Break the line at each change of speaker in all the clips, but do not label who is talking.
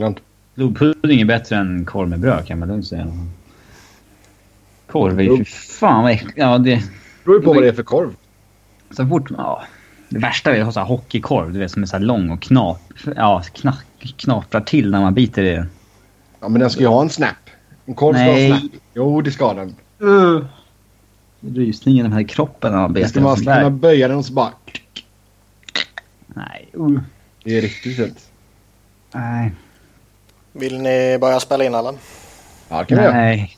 Glömt.
Blodpudding är bättre än korv med bröd kan man lugnt säga. Korv är ju... Fy fan vad äckligt. Ja, det...
Det beror ju på vad det är för korv.
Så fort... Ja. Det värsta är att ha så här hockeykorv, du vet, som är så här lång och knap, ja, kna, knaprar till när man biter i den.
Ja, men den ska ju ha en snap. En korv ska ha
Nej.
en snap. Jo, det ska den.
Uh. Rysningen i den här kroppen när man
Det
betar
ska
i
man
en
ska
sån där.
kunna böja den och så bara...
Nej, uh.
Det är riktigt fint.
Nej.
Vill ni börja spela in eller?
Ja, det kan vi göra.
Nej.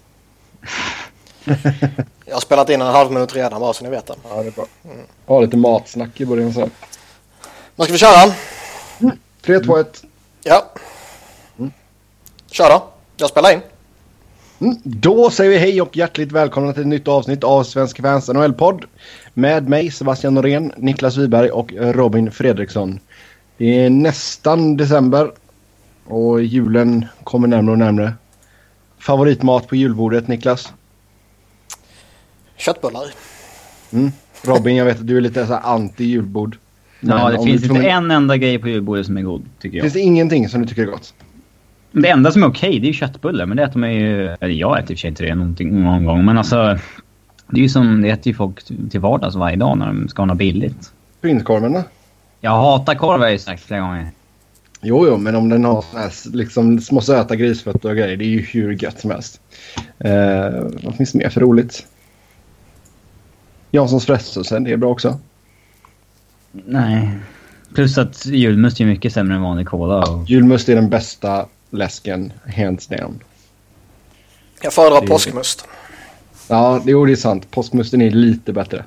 Jag har spelat in en halv minut redan bara så ni vet det.
Ja, det är bra. Ha lite matsnack i början så här.
Nu ska vi köra.
3, 2, 1.
Ja. Kör då. Jag spelar in.
Mm. Då säger vi hej och hjärtligt välkomna till ett nytt avsnitt av Svenska Fans NHL-podd. Med mig Sebastian Norén, Niklas Wiberg och Robin Fredriksson. Det är nästan december och julen kommer närmare och närmare. Favoritmat på julbordet Niklas?
Köttbullar.
Robin, jag vet att du är lite så här anti-julbord.
Ja,
Men
det
om
finns
du
inte
tror-
en enda grej på julbordet som är god, tycker jag.
Finns det ingenting som du tycker är gott?
Det enda som är okej, det är ju köttbullar. Men det är att de är ju... Eller jag äter i och för sig inte det någonting, någon gång. Men alltså... Det är ju som... Det äter ju folk till vardags varje dag när de ska ha något billigt.
Prinskorven då?
Jag hatar korv har jag ju sagt flera gånger.
Jo, jo, men om den har såna här, liksom, små söta grisfötter och grejer, det är ju hur gött som helst. Eh, vad finns det mer för roligt? Janssons frestelse, det är bra också.
Nej. Plus att julmust är ju mycket sämre än vanlig cola. Och...
Julmust är den bästa läsken, hands down.
Jag föredrar
är-
påskmust.
Ja, det, jo, det är sant. Påskmusten är lite bättre.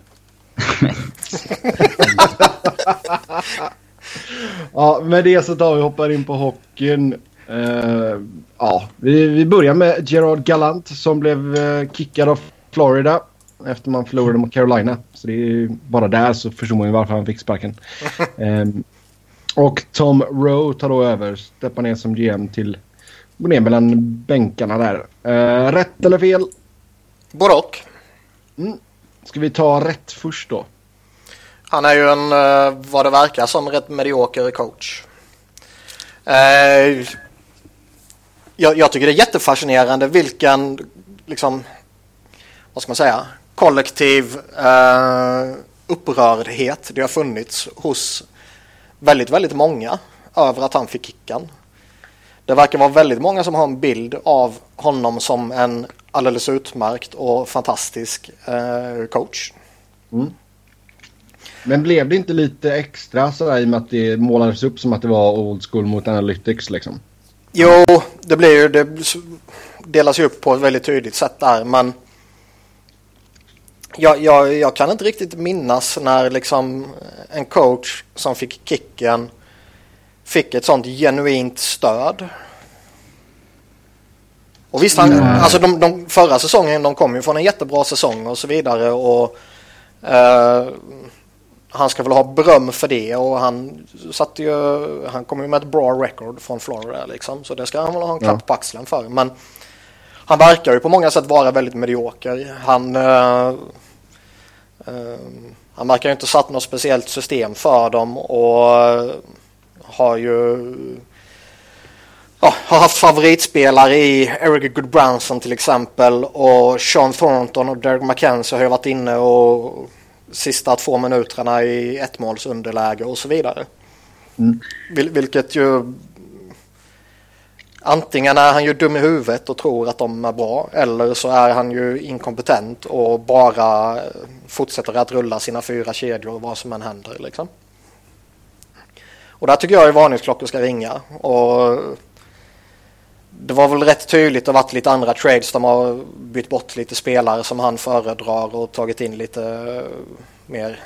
ja, med det så tar vi och hoppar in på hockeyn. Eh, ja, vi, vi börjar med Gerard Gallant som blev eh, kickad av Florida efter man förlorade mot Carolina. Så det är ju bara där så förstår man ju varför han fick sparken. Ehm, och Tom Rowe tar då över, steppar ner som GM till, går ner mellan bänkarna där. Eh, rätt eller fel?
Både och.
Ska vi ta rätt först då?
Han är ju en, eh, vad det verkar som, rätt medioker coach. Eh, jag, jag tycker det är jättefascinerande vilken, liksom, vad ska man säga, kollektiv eh, upprördhet det har funnits hos väldigt, väldigt många över att han fick kicken. Det verkar vara väldigt många som har en bild av honom som en alldeles utmärkt och fantastisk eh, coach.
Men blev det inte lite extra sådär i och med att det målades upp som att det var old school mot analytics liksom?
Jo, det blir ju, det s- delas ju upp på ett väldigt tydligt sätt där, men jag, jag, jag kan inte riktigt minnas när liksom en coach som fick kicken fick ett sånt genuint stöd. Och visst, han, alltså de, de förra säsongen, de kom ju från en jättebra säsong och så vidare och eh, han ska väl ha beröm för det och han satte ju, han kom ju med ett bra record från Florida liksom. Så det ska han väl ha en klapp på axeln för. Men han verkar ju på många sätt vara väldigt medioker. Han, eh, eh, han verkar ju inte satt något speciellt system för dem och eh, har ju ja, har haft favoritspelare i Eric Goodbranson till exempel och Sean Thornton och Derek McKenzie har ju varit inne och sista två minuterna i ettmålsunderläge och så vidare.
Mm.
Vil- vilket ju antingen är han ju dum i huvudet och tror att de är bra eller så är han ju inkompetent och bara eh, fortsätter att rulla sina fyra kedjor vad som än händer liksom. Och där tycker jag ju varningsklockor ska ringa och det var väl rätt tydligt och varit lite andra trades. De har bytt bort lite spelare som han föredrar och tagit in lite eh, mer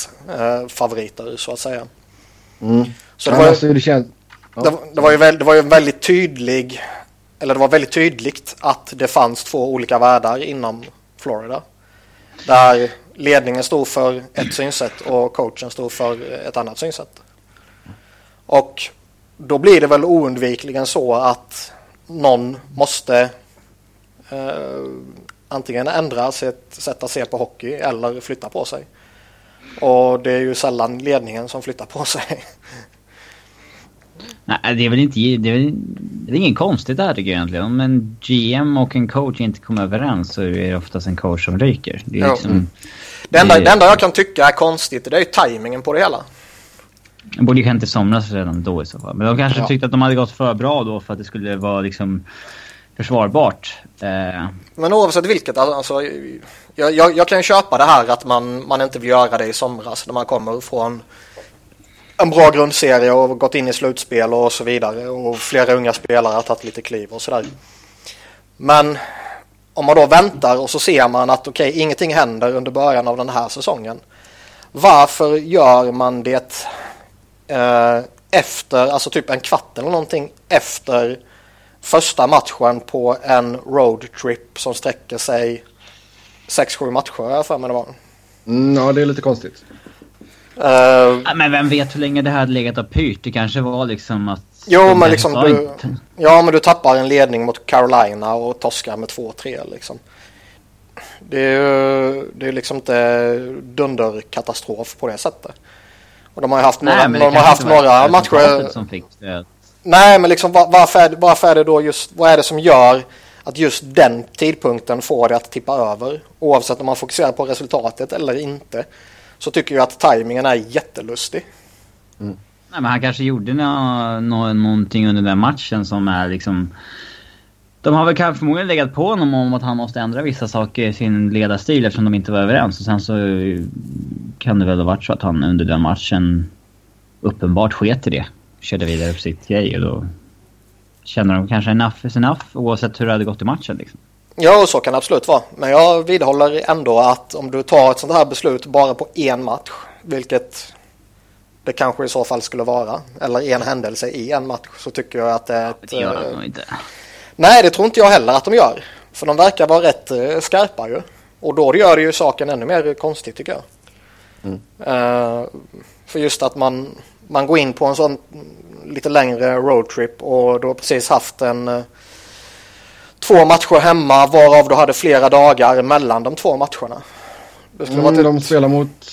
analytics-favoriter så att säga.
Mm.
Så det
Men
var, ju-
alltså, det känns... Ja.
det, var- det, var ju väl, det var ju en väldigt tydlig, eller det var väldigt tydligt att det fanns två olika världar inom Florida. Där ledningen stod för ett synsätt och coachen stod för ett annat synsätt. Och då blir det väl oundvikligen så att någon måste eh, antingen ändra sitt sätt att se på hockey eller flytta på sig. Och det är ju sällan ledningen som flyttar på sig.
Nej, det är väl inte... Det är, väl, det är ingen konstigt där tycker jag egentligen. Om en GM och en coach inte kommer överens så är det oftast en coach som ryker. Det är
Ja.
liksom...
Det enda,
det-
det enda jag kan tycka är konstigt det är ju tajmingen på det hela.
Det borde ju hänt i somras redan då i så fall. Men de kanske
Ja.
tyckte att de hade gått för bra då för att det skulle vara liksom försvarbart. Eh,
Men oavsett vilket, alltså, jag, jag, jag kan ju köpa det här att man, man inte vill göra det i somras när man kommer från en bra grundserie och gått in i slutspel och så vidare och flera unga spelare har tagit lite kliv och sådär. Men om man då väntar och så ser man att okej, ingenting händer under början av den här säsongen. Varför gör man det eh, efter, alltså typ en kvart eller någonting efter första matchen på en roadtrip som sträcker sig 6-7 matcher har jag för mig det var.
Mm, ja, det är lite konstigt.
Eh,
ja, men vem vet hur länge det här hade legat och pyrt. Det kanske var liksom att...
Jo,
de
men
kanske
liksom
sa
du-
inte-
ja, men du tappar en ledning mot Carolina och torskar med 2-3 liksom. Det är ju det är liksom inte dunderkatastrof på det sättet. Och de har ju haft några,
Nej, men det
de har
kanske
haft
var
några
resultatet
matcher.
Som fick det.
Nej, men liksom va- varför är, det- varför är det då just, vad är det som gör att just den tidpunkten får det att tippa över? Oavsett om man fokuserar på resultatet eller inte. Så tycker jag att tajmingen är jättelustig.
Nej, men han kanske gjorde nå- nå- någonting under den matchen som är liksom... De har väl kanske förmodligen legat på honom om att han måste ändra vissa saker i sin ledarstil eftersom de inte var överens. Och sen så eh, kan det väl ha varit så att han under den matchen uppenbart sket i det. Körde vidare på sitt grej och då känner de kanske enough is enough oavsett hur det hade gått i matchen. Liksom.
Ja, och så kan det absolut vara. Men jag vidhåller ändå att om du tar ett sånt här beslut bara på en match, vilket det kanske i så fall skulle vara, eller en händelse i en match, så tycker jag att det är ett...
Det gör han
eh,
nog inte.
Nej, det tror inte jag heller att de gör. För de verkar vara rätt eh, skarpa ju. Och då gör det ju saken ännu mer konstig tycker jag. Eh, för just att man, man går in på en sån lite längre roadtrip och du har precis haft en eh, två matcher hemma varav du hade flera dagar mellan de två matcherna. Det typ- skulle
Mm,
varit
de spelar mot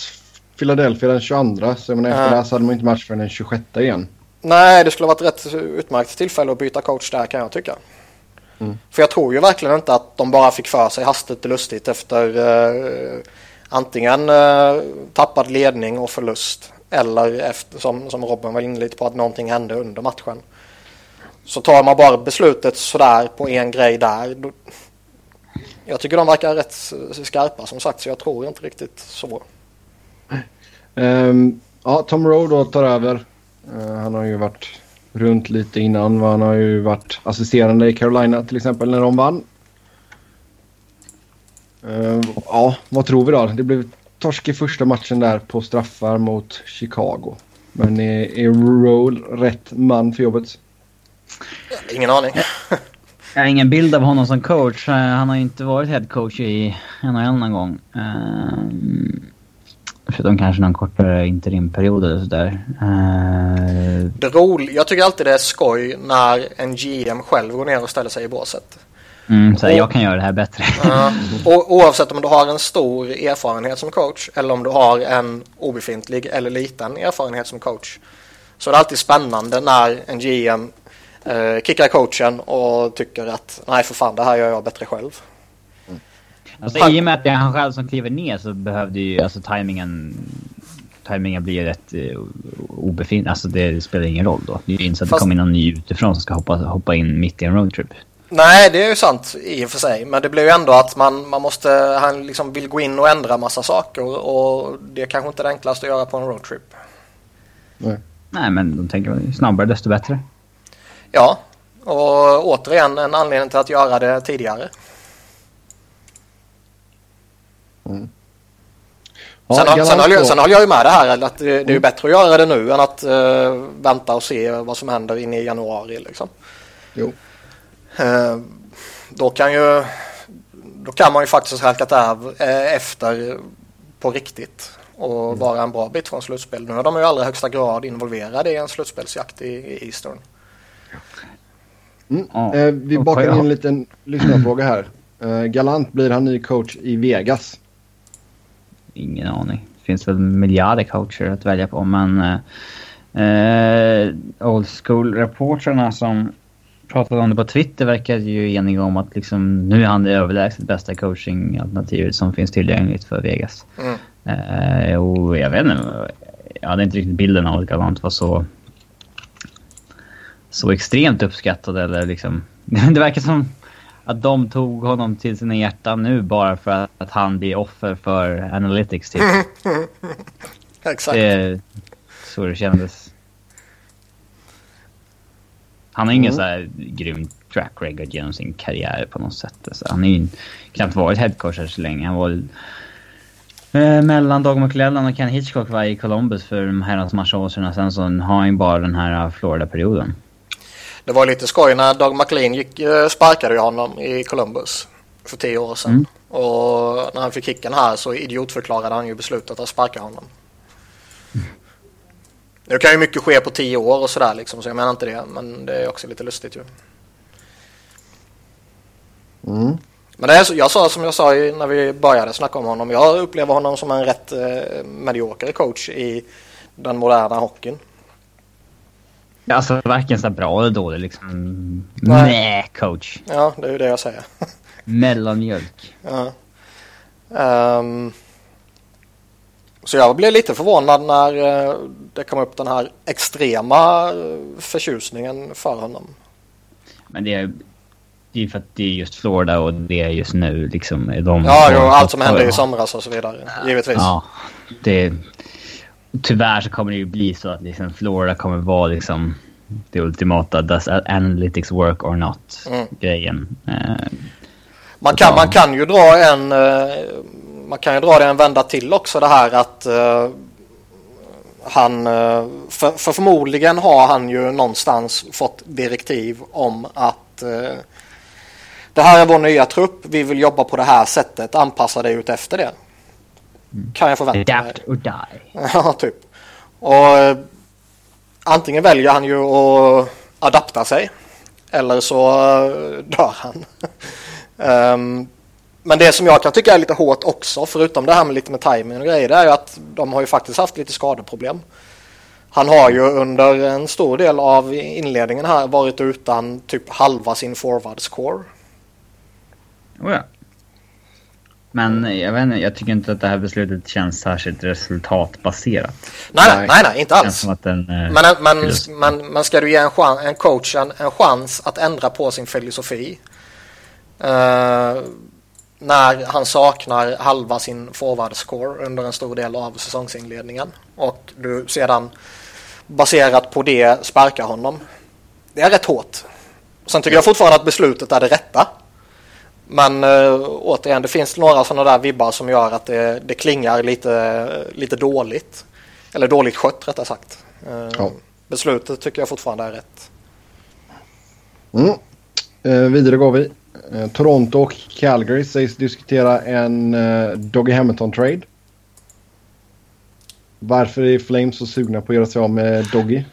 Philadelphia den 22, så jag menar, efter
Ja.
det här så hade man inte match förrän den 26 igen.
Nej, det skulle varit ett utmärkt tillfälle att byta coach där kan jag tycka. För jag tror ju verkligen inte att de bara fick för sig hastigt och lustigt efter eh, antingen eh, tappad ledning och förlust eller efter, som, som Robin var inne lite på att någonting hände under matchen. Så tar man bara beslutet sådär på en grej där. Då, jag tycker de verkar rätt s- skarpa som sagt så jag tror inte riktigt så.
Ehm, ja, Tom Rowe då tar över. Eh, han har ju varit runt lite innan. va? Han har ju varit assisterande i Carolina till exempel när de vann. Ehm, ja, vad tror vi då? Det blev torsk i första matchen där på straffar mot Chicago. Men är, är Rowe rätt man för jobbet?
Ingen aning.
Jag har ingen bild av honom som coach. Eh, Han har ju inte varit head coach i NHL någon gång. Ehm, Förutom kanske någon kortare interimperiod eller sådär. Ehm,
Det rol, jag tycker alltid det är skoj när en GM själv går ner och ställer sig i båset.
Mm, så här, jag kan göra det här bättre.
Eh, och oavsett om du har en stor erfarenhet som coach eller om du har en obefintlig eller liten erfarenhet som coach. Så är det alltid spännande när en GM eh, kickar coachen och tycker att nej för fan det här gör jag bättre själv.
Alltså, I och med att det är han själv som kliver ner så behövde ju alltså tajmingen... Tajmingen blir rätt eh, obefintlig. Alltså det spelar ingen roll då. Det är ju inte så att
Fast-
det kommer in någon ny utifrån som ska hoppa, hoppa in mitt i en roadtrip.
Nej, det är ju sant i och för sig. Men det blir ju ändå att man, man måste, han liksom vill gå in och ändra massa saker och det är kanske inte det enklaste att göra på en roadtrip.
Nej.
Nej men de tänker väl, ju snabbare desto bättre.
Ja, och återigen en anledning till att göra det tidigare.
Ja,
sen, har,
Gallant
sen, håller
då. Mm.
jag, sen håller jag ju med det här att eh, det, det är ju bättre att göra det nu än att eh, vänta och se vad som händer in i januari. Liksom.
Jo.
Eh, då, kan ju, då kan man ju faktiskt halkat av eh, efter på riktigt och
Mm.
vara en bra bit från slutspel. Nu är de ju i allra högsta grad involverade i en slutspelsjakt i, i Eastern.
Ja.
Eh, vi
Och
bakar
jag-
in en liten lyssnarfråga här. Eh, Galant, blir han ny coach i Vegas?
Ingen aning. Det finns väl miljarder coacher att välja på men... eh, Eh, old school-reportrarna som pratade om det på Twitter verkade ju eniga om att liksom, nu är han det överlägset bästa coachingalternativet som finns tillgängligt för Vegas.
Mm.
Eh, och jag vet inte, jag hade inte riktigt bilden av att Galant var så, så extremt uppskattad eller liksom... Det verkar som att de tog honom till sina hjärtan nu bara för att, att han blir offer för analytics typ.
Exakt.
Det är så det kändes. Han har ingen så här grym track record genom sin karriär på något sätt. Alltså, han har ju knappt varit headcoach här så länge. Han var eh, mellan Doug McLellan och Ken Hitchcock var i Columbus för herrans massa år sedan. Sen så har han ju bara den här Florida-perioden.
Det var lite skoj när Doug McLean gick, eh, sparkade ju honom i Columbus för tio år sedan.
Mm.
Och när han fick kicken här så idiotförklarade han ju beslutet att sparka honom. Nu kan ju mycket ske på tio år och sådär liksom, så jag menar inte det. Men det är också lite lustigt ju.
Mm.
Men det är så, jag sa som jag sa i- när vi började snacka om honom. Jag upplever honom som en rätt eh, medioker coach i den moderna hockeyn.
Alltså varken så här bra eller dålig liksom.
Nej.
Nej, coach.
Ja, det är ju det jag säger.
Mellanmjölk.
Ja. Ehm, så jag blev lite förvånad när eh, det kom upp den här extrema eh, förtjusningen för honom.
Men det är det är ju för att det är just Florida och det är just nu liksom. är De
Ja, jo, allt som hände i somras och så vidare. Givetvis.
Ja, det... Tyvärr så kommer det ju bli så att liksom Florida kommer vara liksom det ultimata does analytics work or not
Mm.
grejen. Eh,
Man kan, man kan ju dra en eh, man kan ju dra det en vända till också det här att eh, han eh, för, för förmodligen har han ju någonstans fått direktiv om att eh, det här är vår nya trupp. Vi vill jobba på det här sättet. Anpassa dig ut efter det. Kan jag förvänta mig.
adapt or die.
Ja, typ. Och eh, antingen väljer han ju att adapta sig eller så eh, dör han. Ehm, men det som jag kan tycka är lite hårt också, förutom det här med lite med timing och grejer, det är ju att de har ju faktiskt haft lite skadeproblem. Han har ju under en stor del av inledningen här varit utan typ halva sin forwardscore.
Oh, ja. Men jag vet inte, jag tycker inte att det här beslutet känns särskilt resultatbaserat.
Nej, nej,
Nej.
nej, nej inte
Det känns
alls.
som att den... eh,
Men, men,
Just.
men, men ska du ge en, chan, en coach en, en chans att ändra på sin filosofi eh, när han saknar halva sin forwardscore under en stor del av säsongsinledningen och du sedan baserat på det sparkar honom. Det är rätt hårt. Sen tycker jag fortfarande att beslutet är det rätta. Men eh, återigen, det finns några sådana där vibbar som gör att det, det klingar lite, lite dåligt. Eller dåligt skött rättare sagt. Eh,
Ja.
Beslutet tycker jag fortfarande är rätt.
Mm. Eh, vidare går vi. Eh, Toronto och Calgary sägs diskutera en eh, Doggy Hamilton-trade. Varför är Flames så sugna på att göra sig av med Doggy?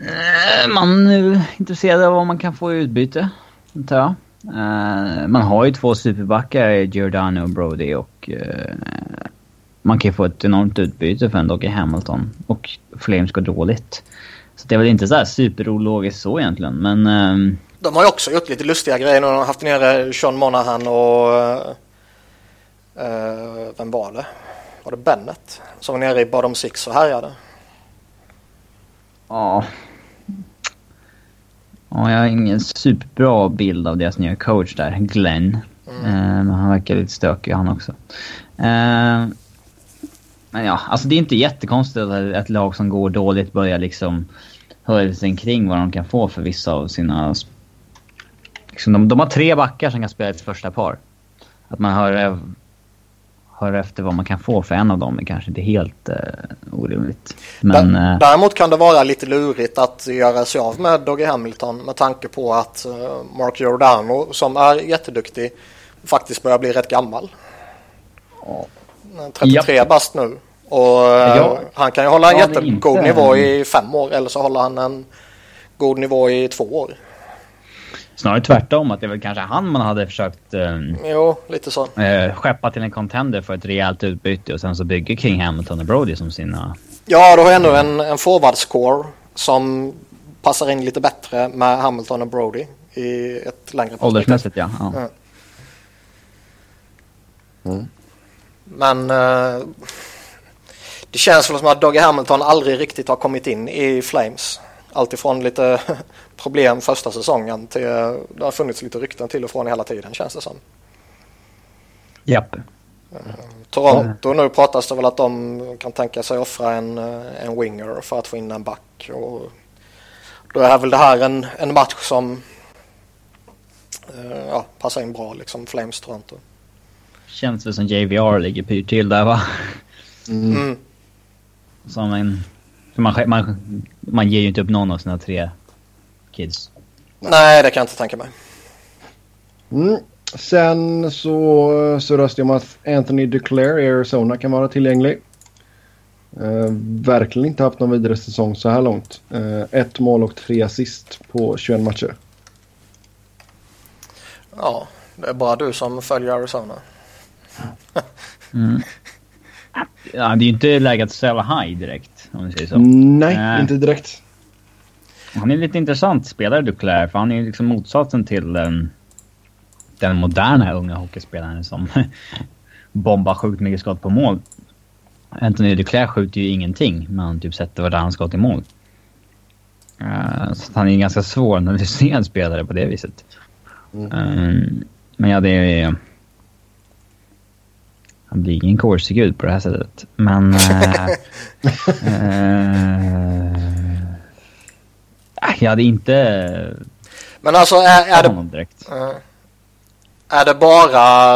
Eh, Man är väl intresserad av vad man kan få i utbyte, antar jag. Eh, Man har ju två superbackar, Giordano och Brody och... eh, Man kan ju få ett enormt utbyte för en Doggy Hamilton. Och Flames går dåligt. Så det är väl inte så här superologiskt så egentligen, men... ehm,
De har ju också gjort lite lustiga grejer. nu. De har haft nere Sean Monahan och... eh, vem var det? Var det Bennett? Som var nere i bottom six och härjade.
Ja... Ja, jag har ingen superbra bild av deras nya coach där, Glenn. Eh, Men han verkar lite stökig han också. Eh, Men ja, alltså det är inte jättekonstigt att ett lag som går dåligt börjar liksom höra sig kring vad de kan få för vissa av sina... Liksom de, de har tre backar som kan spela ett första par. Att man hör, hör efter vad man kan få för en av dem är kanske inte helt eh, orimligt. Men...
Dä-
eh,
Däremot kan det vara lite lurigt att göra sig av med Doggy Hamilton med tanke på att eh, Mark Giordano som är jätteduktig faktiskt börjar bli rätt gammal.
Ja.
Eh, 33 bast nu. Och eh,
Ja.
han kan ju hålla en
Ja, det är
jättegod
inte-
nivå i fem år eller så håller han en god nivå i två år.
Snarare tvärtom, att det är väl kanske han man hade försökt eh,
Jo, lite så.
eh, skeppa till en contender för ett rejält utbyte och sen så bygger King Hamilton och Brody som sina
Ja, du har ändå en, en forwardscore som passar in lite bättre med Hamilton och Brody i ett längre perspektiv.
Åldersmässigt ja. ja.
Men eh, det känns väl som att Dougie Hamilton aldrig riktigt har kommit in i Flames. Alltifrån lite problem första säsongen till eh, det har funnits lite rykten till och från hela tiden känns det som.
Japp.
Toronto nu pratas det väl att de kan tänka sig offra en, eh, en winger för att få in en back. Och då är väl det här en, en match som eh, ja, passar in bra liksom, Flames-Toronto.
Känns väl som JVR ligger pyrt till där va?
Mm.
Mm.
Som en... För man, man, man ger ju inte upp någon av sina tre kids.
Nej, det kan jag inte tänka mig.
Mm. Sen så, så röstade jag om att Anthony DeClaire i Arizona kan vara tillgänglig. Eh, verkligen inte haft någon vidare säsong så här långt. Eh, ett mål och tre assist på 21 matcher.
Ja, det är bara du som följer Arizona.
Mm. Ja, det är ju inte läge att sälja high direkt om vi säger så.
Nej,
Nej.
inte direkt.
Han är lite intressant spelare Duclair, för han är ju liksom motsatsen till um, den moderna unga hockeyspelaren som bombar sjukt mycket skott på mål. Anthony Duclair skjuter ju ingenting, men han typ sätter vartannat skott i mål. Eh, så att han är en ganska svåranalyserad spelare på det viset.
Mm.
Ehm, men ja, det är... Han blir ingen Corsi-gud på det här sättet. Men... eh, eh, jag hade inte
Men alltså, är, är, det,
honom direkt.
eh, är det bara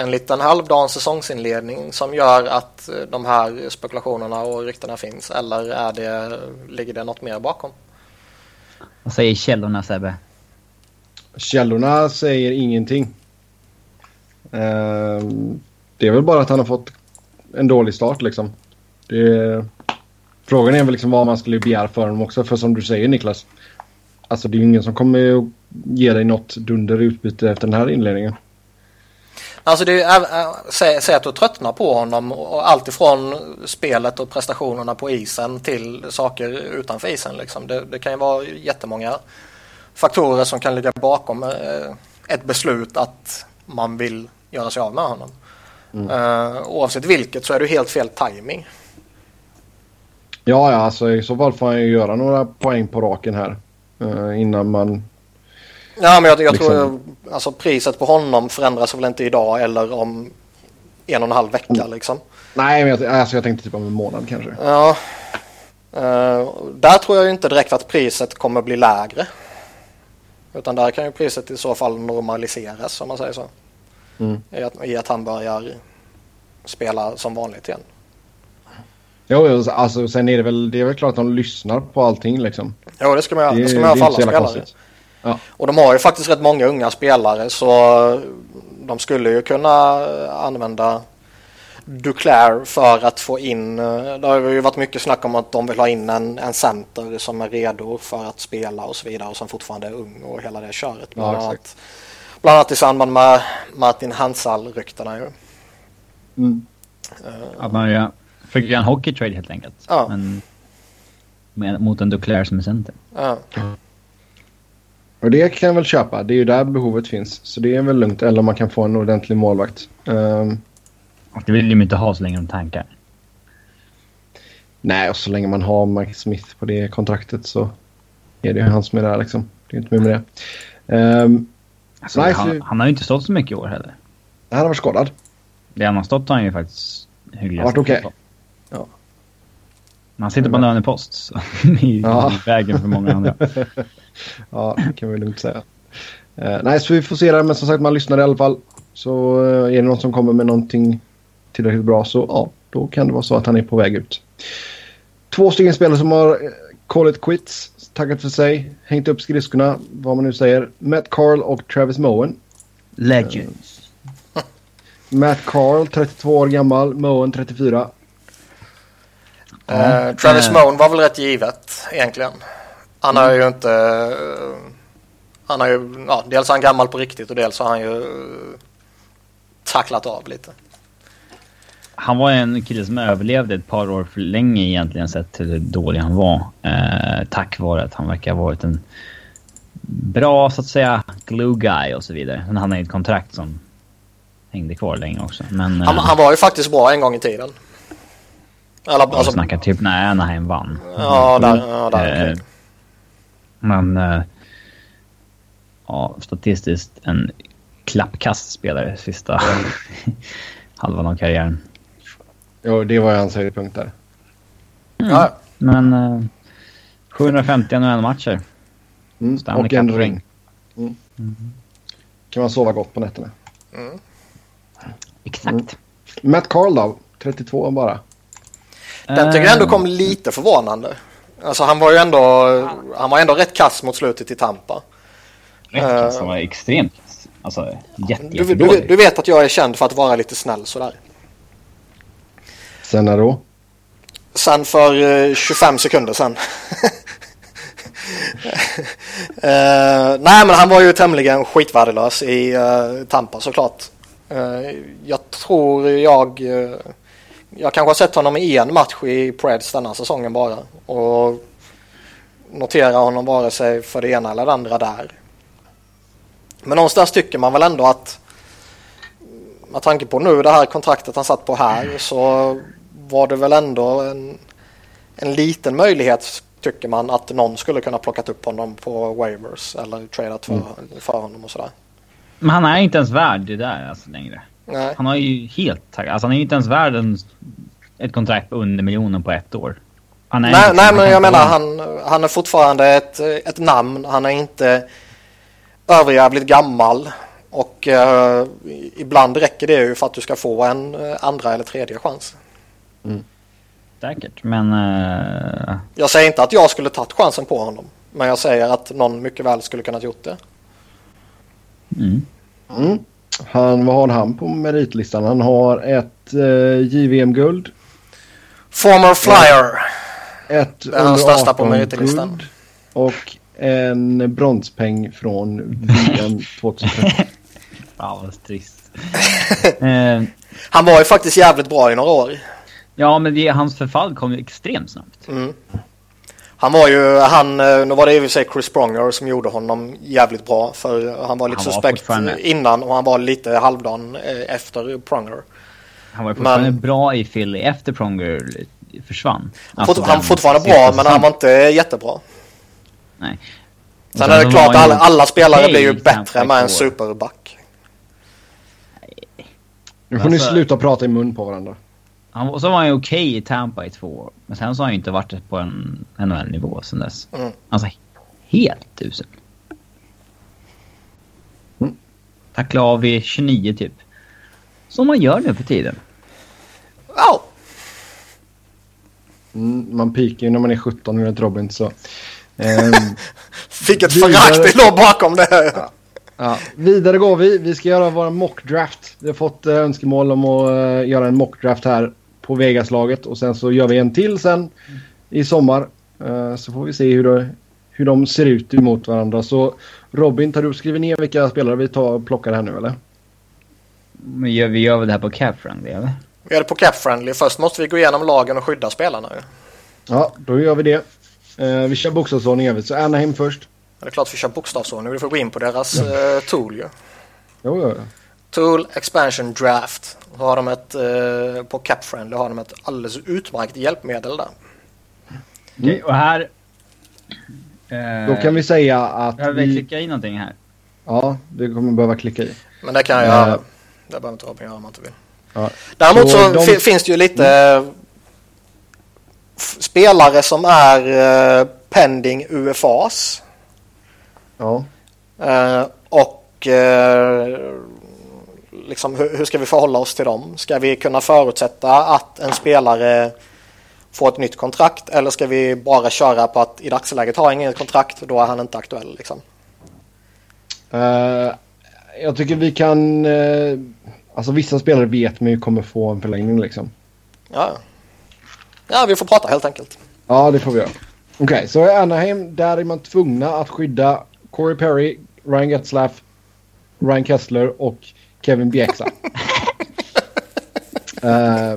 en liten halvdan säsongsinledning som gör att eh, de här spekulationerna och ryktena finns? Eller är det, ligger det något mer bakom?
Vad säger källorna Sebbe?
Källorna säger ingenting. Eh, det är väl bara att han har fått en dålig start liksom. Det, frågan är väl liksom vad man skulle begära för honom också. För som du säger Niklas. Alltså det är ju ingen som kommer att ge dig något dunder i utbyte efter den här inledningen.
Alltså det är, äh, äh, säg, säg att du tröttnar på honom och allt ifrån spelet och prestationerna på isen till saker utanför isen liksom. Det, det kan ju vara jättemånga faktorer som kan ligga bakom eh, ett beslut att man vill göra sig av med honom. Eh, oavsett vilket så är du helt fel timing.
Ja, ja, alltså i så fall får han ju göra några poäng på raken här. eh, innan man...
Ja, men jag, jag
Liksom.
tror alltså priset på honom förändras väl inte idag eller om en och en halv vecka liksom.
Nej, men jag, alltså, jag tänkte typ om en månad kanske.
Ja. Eh, där tror jag ju inte direkt att priset kommer bli lägre. Utan där kan ju priset i så fall normaliseras om man säger så.
Mm.
I, att, I att han börjar spela som vanligt igen.
Jo, jo, alltså sen är det väl, det är väl klart att de lyssnar på allting liksom.
Jo, det ska man göra.
Det,
Det ska man
det är
göra för
inte
alla
så jävla
spelare.
konstigt.
Och de har ju faktiskt rätt många unga spelare så de skulle ju kunna använda Duclair för att få in, eh, det har ju varit mycket snack om att de vill ha in en, en center som är redo för att spela och så vidare och som fortfarande är ung och hela det köret. Bland, annat,
exakt.
bland annat i samband med Martin Hansal-ryktena ju.
Mm.
Att man gör- försöker göra en hockeytrade helt enkelt.
Ja.
Men, med, mot en Duclair som är center.
Ja.
Och det kan jag väl köpa. Det är ju där behovet finns. Så det är väl lugnt. Eller om man kan få en ordentlig målvakt. Ehm,
Det vill de ju inte ha så länge de tankar.
nej, och så länge man har Mike Smith på det kontraktet så är det ju han som är där liksom. Det är inte mer med det. Ehm,
Alltså,
Nej,
han,
för-
han har ju inte stått så mycket i år heller.
han har varit skadad.
Det han har stått har han ju faktiskt hyggligt.
Har varit okej. Ja.
Ja. Man sitter på en lönepost. Så i,
Ja.
I vägen för många andra.
Ja, det kan vi lugnt säga. Eh, nej, så vi får se det. Men som sagt, man lyssnar i alla fall. Så eh, är det någon som kommer med någonting tillräckligt bra så ja, då kan det vara så att han är på väg ut. Två stycken spelare som har eh, call it quits, tackat för sig, hängt upp skridskorna, vad man nu säger. Matt Carl och Travis Moen.
Legends.
Matt Carl, 32 år gammal, Moen 34.
Ja.
Eh, Travis
Eh. Mm.
Moan var väl rätt givet egentligen. Han har ju inte... eh, han har ju, ja, dels är han gammal på riktigt och dels har han ju eh, tacklat av lite.
han var en kille som överlevde ett par år för länge egentligen sett till hur dålig han var. Eh, tack vare att han verkar ha varit en bra, så att säga, glue guy och så vidare. Men han hade ett kontrakt som hängde kvar länge också. Men, eh,
Han, han var ju faktiskt bra en gång i tiden. Eller,
alltså, snackar typ när Anaheim vann.
Ja, där, ja, där
Eh,
okej.
Men... eh, Ja, statistiskt en klappkast spelare sista halvan av karriären.
Jo, det var ju hans höjdpunkt där.
Mm.
Ja,
Men eh, 750 NHL-matcher.
Mm.
Stanley
Och en
Cup-ring.
ring. Mm. Kan man sova gott på nätterna.
Exakt.
Matt Carl då? 32 bara.
Den tycker jag
Eh.
ändå kom lite förvånande. Alltså han var ju ändå, han var ändå rätt kass mot slutet i Tampa.
Rätt kass. Han var extremt kass. Alltså, jätte,
Eh, Du,
jättedålig.
du, du vet att jag är känd för att vara lite snäll sådär.
Sen när då?
Sen för eh, 25 sekunder sen. Eh, nej men han var ju tämligen skitvärdelös i eh, Tampa såklart. Eh, jag tror jag... eh, jag kanske har sett honom i en match i Preds denna säsongen bara. Och notera honom vare sig för det ena eller det andra där. Men någonstans tycker man väl ändå att med tanke på nu det här kontraktet han satt på här så var det väl ändå en, en liten möjlighet tycker man att någon skulle kunna plockat upp honom på waivers eller tradat för, för honom och sådär.
Men han är inte ens värd det där alltså, längre.
Nej.
Han har ju helt taggat... Alltså, han är ju inte ens värd en, ett kontrakt på under miljonen på ett år. Han är
Nej,
liksom-
nej men jag
kan-
menar han, han är fortfarande ett, ett namn. Han är inte överjävligt gammal. Och eh, ibland räcker det ju för att du ska få en eh, andra eller tredje chans.
Säkert, men... eh,
Jag säger inte att jag skulle tagit chansen på honom. Men jag säger att någon mycket väl skulle kunnat gjort det.
mm.
Mm. Han, vad har han på meritlistan? Han har ett eh, JVM-guld.
Former flyer.
Ett
är hans
under
största på
18
meritlistan.
guld Och en bronspeng från VM 2013.
Fan vad trist. Eh,
Han var ju faktiskt jävligt bra i några år.
ja, men det, hans förfall kom ju extremt snabbt.
Han var ju, han, eh, nu var det i och för sig Chris Pronger som gjorde honom jävligt bra. För han var lite
Han var
suspekt
fortfarande-
innan och han var lite halvdan eh, efter Pronger.
Han var ju fortfarande
Men-
bra i Philly efter Pronger försvann. Alltså,
Fort, han
den
var fortfarande
sista
bra men han
säsongen.
var inte jättebra.
Nej. Och
Sen är
så
det klart
Alltså, var ju
alla, alla spelare
Kane
blir ju
knappt
bättre
ett
med
år.
en superback.
Nu får ni
Alltså-
sluta prata i mun på varandra.
Han, och så var han ju okej i Tampa i två år. Men sen så har han ju inte varit på en NHL-nivå sen dess.
Mm.
Alltså, helt usel.
Mm.
Tackla av vid 29 typ. Som man gör nu för tiden.
Ja,
Mm, man pikar ju när man är 17 enligt Robin. Så. Ehm,
vilket
Vidare.
förakt det låg bakom det.
ja. Vidare går vi. Vi ska göra vår mockdraft. Vi har fått eh, önskemål om att eh, göra en mockdraft här på Vegaslaget. Och sen så gör vi en till sen i sommar. Eh, så får vi se hur, det, hur de ser ut emot varandra. Så Robin, tar du skriver ner vilka spelare vi tar och plockar här nu eller?
Men gör, vi gör väl det här på Cap Friendly eller?
Mm.
Vi är det på Cap Friendly. Först måste vi gå igenom lagen och skydda spelarna ju.
Ja, då gör vi det. Eh, vi kör bokstavsordning i övrigt. Så Anaheim först.
Det är klart vi kör bokstavsordning. Vi får gå in på deras eh, tool ju.
Jo, jo, jo.
Tool Expansion Draft. Då Har de ett, eh, på Cap Friendly har de ett alldeles utmärkt hjälpmedel där.
Okej, och här... Eh,
Då kan vi säga att
Behöver vi
vi...
klicka i någonting här?
Ja, det kommer behöva klicka i.
Men det kan jag
Ja.
göra. Det behöver inte Robin göra om han inte vill.
Ja.
Däremot
Så
så,
de- Mm.
fi- finns det ju lite eh, f- spelare som är eh, pending UFAs.
Ja.
Eh, och eh, liksom, hur, hur ska vi förhålla oss till dem? Ska vi kunna förutsätta att en spelare får ett nytt kontrakt eller ska vi bara köra på att i dagsläget har han inget kontrakt och då är han inte aktuell? Liksom?
Eh, jag tycker vi kan... eh, alltså vissa spelare vet man ju kommer få en förlängning liksom.
Ja. ja. ja, vi får prata helt enkelt.
Ja, det får vi göra. Okej, så i Anaheim, där är man tvungna att skydda Corey Perry, Ryan Getzlaff, Ryan Kessler och Kevin Bieksa. Eh,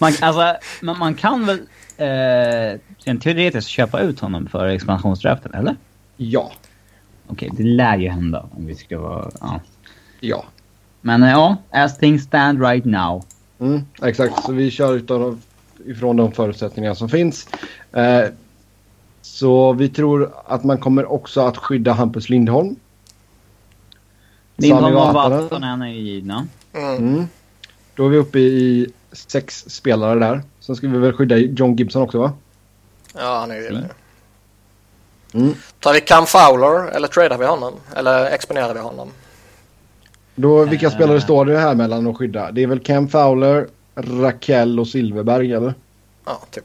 Man, alltså, man, man kan väl eh, rent teoretiskt köpa ut honom för expansionsdraften, eller?
ja,
Okej, det lär ju hända om vi ska vara... Ja.
ja.
Men eh, ja, as things stand right now.
Mm, exakt, så vi kör utan, ifrån de förutsättningar som finns. Eh, så vi tror att man kommer också att skydda Hampus Lindholm.
Lindholm
Sami
och
Vatanen.
Vatanen är ju givna.
Mm.
Mm. Då är vi uppe i sex spelare där. Sen ska vi väl skydda John Gibson också va?
Ja, han är ju det.
Mm.
Tar vi Cam Fowler eller tradar vi honom? Eller exponerar vi honom?
Då, vilka
Eh.
spelare står det här mellan att skydda? Det är väl Cam Fowler, Raquel och Silverberg eller?
Ja, typ.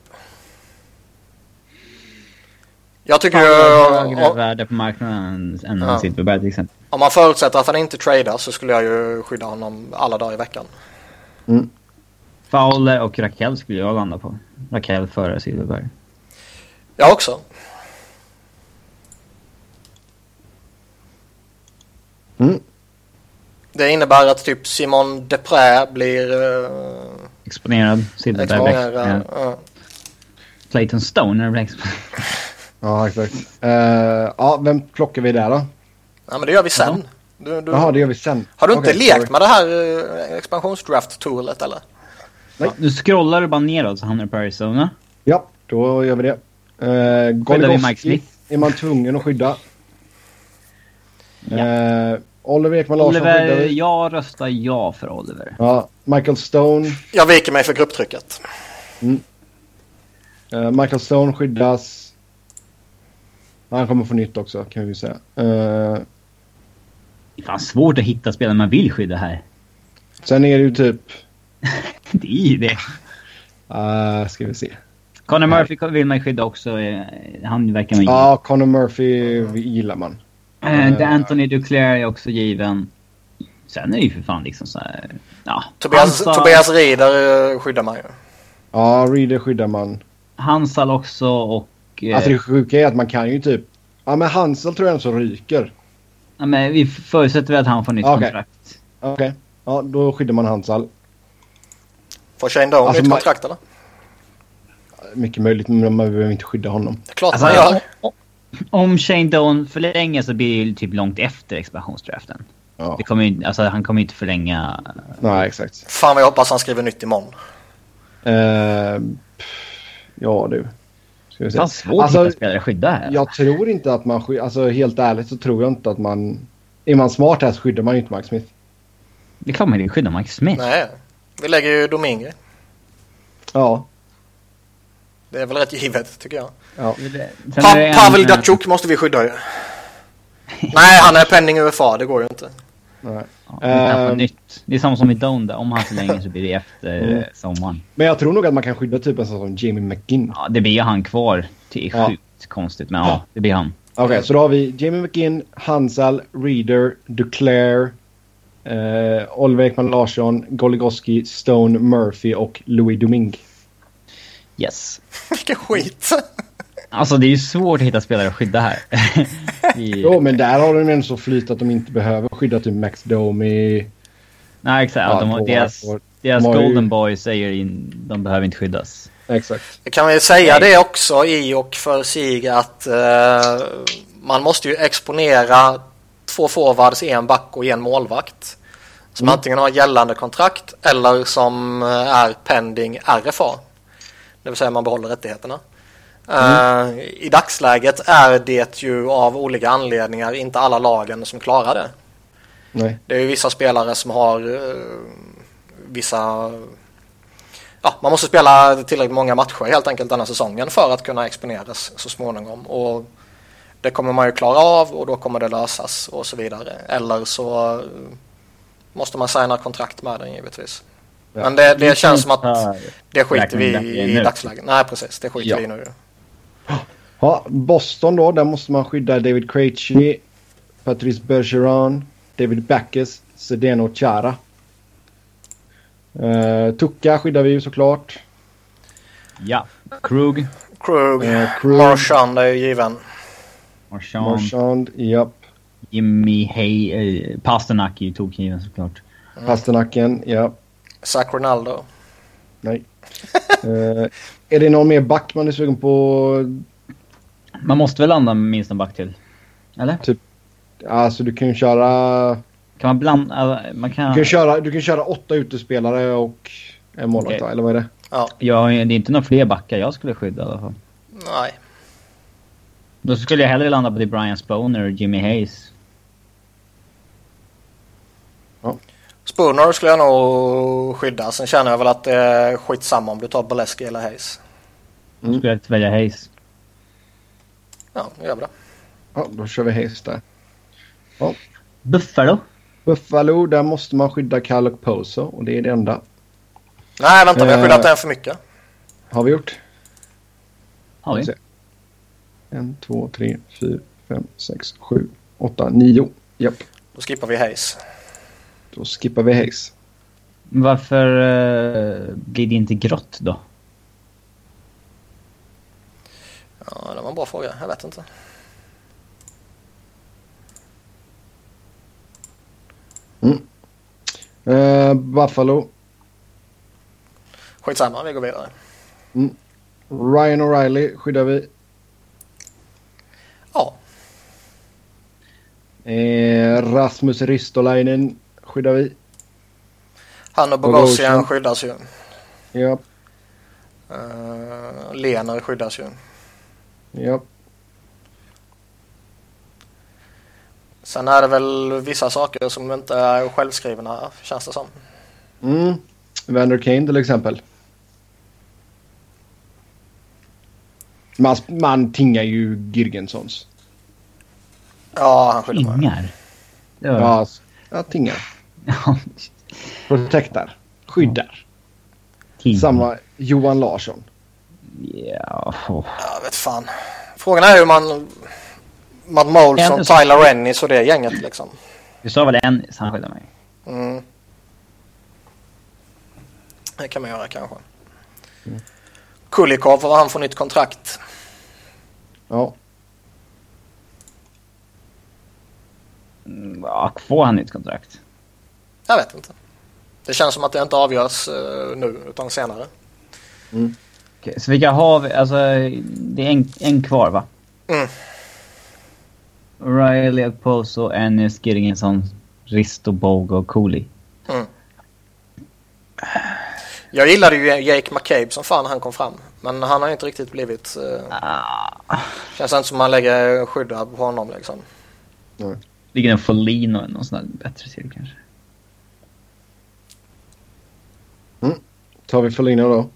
Jag tycker
Har
ju...
högre
Om,
värde på marknaden än
Ja.
Silverberg till exempel.
om man förutsätter att han inte tradar så skulle jag ju skydda honom alla dagar i veckan.
Fowler och Raquel skulle jag landa på. Raquel före Silverberg.
Jag också.
Mm.
Det innebär att typ Simon Depré blir eh,
Exponerad. Silverberg blir
exponerad.
exponerad.
Ja.
Clayton Stone blir exponerad.
Ja exakt. Eh, ja, vem plockar vi där då?
ja, men det gör vi sen. Du, du,
Jaha, det gör vi sen.
har du inte
Okej,
lekt
sorry.
med det här eh, expansionsdraft-toolet eller?
Nej.
Nu scrollar du bara neråt så hamnar du på Arizona.
Ja, då gör vi det. Eh,
Skyddar vi Mike
Goligoski
Smith?
är man tvungen att skydda. Eh, Oliver Ekman Larsson skyddar
Oliver,
vi.
jag röstar ja för Oliver.
Ja, Michael Stone.
Jag viker mig för grupptrycket.
Eh, Michael Stone skyddas. Han kommer få nytt också kan vi ju säga. Eh,
Det är fan svårt att hitta spelare man vill skydda här.
sen är det ju typ...
Det är ju det.
eh, ska vi se.
Connor Murphy vill man ju skydda också. eh, Han verkar vara
Ja,
given.
ah, Connor Murphy gillar man.
Eh, De Anthony Duclair är också given. Sen är det ju för fan liksom så här... Ja.
Tobias,
Hansal-
Tobias Rieder eh, skyddar man ju.
Ja, Reader skyddar man.
Hansal också och... eh,
Alltså det sjuka är att man kan ju typ... Ja, men Hansel tror jag ändå så ryker.
ja, men vi förutsätter väl att han får nytt
Okej.
kontrakt.
Okej. Ja, då skyddar man Hansel.
Får Shane Doan
Alltså,
nytt
man-
kontrakt eller?
Mycket möjligt, men man behöver inte skydda honom.
Det är klart
Alltså,
man gör.
om- om Shane Doan förlänger så blir det ju typ långt efter expansionsdraften.
Ja.
Det kommer ju, alltså, han kommer ju inte förlänga...
Nej, exakt.
Fan vad jag hoppas han skriver nytt imorgon.
Eh, pff, ja, du. Ska vi se.
Fan svårt
Alltså,
att hitta spelare att skydda här.
Jag tror inte att man... sky- Alltså helt ärligt så tror jag inte att man... Är man smart här så skyddar man ju inte Mike Smith.
Det är klart man vill skydda Mike Smith.
Nej, vi lägger ju Domingue.
Ja.
Det är väl rätt givet tycker jag.
ja.
Sen är det
Pa
en- eh,
Pavel Datsjuk måste vi skydda ju. Nej, han är penning UFA. Det går ju inte.
Nej.
Ja, vi tappar
Ehm.
nytt. Det är samma som i Down där. Om han förlänger så blir det efter
Mm.
eh, sommaren.
Men jag tror nog att man kan skydda typ en sån som Jamie McGinn.
Ja, det blir ju han kvar. Det är
Ja.
sjukt konstigt, men ja, det blir han.
Okej, så då har vi Jamie McGinn, Hansal, Reader, Duclair, eh, Oliver Ekman Larsson, Goligoski, Stone, Murphy och Louis Domingue.
Yes.
Vilken skit.
Alltså det är ju svårt att hitta spelare att skydda här. Vi,
Jo, men där har de ju ändå så flyt att de inte behöver skydda typ Max Domi.
Nej, exakt.
Ja,
de, har-
Thor,
deras
Thor.
deras
De har ju-
Golden Boys säger in, de behöver inte skyddas.
Exakt.
Kan vi säga det också i och för sig att eh, man måste ju exponera två forwards, en back och en målvakt. Som antingen har gällande kontrakt eller som eh, är pending RFA. Det vill säga man behåller rättigheterna. Eh, I dagsläget är det ju av olika anledningar inte alla lagen som klarar det.
Nej.
Det är ju vissa spelare som har eh, vissa... Ja, man måste spela tillräckligt många matcher helt enkelt denna säsongen för att kunna exponeras så småningom. Och det kommer man ju klara av och då kommer det lösas och så vidare. Eller så eh, måste man signa kontrakt med den givetvis.
Ja.
Men det, det känns som att
Här.
det skiter
räknar
vi
vi
i
nu.
i dagsläget. Nej, precis. Det skiter
Ja.
vi i nu.
Ja, Boston då, där måste man skydda David Krejci, Patrice Bergeron, David Backes, Sedeno Chara. Uh, Tucka skyddar vi ju såklart.
Ja. Krug.
Krug,
Eh, Krug.
Marchand är ju given.
Marchand.
Marchand, japp.
Jimmy Hay. Eh, Pasternak är ju tokgiven såklart.
Pasternaken, ja.
Zach Ronaldo.
Nej. Eh, är det någon mer back man är sugen på?
Man måste väl landa minst en back till? Eller?
Alltså du kan ju köra...
Kan man blanda... alltså, Man
Du
kan...
kan köra, du kan köra åtta utespelare och en målvakt
Okej.
va? Eller vad är det?
Ja, det är inte några fler backar jag skulle skydda i alla fall.
Nej.
Då skulle jag hellre landa på det Brian Sponer och Jimmy Hayes.
Spooner skulle jag nog skydda. Sen känner jag väl att det är skitsamma om du tar Boleski eller Hayes.
Då skulle jag välja Hayes.
Ja, nu gör vi det.
Ja, då kör vi Hayes där.
Buffalo?
Buffalo, där måste man skydda Kyle och Poso och det är det enda.
Nej, vänta. Vi har
Eh.
skyddat en för mycket.
Har vi gjort?
Har vi.
Se. En, två, tre, fyra, fem, sex, sju, åtta, nio. Japp,
Då skippar vi Hayes.
då skippar vi Hayes.
Varför eh, blir det inte grått då?
Ja, det var en bra fråga. Jag vet inte.
Eh, Buffalo,
Skitsamma, vi går vidare.
Ryan O'Reilly skyddar vi.
Ja,
Eh, Rasmus Ristolainen skyddar vi.
han och
Bogosian.
Bogosian skyddas ju.
Ja,
Uh, Lener skyddas ju.
ja.
Sen är det väl vissa saker som inte är självskrivna, känns det som.
Mm. Vander Kane till exempel. Man, man tingar ju Girgensons.
Ja, han skyddar mig.
Ingar? Det var...
Ja, s- ja tingar. Protektar. Skyddar.
King.
Samma Johan Larsson.
Ja. åh.
Jag vet fan. Frågan är hur man... Matt Moles och
Anderson.
Tyler Rennies och det gänget liksom.
Du sa väl en så han skyddar mig?
Mm. Det kan man göra kanske. Kulikov, vad han får nytt kontrakt.
Ja.
Mm, Ja, får han nytt kontrakt?
Jag vet inte. Det känns som att det inte avgörs eh, nu utan senare.
Okej, så vilka har vi? Alltså, det är en, en kvar va?
Mm.
Riley, Poso, Ennis, Girgensson, Risto, Bogo och Cooley.
Jag gillade ju Jake McCabe som fan när han kom fram. Men han har ju inte riktigt blivit... Eh,
Ah.
känns inte som man lägger skydd på honom liksom.
Ligger en Folin och någon sån där bättre till kanske?
Tar vi Foligno då?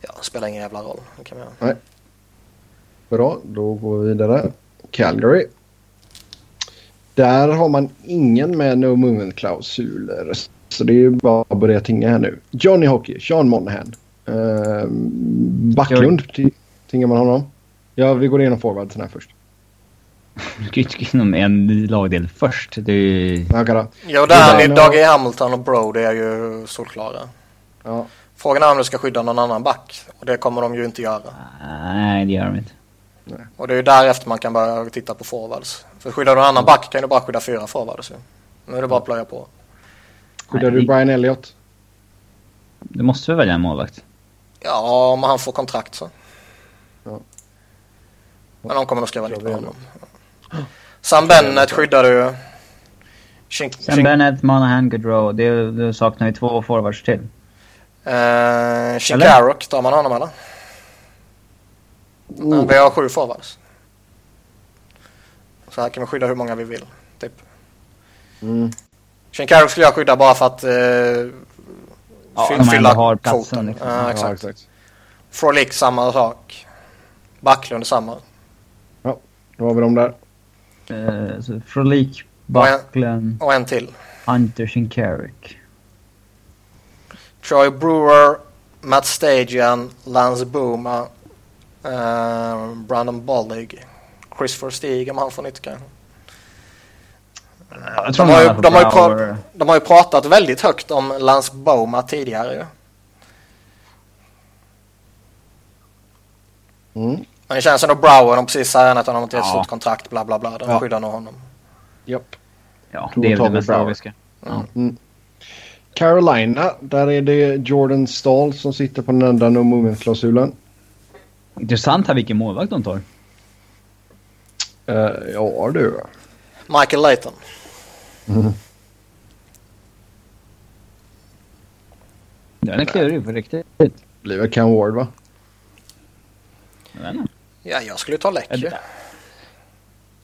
Ja, det spelar ingen jävla roll. Det kan man göra.
Bra, då går vi vidare. Calgary. Där har man ingen med no movement-klausuler. Så det är ju bara att börja tinga här nu. Johnny Hockey, Sean Monahan. Eh, Backlund, ti- tingar man honom. Ja, vi går igenom forwardsen här först.
Du kan ju inte gå igenom en lagdel först. Det är ju...
Ja, Kara.
Jo, där
Det
är
där-
Dougie Hamilton och Brody är ju solklara.
Ja,
Frågan är om du ska skydda någon annan back. Och det kommer de ju inte göra.
Nej, det gör de inte.
Och det är ju därefter man kan börja titta på forwards. För skyddar du en annan back kan du bara skydda fyra forwards ju. Nu är det bara att plöja på.
skyddar
Nej,
du
det-
Brian Elliott?
Du måste väl välja en målvakt?
Ja, om han får kontrakt så.
Ja.
Men de kommer nog skriva
Jag
nytt på
vet
honom. Sam Bennett skyddar du. Shink,
Sen Bennett, Monahan, Goodrow. Det, det saknar ju två forwards till.
eh,
Eller?
Shinkarok, tar man honom eller? Men Vi har sju forwards. Så här kan vi skydda hur många vi vill. Typ.
Mm.
Shinkarok skulle jag skydda bara för att eh,
Ja,
fy-
de ändå har platsen, liksom.
Ja,
Ja,
exakt. Frolic samma sak. Backlund samma.
Då har vi dem där.
Eh, så Frolik, Buckland,
Och en till.
Hunter, Shinkarik.
Troy Brewer, Matt Stajan, Lance Booma, eh, Brandon Bollig, Christopher Stig om han får nytt kanske.
Jag
De har, ju, de, har ju pra- de har ju pratat väldigt högt om Lance Booma tidigare ju.
Mm.
Men det känns ändå Brower, de precis säger att han har inte gett
Ja.
stort kontrakt, bla bla bla. De
Ja.
skyddar nog honom.
Japp.
Ja,
Tror
det är
tar
väl
vi
det mest
Brower.
logiska.
Mm. Carolina, där är det Jordan Stahl som sitter på den enda no movement-klausulen.
Intressant här vilken målvakt de tar.
Eh, ja du.
Michael Layton.
Den är klurig på riktigt. Jag
Blir väl Cam Ward va?
vet inte.
Ja, jag skulle ta
Är
Lecce.
det-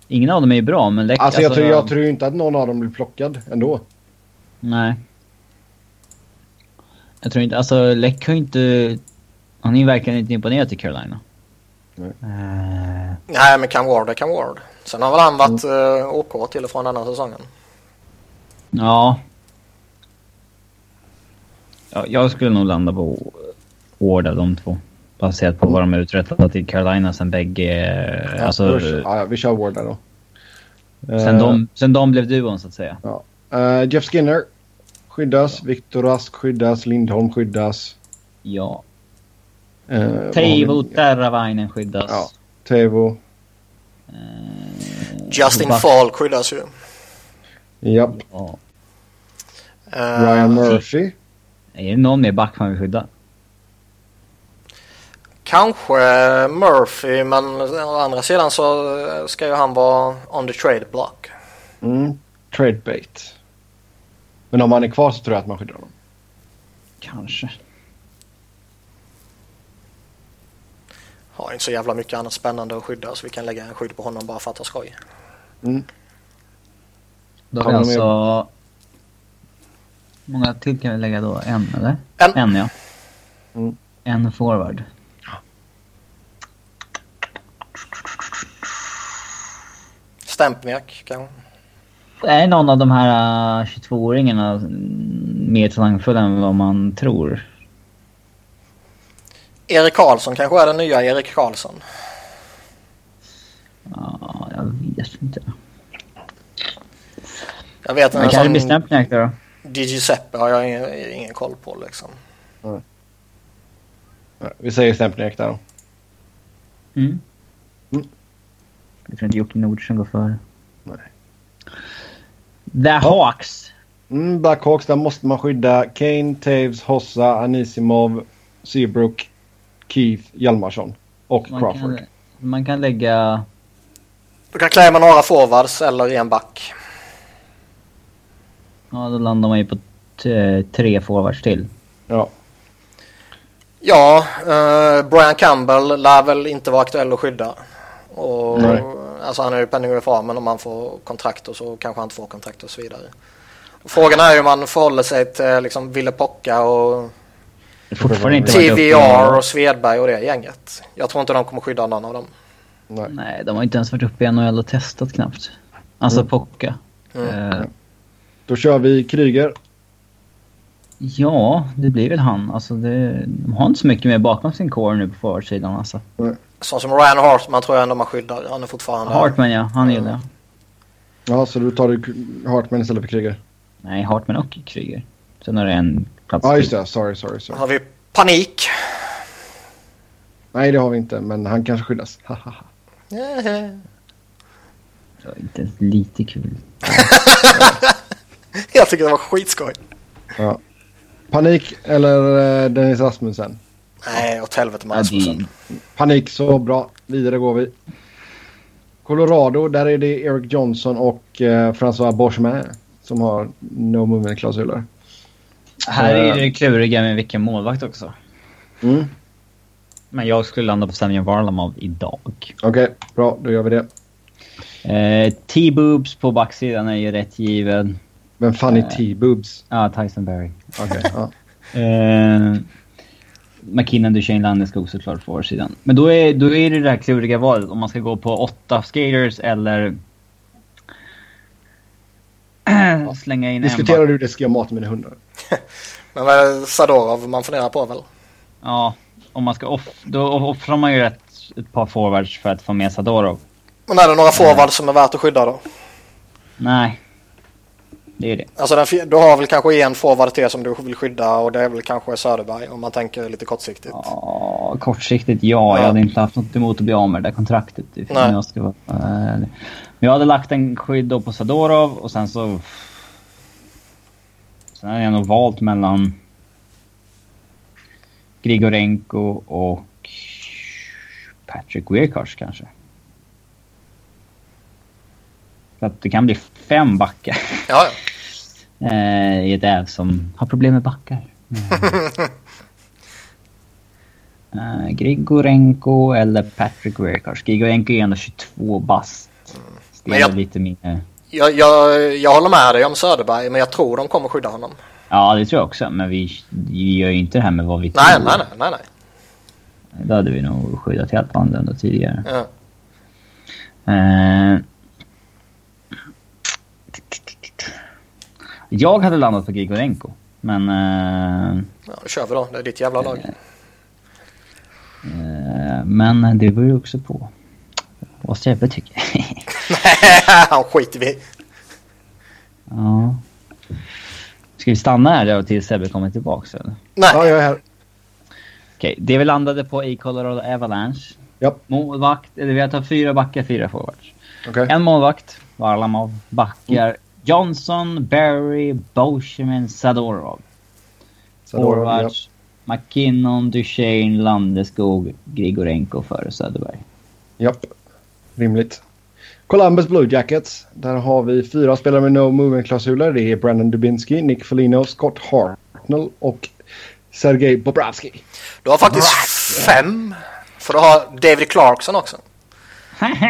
Ingen av dem är ju bra, men Leck...
Alltså jag tror, jag tror ju inte att någon av dem blir plockad ändå.
Nej. Jag tror inte... Alltså Leck har ju inte... Han är ju verkligen inte imponerad i Carolina.
Nej.
Eh,
Nej, men Cam Ward är Cam Ward. Sen har väl han varit
Mm.
eh, OK till och från denna säsongen.
ja. ja. Jag skulle nog landa på Ward av de två. Baserat på vad de har uträttat i Carolina sen bägge... eh, Alltså,
Då kör- ja, vi kör Ward där då.
sen,
Eh,
de, sen de blev duon så att säga.
eh, Jeff Skinner skyddas. Viktor Rask skyddas. Lindholm skyddas.
Ja.
Eh, vad har vi-
Teivo Terravainen skyddas. Eh,
Ja. Teivo.
Justin
Back-
Fall skyddas ju.
Japp.
Ja.
Eh,
Ryan Murphy.
Är det någon mer back man vill skydda?
Kanske Murphy, men å andra sidan så eh, ska ju han vara on the trade block.
Mm. Trade bait. Men om han är kvar så tror jag att man skyddar honom.
Kanske.
Har inte så jävla mycket annat spännande att skydda så vi kan lägga en skydd på honom bara för att ha skoj.
Då har
Kommer
vi
de
alltså... Hur många till kan vi lägga då? En eller?
En.
En ja.
Mm.
En forward.
Stempniak kanske.
Är någon av de här äh, 22-åringarna mm, mer talangfull än vad man tror?
Erik Karlsson kanske är den nya Erik Karlsson.
Ja, jag vet inte.
Jag vet
Men
en
kanske blir
sån
Stempniak då?
Digi Seppe har jag ingen, ingen koll på liksom.
Nej, Eh, Vi säger Stempniak där då.
Mm.
Mm.
Jag tror inte Jocke Nordström går före.
Nej.
The Hawks.
Mm, Blackhawks, där måste man skydda Kane, Taves, Hossa, Anisimov, Seabrook, Keith, Hjalmarsson och
Man
Crawford.
kan, man kan lägga...
Du kan klämma några forwards eller en back.
Ja, då landar man ju på t- tre forwards till.
Ja.
Ja, eh, Brian Campbell lär väl inte vara aktuell att skydda. Och,
Nej.
alltså han är ju penning UFA men om han får kontrakt och så kanske han inte får kontrakt och så vidare. Frågan är ju om man förhåller sig till liksom Ville Pocka och
Det har Fortfarande inte varit uppe i
TVR
någon-
och Svedberg och det gänget. Jag tror inte de kommer skydda någon av dem.
Nej.
Nej, de har inte ens varit uppe i NHL och testat knappt. Alltså
Mm.
Pocka. Eh,
Då kör vi Kryger.
ja, det blir väl han. Alltså, det, de har inte så mycket mer bakom sin core nu på forwardsidan alltså.
Sån som Ryan Hartman tror jag ändå man skyddar. Han är fortfarande...
Hartman ja, han gillar jag.
Ja, så då tar du K- Hartman istället för Kryger.
Nej, Hartman och Kryger. Sen har det en plats
Ja, just
till.
det. Sorry, sorry, sorry.
Har vi panik?
Nej, det har vi inte, men han kanske skyddas. Hahaha.
Det var inte ens lite kul.
jag tycker det var skitskoj.
ja. Panik eller eh, Dennis Rasmussen?
Nej, åt helvete med
Ja, det,
Rasmussen.
Panik, så bra. Vidare går vi. Colorado, där är det Eric Johnson och eh, François Borgemin som har no movement-klausuler.
här är det kluriga med vilken målvakt också.
Eh. Mm.
Men jag skulle landa på Semyon Varlamov idag.
Okej, bra. Då gör vi det.
Eh, T-boobs på backsidan är ju rätt given.
Vem fan är T-boobs?
Ja, Tyson Berry.
Okej, ja.
Eh, McKinnon, Duchene, Landeskog såklart på vår sidan. Men då är, då är det det här kluriga valet om man ska gå på åtta skaters eller slänga in en
Diskuterar
back.
du det ska jag mata mina hundar.
Men vad är det Sadorov man funderar på väl?
Ja, om man ska off, då offrar man ju ett, ett par forwards för att få med Sadorov.
Men är det några forwards som är värt att skydda då?
Nej, det är det.
Alltså den, fi- du har väl kanske en forward till som du vill skydda och det är väl kanske Söderberg om man tänker lite kortsiktigt.
Ja, kortsiktigt ja. Jag hade inte haft något emot att bli av med det där kontraktet. Det
Nej.
jag ska vara, eh, men jag hade lagt en skydd då på Sadorov och sen så... Sen hade jag nog valt mellan Grigorenko och Patrick Weirkars kanske. Så att det kan bli fem backar
Ja, ja.
eh, i ett äv som har problem med backar. Eh, Grigorenko eller Patrick Weirkars. Grigorenko är ändå 22 bast.
Mm. Men
Spelar
jag-
lite mer.
Jag, jag, jag håller med dig om Söderberg, men jag tror de kommer skydda honom.
Ja, det tror jag också. Men vi, vi gör ju inte det här med vad vi
Nej,
tror.
nej, nej. nej, nej.
Då hade vi nog skyddat helt annorlunda tidigare.
Ja.
Eh. Jag hade landat på Grigorenko. Men... eh,
Ja, då kör vi då. Det är ditt jävla lag.
eh, men det beror ju också på vad Sebbe tycker.
Han skiter vi i.
ja. Ska vi stanna här då tills Sebbe kommer tillbaka? Eller?
Ja,
Nej.
jag är här.
Okej, det vi landade på i Colorado Avalanche.
Japp.
Målvakt, eller vi har tagit fyra backar, fyra forwards.
Okej.
En målvakt, Varlamov.
Mm.
Backar, Johnson, Barry, Bochemin, Sadorov.
Så då- ja.
Forwards, McKinnon, Duchene, Landeskog, Grigorenko före Söderberg.
Japp, rimligt. Columbus Blue Jackets. Där har vi fyra spelare med no movement-klausuler. Det är Brandon Dubinsky, Nick Foligno, Scott Hartnell och Sergej Bobrovsky.
Du har faktiskt fem. För du har David Clarkson också.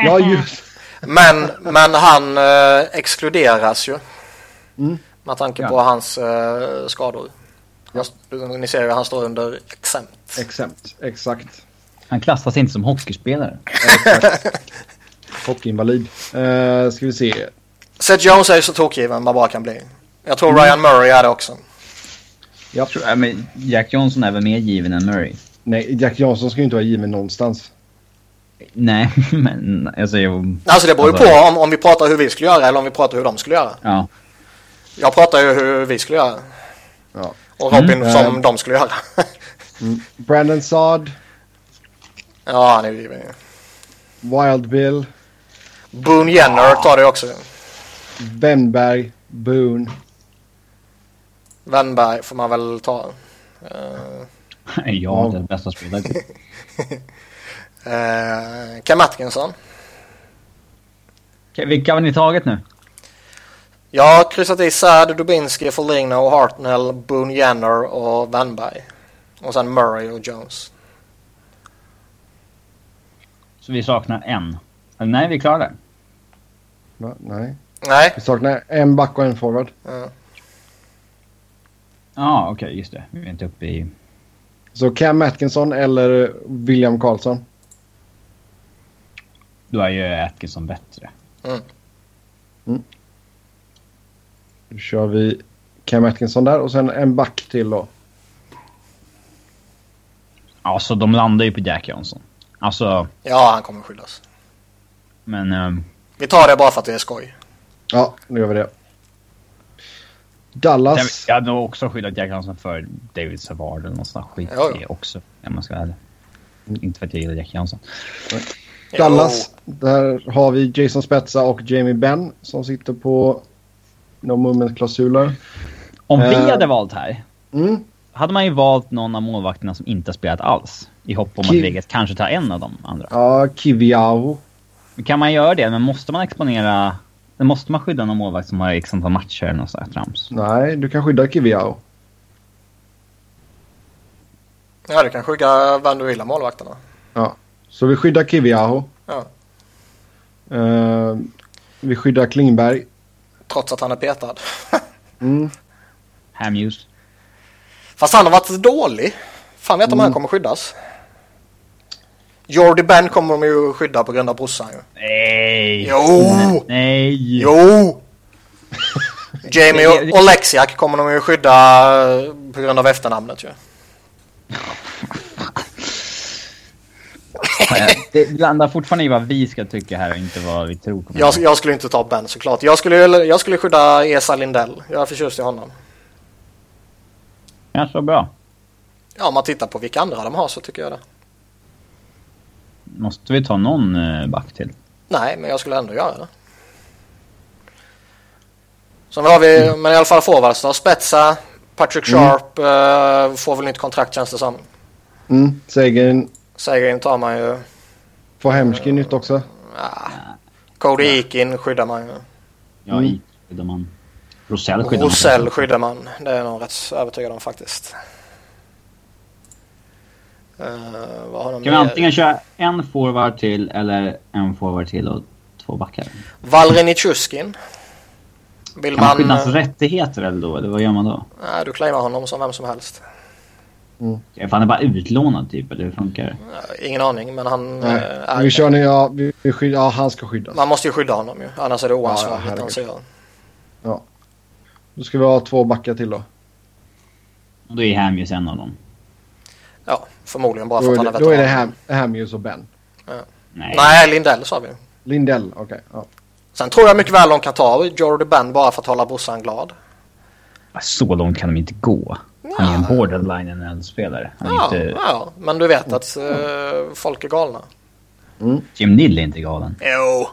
Ja, just
Men, men han eh, exkluderas ju.
Mm.
Med tanke
Ja.
på hans eh, skador. Han, du- Ni ser ju, han står under exempt.
Exakt. Exakt.
Han klassas inte som hockeyspelare.
Hockeyinvalid. Uh, ska vi se.
Seth Jones är ju så tokgiven man bara kan bli. Jag
Mm.
tror Ryan Murray är det också.
Japp.
Tror, jag, men Jack Johnson är väl mer given än Murray?
Nej, Jack Jansson ska ju inte vara given någonstans.
Nej, men alltså jag...
Alltså det beror ju
Alltså-
på om, om vi pratar hur vi skulle göra eller om vi pratar hur de skulle göra.
Ja.
Jag pratar ju hur vi skulle göra.
Ja.
Och Robin
Mm.
som
Eh.
de skulle göra.
Brandon Saad,
ja, han är ju given ju.
Wild Bill,
Boone Jenner tar det också.
Wennberg, Boone.
Wennberg får man väl ta. Eh,
Jag är inte den bästa spelaren.
eh, Cam Atkinson.
Okej, Vilka har ni tagit nu?
Jag har kryssat i Saad, Dubinsky, Foligno, Hartnell, Boone Jenner och Wennberg. Och sen Murray och Jones.
Så vi saknar en. Eller, Nej, vi är klara där.
Va? Nej.
Nej.
Vi saknar en back och en forward.
eh,
Ja, okej, just det. Vi är inte uppe i...
Så Cam Atkinson eller William Karlsson.
Då är ju Atkinson bättre.
Då kör vi Cam Atkinson där och sen en back till då.
Ja, så de landar ju på Jack Johnson. Alltså,
Ja, han kommer skyddas.
men... ehm,
Vi tar det bara för att det är skoj.
Ja, nu gör vi det. Dallas.
jag hade nog också skyddat Jack Johnson för David Savard eller någon sån här skit
Ja, ja.
i också. Om man ska vara ärlig. Inte för att jag gillar Jack Johnson.
Dallas. Där har vi Jason Spezza och Jamie Benn som sitter på No Movement-klausuler.
Om
Eh.
vi hade valt här,
Mm.
hade man ju valt någon av målvakterna som inte har spelat alls. I hopp om att
Kim.
Vegas kanske tar en av de andra.
Ja, Kiviao.
Men Kan man göra det? Men måste man exponera... Måste man skydda någon målvakt som har x antal matcher eller något sånt här trams?
Nej, du kan skydda Kiviao.
Jo. Ja, du kan skygga vem du vill av målvakterna.
Så vi skyddar Kiviao.
Ja.
Eh, vi skyddar Klingberg.
Trots att han är petad.
Mm.
Hamuse.
Fast han har varit dålig. Fan vet om han kommer skyddas. Jordy Ben kommer de ju skydda på grund av brorsan ju.
Nej!
Jo!
Nej!
Jo! Jamie och Oleksiak kommer de ju skydda eh, på grund av efternamnet ju.
Det landar fortfarande i vad vi ska tycka här och inte vad vi tror kommer
Jag, jag skulle inte ta Ben såklart. Jag skulle, jag skulle skydda Esa Lindell. Jag är förtjust i honom.
Kanske var bra.
Ja, om man tittar på vilka andra de har så tycker jag det.
Måste vi ta någon eh, back till?
Nej, men jag skulle ändå göra det. Sen har vi,
Mm.
men i alla fall forwards då. Spetsa, Patrick Sharp eh, får väl nytt kontrakt känns det som.
Mm, Sagan
Sägerin tar man ju.
får Hemsky nytt också.
Ah. Cody Eakin skyddar man ju.
Ja,
Mm.
i skyddar man. Rosell skyddar man.
Rosell skyddar man. Det är jag nog rätt övertygad om faktiskt. Eh, vad har de
Kan vi
mer?
antingen köra en forward till eller en forward till och två backar?
Valrenitjuskin. Vill
Kan man
man...
skyddas rättigheter eller då? Eller vad gör man då?
Nej, du claimar honom som vem som helst.
Är han bara utlånad typ eller hur funkar det?
Eh, Ingen aning, men han...
Nej.
eh, är-
vi kör nu, ja, vi, vi skyd- ja, han ska skyddas.
Man måste ju skydda honom ju, annars är det
Ja, ja,
oansvarigt. alltså,
herregud.
anser jag.
Då ska vi ha två backar till då.
Och Då är Hamjus en av dem.
ja, förmodligen bara för
Då är
att han är
det, då är
veteran.
det Ham, Hamius och Ben.
Nej.
Nej, Lindell sa vi.
Lindell, okej. ja.
Sen tror jag mycket väl de kan ta Jordy Ben bara för att hålla brorsan glad.
Så långt kan de inte gå. Han är en borderline NHL-spelare. Han är
Ja,
inte...
ja, men du vet att eh, folk är galna.
Jim Neal är inte galen.
Jo.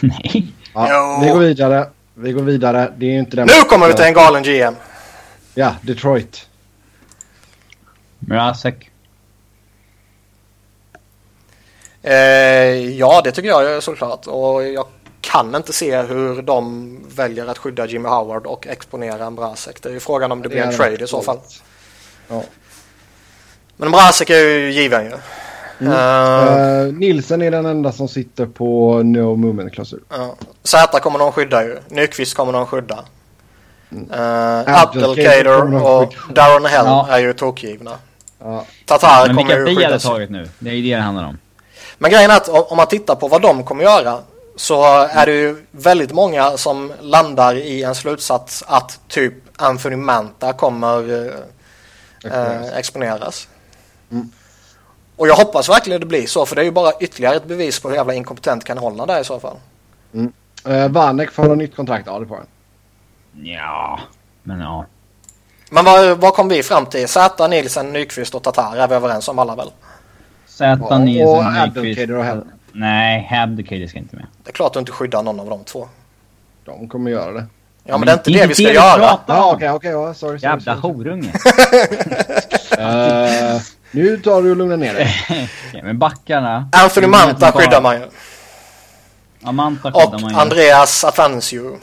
Nej.
Ja,
Jo.
vi går vidare. Vi går vidare. Det är ju inte den...
Nu kommer vi till en galen GM.
Ja, Detroit.
Mrazek.
Eh, ja, det tycker jag är såklart. Och jag kan inte se hur de väljer att skydda Jimmy Howard och exponera Mrazek. Det är ju frågan om det blir en trade i så fall.
Ja.
Men Mrazek är ju given ju. Eh,
Mm. Eh, Nilsen är den enda som sitter på no movement-klausul.
Ja. Z kommer någon skydda ju. Nyqvist kommer någon skydda. Uh,
Abdelkader kommer
Abdelkader
någon
och Darren Hell
Ja.
är ju tokgivna.
Ja.
Tatar
Men
kommer
vilka
ju
vi hade
skyddas.
tagit nu? Det är ju det det handlar om.
Men grejen är att om om man tittar på vad de kommer göra så är det ju väldigt många som landar i en slutsats att typ Anthony Manta kommer eh,
Exponeras. Mm.
eh, exponeras. Och jag hoppas verkligen det blir så för det är ju bara ytterligare ett bevis på hur jävla inkompetent kan hålla där i så fall.
Eh, Vanek får något nytt kontrakt. Ja, det får han.
Ja. Men ja.
Men vad, vad kom vi fram till? Z, Nilsen, Nyqvist och Tatar är vi överens om alla väl?
Zäta,
Ja,
Nilsson,
och
Nyqvist.
Abdelkader och Hell.
Nej, Abdelkader ska inte med.
Det är klart du inte skyddar någon av de två.
De kommer göra det.
Ja men,
Men
det är inte
det är
det
inte
vi ska
det vi
göra.
pratar.
Ja, okej, okej. ja, sorry. sorry,
Jävla
sorry.
horunge.
Eh, nu tar du och lugnar ner
Eh.
dig.
Okej, men backarna.
Anthony Manta skyddar man ju.
Ja, Manta
Och
skyddar man ju.
Andreas Atanasio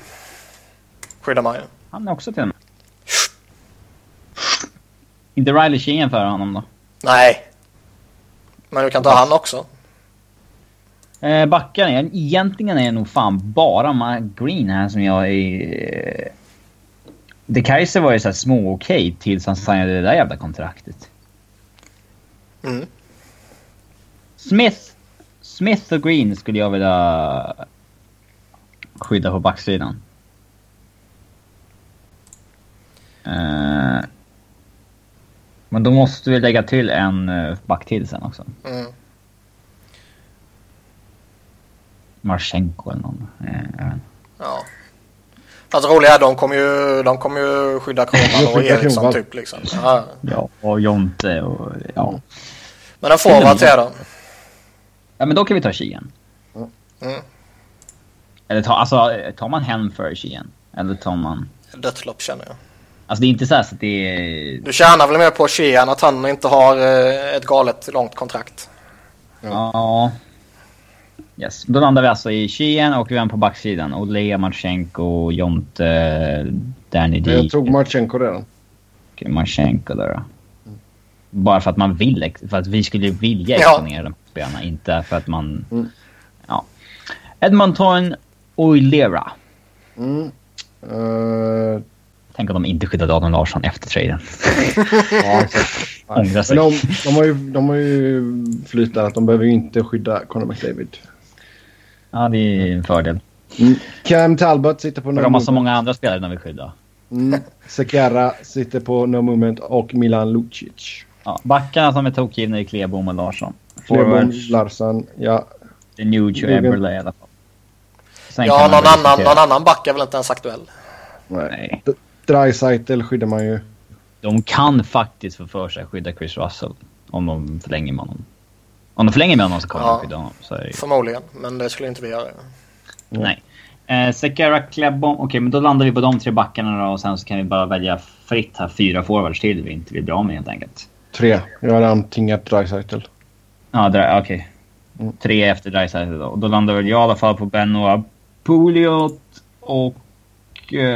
skyddar man ju.
Han är också till och med. Inte Riley Sheen för honom då?
Nej. Men du kan ta han också.
Eh, backarna, jag- egentligen är det nog fan bara Mark Green här som jag är... De Kaiser var ju såhär små okej tills han signade det där jävla kontraktet.
Mm.
Smith! Smith och Green skulle jag vilja skydda på backsidan. Eh, men då måste vi lägga till en eh, back till sen också.
Mm.
Marchenko eller någon. Eh, jag vet inte.
Ja. Fast det roliga är de kommer ju, de kommer ju skydda Kronwall och
skyddar
Eriksson
Kronwall.
typ liksom. Ja.
ja, och Jonte och ja.
Men en forward till dem.
Ja men då kan vi ta Sheehan.
Mm.
Eller ta, alltså, tar man hem för Sheehan? Eller tar man...
Dött lopp känner jag.
Alltså det är inte så, här så att det är...
Du tjänar väl mer på Sheehan att han inte har eh, ett galet långt kontrakt? Mm.
Ja. Yes. Då landar vi alltså i Sheehan och vem på backsidan? Olea, Marchenko, Jonte, Danny
Men Jag
D.
tog Marchenko redan.
och Marchenko där då. Bara för att man vill, ex- för att vi skulle vilja
Mm. Ja. Mm.
exponera de här spelarna. Inte för att man... Ja. Edmonton, Oilera.
Mm. Eh,
Tänk om de inte skyddade Adam Larsson efter traden.
ja,
Ångrar sig.
Men de, de har ju, de har ju flyt där att de behöver ju inte skydda Conor McDavid.
Ja, det är en fördel.
Cam Talbot sitter på no
För de har så
movement.
många andra spelare de vill skydda.
Mm. Sekera sitter på no movement och Milan Lucic.
Ja, backarna som är tokgivna är Klebom och Larsson.
Klebom,
Forwards,
Larsson, ja.
the new to
Dugan.
Eberle i alla fall. Sen
Ja,
kan man
någon
väl
annan,
diskutera.
någon annan back är väl inte ens aktuell.
Nej.
Nej.
Dreisaitl skyddar man ju.
De kan faktiskt få för sig att skydda Chris Russell. Om de förlänger med honom. Om de förlänger med honom så kommer
Ja.
de skydda honom. Så är det ju.
Förmodligen, men det skulle inte vi göra.
Nej. Eh, Eh, Sekera, Klebom. Okej, men då landar vi på de tre backarna då, och sen så kan vi bara välja fritt här fyra forwards till vi inte vill bli av med helt enkelt.
Tre. Jag hade antingat Dreisaitl.
Ja, dra- okej.
Mm.
Tre efter Dreisaitl då. Och då landar väl jag i alla fall på Benoit Pouliot och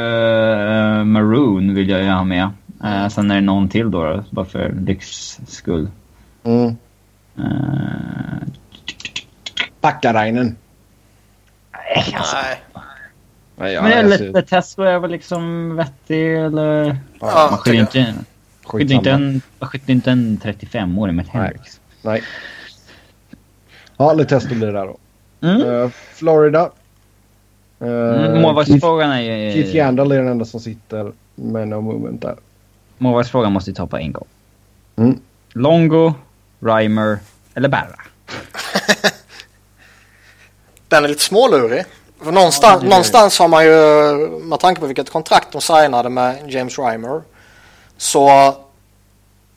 eh, Maroon vill jag ju ha med. Eh, sen är det någon till då, då bara för lyx skull.
Mm.
Eh,
Packarainen.
nej, alltså.
Nej.
Nej, Eh, ja,
Men
jag
eller
ser-
Tesco är väl liksom vettig eller...
Ja,
Man skyller
tycker
inte, skyller inte,
skitsamma.
en, man skyller inte en 35-åring med ett
Nej.
Hendrix.
Nej. Ja, Letesto blir det där då.
Mm.
Eh, Florida. Uh,
Mm, Målvaktsfrågan är
Keith
ju...
Yandel är den enda som sitter med no movement där.
Målvaktsfrågan måste ju toppa en gång.
Mm.
Longo, Reimer eller Berra.
Den är lite smålurig. För någonstans, någonstans har man ju, med tanke på vilket kontrakt de signade med James Reimer, så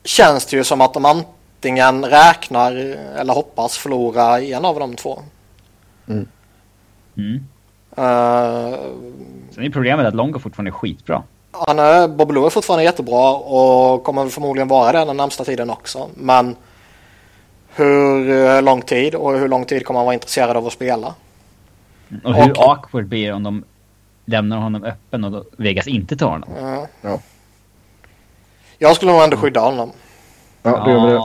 känns det ju som att de antingen räknar eller hoppas förlora en av de två.
Mm.
Eh,
Sen är problemet att Longo fortfarande är skitbra.
han är, Bob Lou är fortfarande jättebra och kommer väl förmodligen vara det den närmsta tiden också. Men hur eh, lång tid och hur lång tid kommer han vara intresserad av att spela?
Och hur
Okej.
awkward blir det om de lämnar honom öppen och då Vegas inte tar honom?
Eh,
Ja.
Jag skulle nog ändå skydda honom.
Ja, då gör vi det.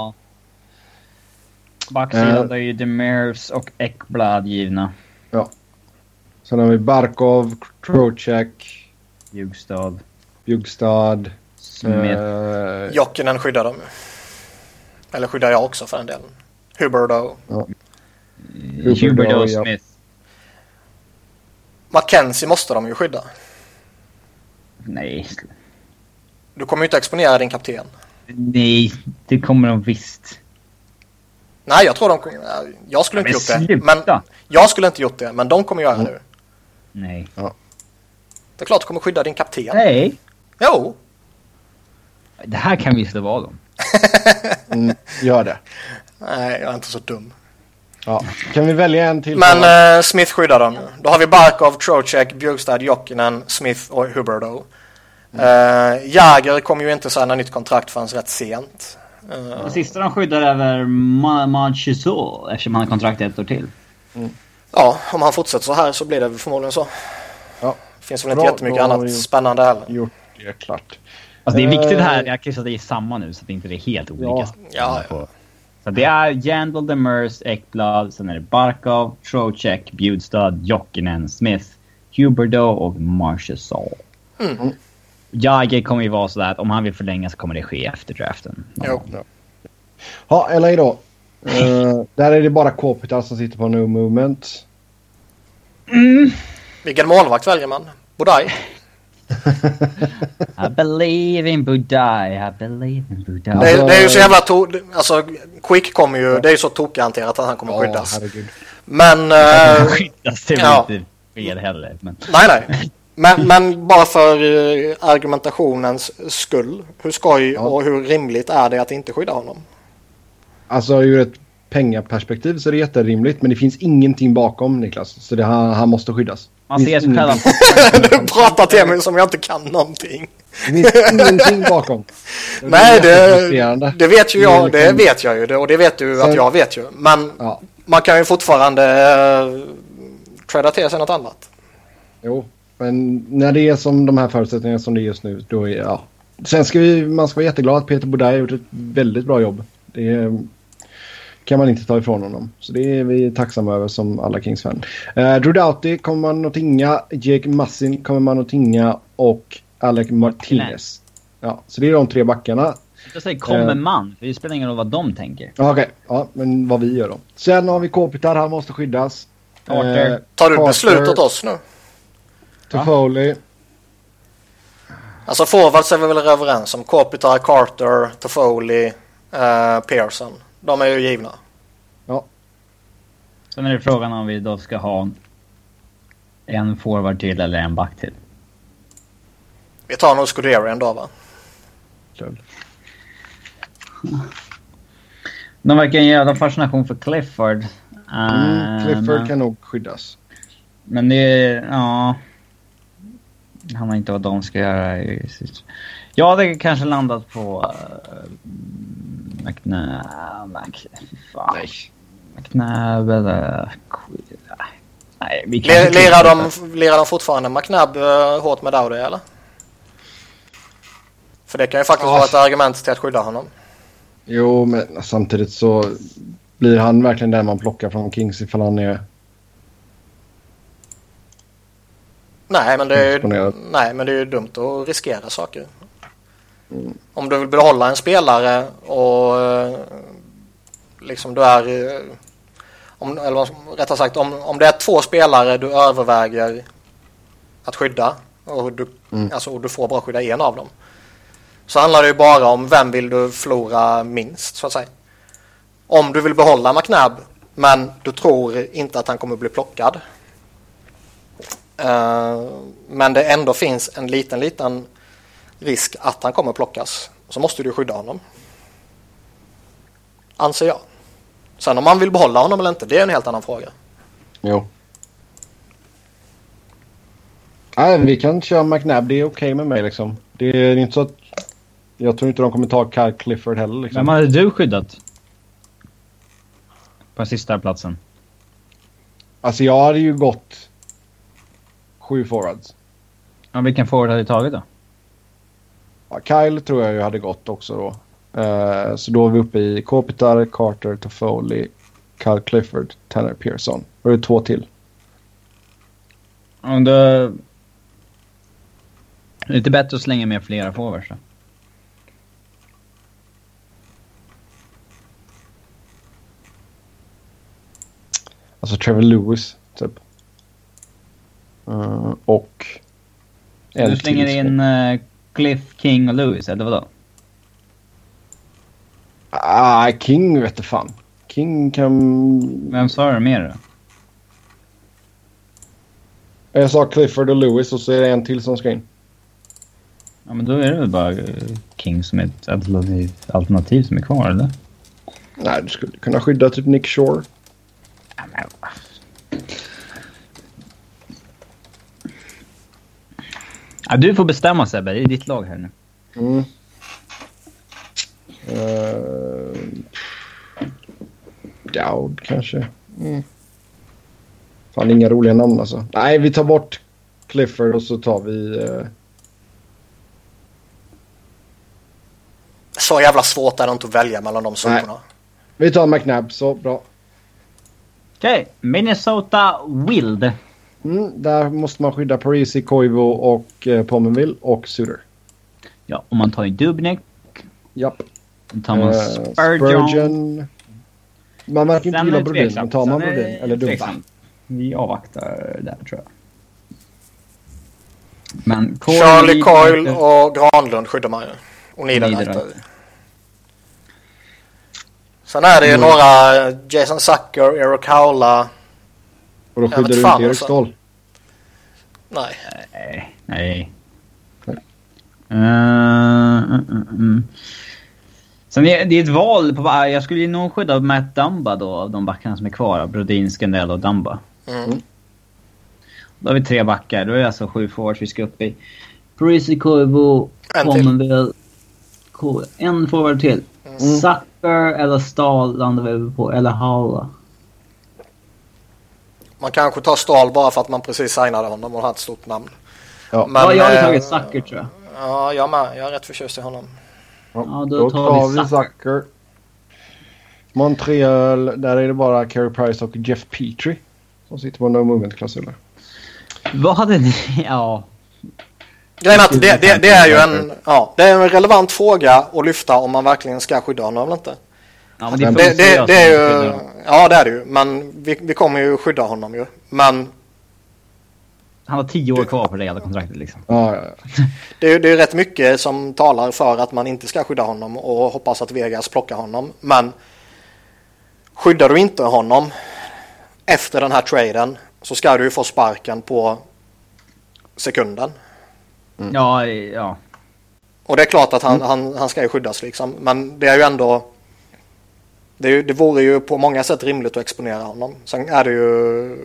Backsidan
Eh.
då är ju Demers och Ekblad givna.
Sen har vi Barkov, Krocek,
Ljugstad,
Bjugstad.
Smith.
eh,
Jokinen skyddar dem. Eller skyddar jag också för den delen. Huberdo.
Huberdeau,
Hubert och
ja.
Smith.
Mackenzie måste de ju skydda.
Nej.
Du kommer ju inte exponera din kapten.
Nej, det kommer de visst.
Nej, jag tror de kommer... Jag skulle inte
Men
gjort det.
sluta!
Men jag skulle inte gjort det, men de kommer göra det nu.
Nej.
Det är klart du kommer skydda din kapten.
Nej!
Jo,
Det här kan vi slå vad om.
Mm, gör det.
nej, jag är inte så dum.
Ja. Kan vi välja en till?
Men eh, Smith skyddar dem ju. Då har vi Barkov, Trocek, Bjugstad, Jokinen, Smith och Huberdo.
Mm.
Eh, Jäger kommer ju inte signa nytt kontrakt förrän rätt sent. Eh,
Den sista de skyddar över Manchiso eftersom han har kontrakt ett år till.
Ja, om han fortsätter så här så blir det väl förmodligen så.
Ja.
Finns väl inte
Bra,
jättemycket
då har vi
annat
gjort-
spännande heller.
Gjort det klart.
Alltså det är viktigt här,
Eh.
jag kryssar i samma nu så att det inte är helt olika.
Ja.
spelare
Ja, ja.
på. Så det är Jandal, Demers, Ekblad, sen är det Barkov, Trocek, Bjudstad, Jokinen, Smith, Huberdo och Marchesal.
Mm.
Jagr kommer ju vara sådär att om han vill förlänga så kommer det ske efter draften.
Jo.
Ja, LA då. Eh, där är det bara Kopitar som sitter på no movement.
Vilken målvakt väljer man? Bodaj?
I believe in Budai, I believe in Budai.
Det,
Alltså-
är- det är ju så jävla to... Alltså, Quick kommer ju... Det är ju så tokhanterat att han kommer
Ja,
skyddas.
herregud.
Men...
Han
Eh,
skyddas det
ja.
ja. inte fel heller. Men
nej, nej. Men, men bara för eh, argumentationens skull. Hur skoj
Ja.
och hur rimligt är det att inte skydda honom?
Alltså ur ett pengaperspektiv så är det jätterimligt. Men det finns ingenting bakom Niklas. Så det, han, han måste skyddas.
man
Det finns
ser sig själv.
ingenting-
Du pratar till mig som jag inte kan någonting.
Det finns ingenting bakom. Det är
Nej,
jättefrustrerande.
det, det vet ju
Det är
jag.
liksom-
Det vet jag ju. det, Och det vet du
Sen-
att jag vet ju. Men
Ja,
Man kan ju fortfarande eh, träda till sig något annat.
jo. Men när det är som de här förutsättningarna som det är just nu, då är ja. Sen ska vi, man ska vara jätteglad att Peter Boudin har gjort ett väldigt bra jobb. Det eh, kan man inte ta ifrån honom. Så det är vi tacksamma över som alla Kings-fan. Eh, Drew Doughty kommer man att tinga. Jake Massin kommer man att tinga. Och Alec Martinez. Ja, så det är de tre backarna.
Jag säger kommer
Eh.
man, för det spelar ingen roll vad de tänker.
Ja, Okej, ja, men vad vi gör då. Sen har vi Kopitar, han måste skyddas. Eh.
Carter.
Tar du
Carter,
beslut åt oss nu?
Toffoli.
Alltså forwards är vi väl överens om. Kopitar, Carter, Toffoli, eh, Pearson. De är ju givna.
Sen är det frågan om vi då ska ha en forward till eller en back till.
Vi tar nog Scuderian då va?
De verkar ju ha en jävla fascination för Clifford. Eh,
Mm, Clifford
men-
kan nog skyddas.
Men det är, ja... Han vet inte vad de ska göra. i sitt- Jag hade kanske landat på... eh, McNabb... Mc- fy fan. McNabb eller... Nej, vi kanske
Le-
inte-
Lirar de, lirar de fortfarande McNabb eh, hårt med Dowdy eller? För det kan ju faktiskt
Ja.
vara ett argument till att skydda honom.
Jo, men samtidigt så blir han verkligen den man plockar från Kings ifall han är...
Nej men det är ju,
Exponerad.
nej, men det är ju dumt att riskera saker. Om du vill behålla en spelare och eh, liksom du är... eh, Om, eller vad som- rättare sagt om, om det är två spelare du överväger att skydda och du,
Mm.
alltså, och du får bara skydda en av dem. Så handlar det ju bara om vem vill du förlora minst så att säga. Om du vill behålla McNabb men du tror inte att han kommer bli plockad. Eh, men det ändå finns en liten, liten risk att han kommer plockas. Så måste du skydda honom. Anser jag. Sen om man vill behålla honom eller inte, det är en helt annan fråga.
Jo. Nej, men vi kan köra McNabb. Det är okej med mig liksom. Det är inte så att... Jag tror inte de kommer ta Kyle Clifford heller liksom.
Vem hade du skyddat? På den sista platsen.
Alltså jag hade ju gått sju forwards.
Ja, vilken forward hade du tagit då?
Ja, Kyle tror jag ju hade gått också då. Eh, så då är vi uppe i Kopitar, Carter, Toffoli, Kyle Clifford, Tanner Pearson. Var det två till?
Om du... Det är inte bättre att slänga med flera forwards då?
Alltså Trevor Lewis typ. Eh, och... en
Du slänger
till.
in eh, Cliff, King och Lewis, eller vadå?
Ah, King vet du fan. King kan...
Vem sa du mer då?
Jag sa Clifford och Lewis och så är det en till som ska in.
Ja, men då är det väl bara eh, King som är ett alternativ, alternativ som är kvar, eller?
Nej, du skulle kunna skydda typ Nick Shore.
Ja, men vad- Ja, du får bestämma Sebbe, det är ditt lag här nu.
Mm. Eh, Dowd kanske. Mm. Fan, inga roliga namn alltså. Nej, vi tar bort Clifford och så tar vi... eh,
Så jävla svårt är det inte att välja mellan de soporna.
vi tar McNabb, så bra.
Okej, Minnesota Wild.
Mm, där måste man skydda Parisi, Koivu och eh, Pominville och Suter.
Ja, och man tar ju Dubnik,
Japp.
då tar man
Eh,
Spurgeon.
Man verkar inte
Sen
gilla
är det
Brodin, men
tveksamt.
tar man
Sen är det
Brodin eller Dumpa?
tveksamt. Vi avvaktar där tror jag. Men Coyle,
Charlie Coyle
Niederreiter-
och Granlund skyddar man ju. Och Niederreiter.
Niederreiter.
Sen är det ju några Jason Zucker, Eric Howla.
Och då
Ja, men
skyddar du
fan
inte Erik
alltså.
Ståhl.
Nej.
Nej. nej.
Nej.
Eh, mm, mm, mm. Sen är det är ett val på var- Jag skulle ju nog skydda Matt Dumba då av de backarna som är kvar. Brodin, Scandell och Dumba.
Mm.
Då har vi tre backar. Då är det alltså sju forwards vi ska upp i. Parisi, Koivu,
En till.
Commonwealth. Ko- En forward till.
Mm.
Zucker eller Stahl landar vi på. Eller Howla.
Man kanske tar Stahl bara för att man precis signade honom och har ett stort namn.
Ja.
ja, jag hade
eh,
tagit Zucker tror jag.
Ja, jag med. Jag är rätt förtjust i honom.
Ja, då tar vi Zucker.
Zucker. Montreal, där är det bara Carey Price och Jeff Petrie som sitter på no movement-klausuler.
Vad hade ni? Ja.
Grejen är att det, det, det är ju en, ja, det är en relevant fråga att lyfta om man verkligen ska skydda honom eller inte.
ja
Det-
är
Det,
Pontus
det,
Jansson
det är
som
ju,
skyddar dem.
ja det är det ju. Men vi, vi kommer ju skydda honom ju. Men
Han har tio år kvar på det jävla kontraktet liksom.
Ja, ja, ja.
det är ju det är ju rätt mycket som talar för att man inte ska skydda honom och hoppas att Vegas plockar honom. Men skyddar du inte honom efter den här traden så ska du ju få sparken på sekunden. Mm.
Ja, ja.
Och det är klart att han, han, han ska ju skyddas liksom. Men det är ju ändå... Det, är ju, det vore ju på många sätt rimligt att exponera honom. Sen är det ju...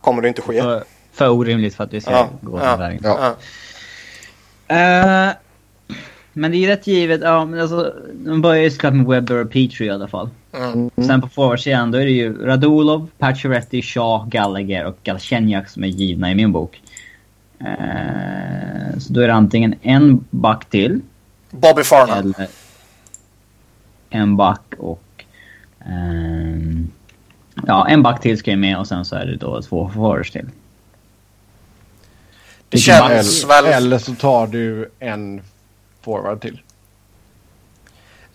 kommer det inte ske.
För, för orimligt för att vi ska
Ja,
gå
ja,
den vägen.
Ja.
Ja.
Eh, men det är ju rätt givet. Ja, men alltså, de börjar ju såklart med Webber och Petrie i alla fall.
Mm.
Sen på forwardsidan då är det ju Radulov, Pacioretty, Shaw, Gallagher och Galchenyak som är givna i min bok. Eh, så då är det antingen en back till.
Bobby Farnham.
Eller en back och... ehm, ja, en back till ska ju med och sen så är det då två forwards till.
Det
Vilken back-
känns väl...
Eller, eller så tar du en forward till.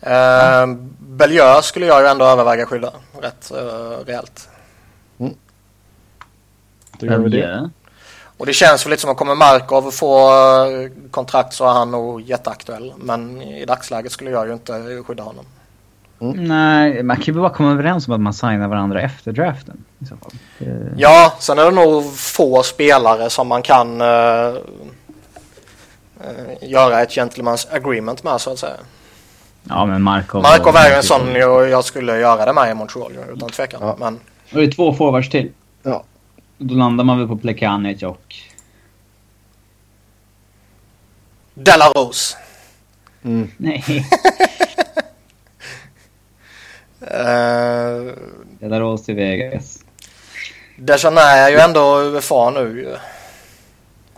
Eh, Belgiö skulle jag ju ändå överväga skydda rätt eh, rejält.
Då gör vi det.
Och det känns väl lite som att kommer Markov få eh, kontrakt så är han nog jätteaktuell. Men i dagsläget skulle jag ju inte skydda honom.
Nej, man kan ju bara komma överens om att man signar varandra efter draften. I så fall. Det-
Ja, sen är det nog få spelare som man kan eh, eh, göra ett gentleman's agreement med så att säga.
Ja, men Markov...
Markov är ju en sån jag, jag skulle göra det med i Montreal ju, utan tvekan.
Ja.
Men
Och det är två forwards till.
Ja.
Då landar man väl på Plekanic och...
Delarose.
Mm.
Nej,
Eh,
Delaros till Vegas.
Dejanay är ju ändå UFA nu ju.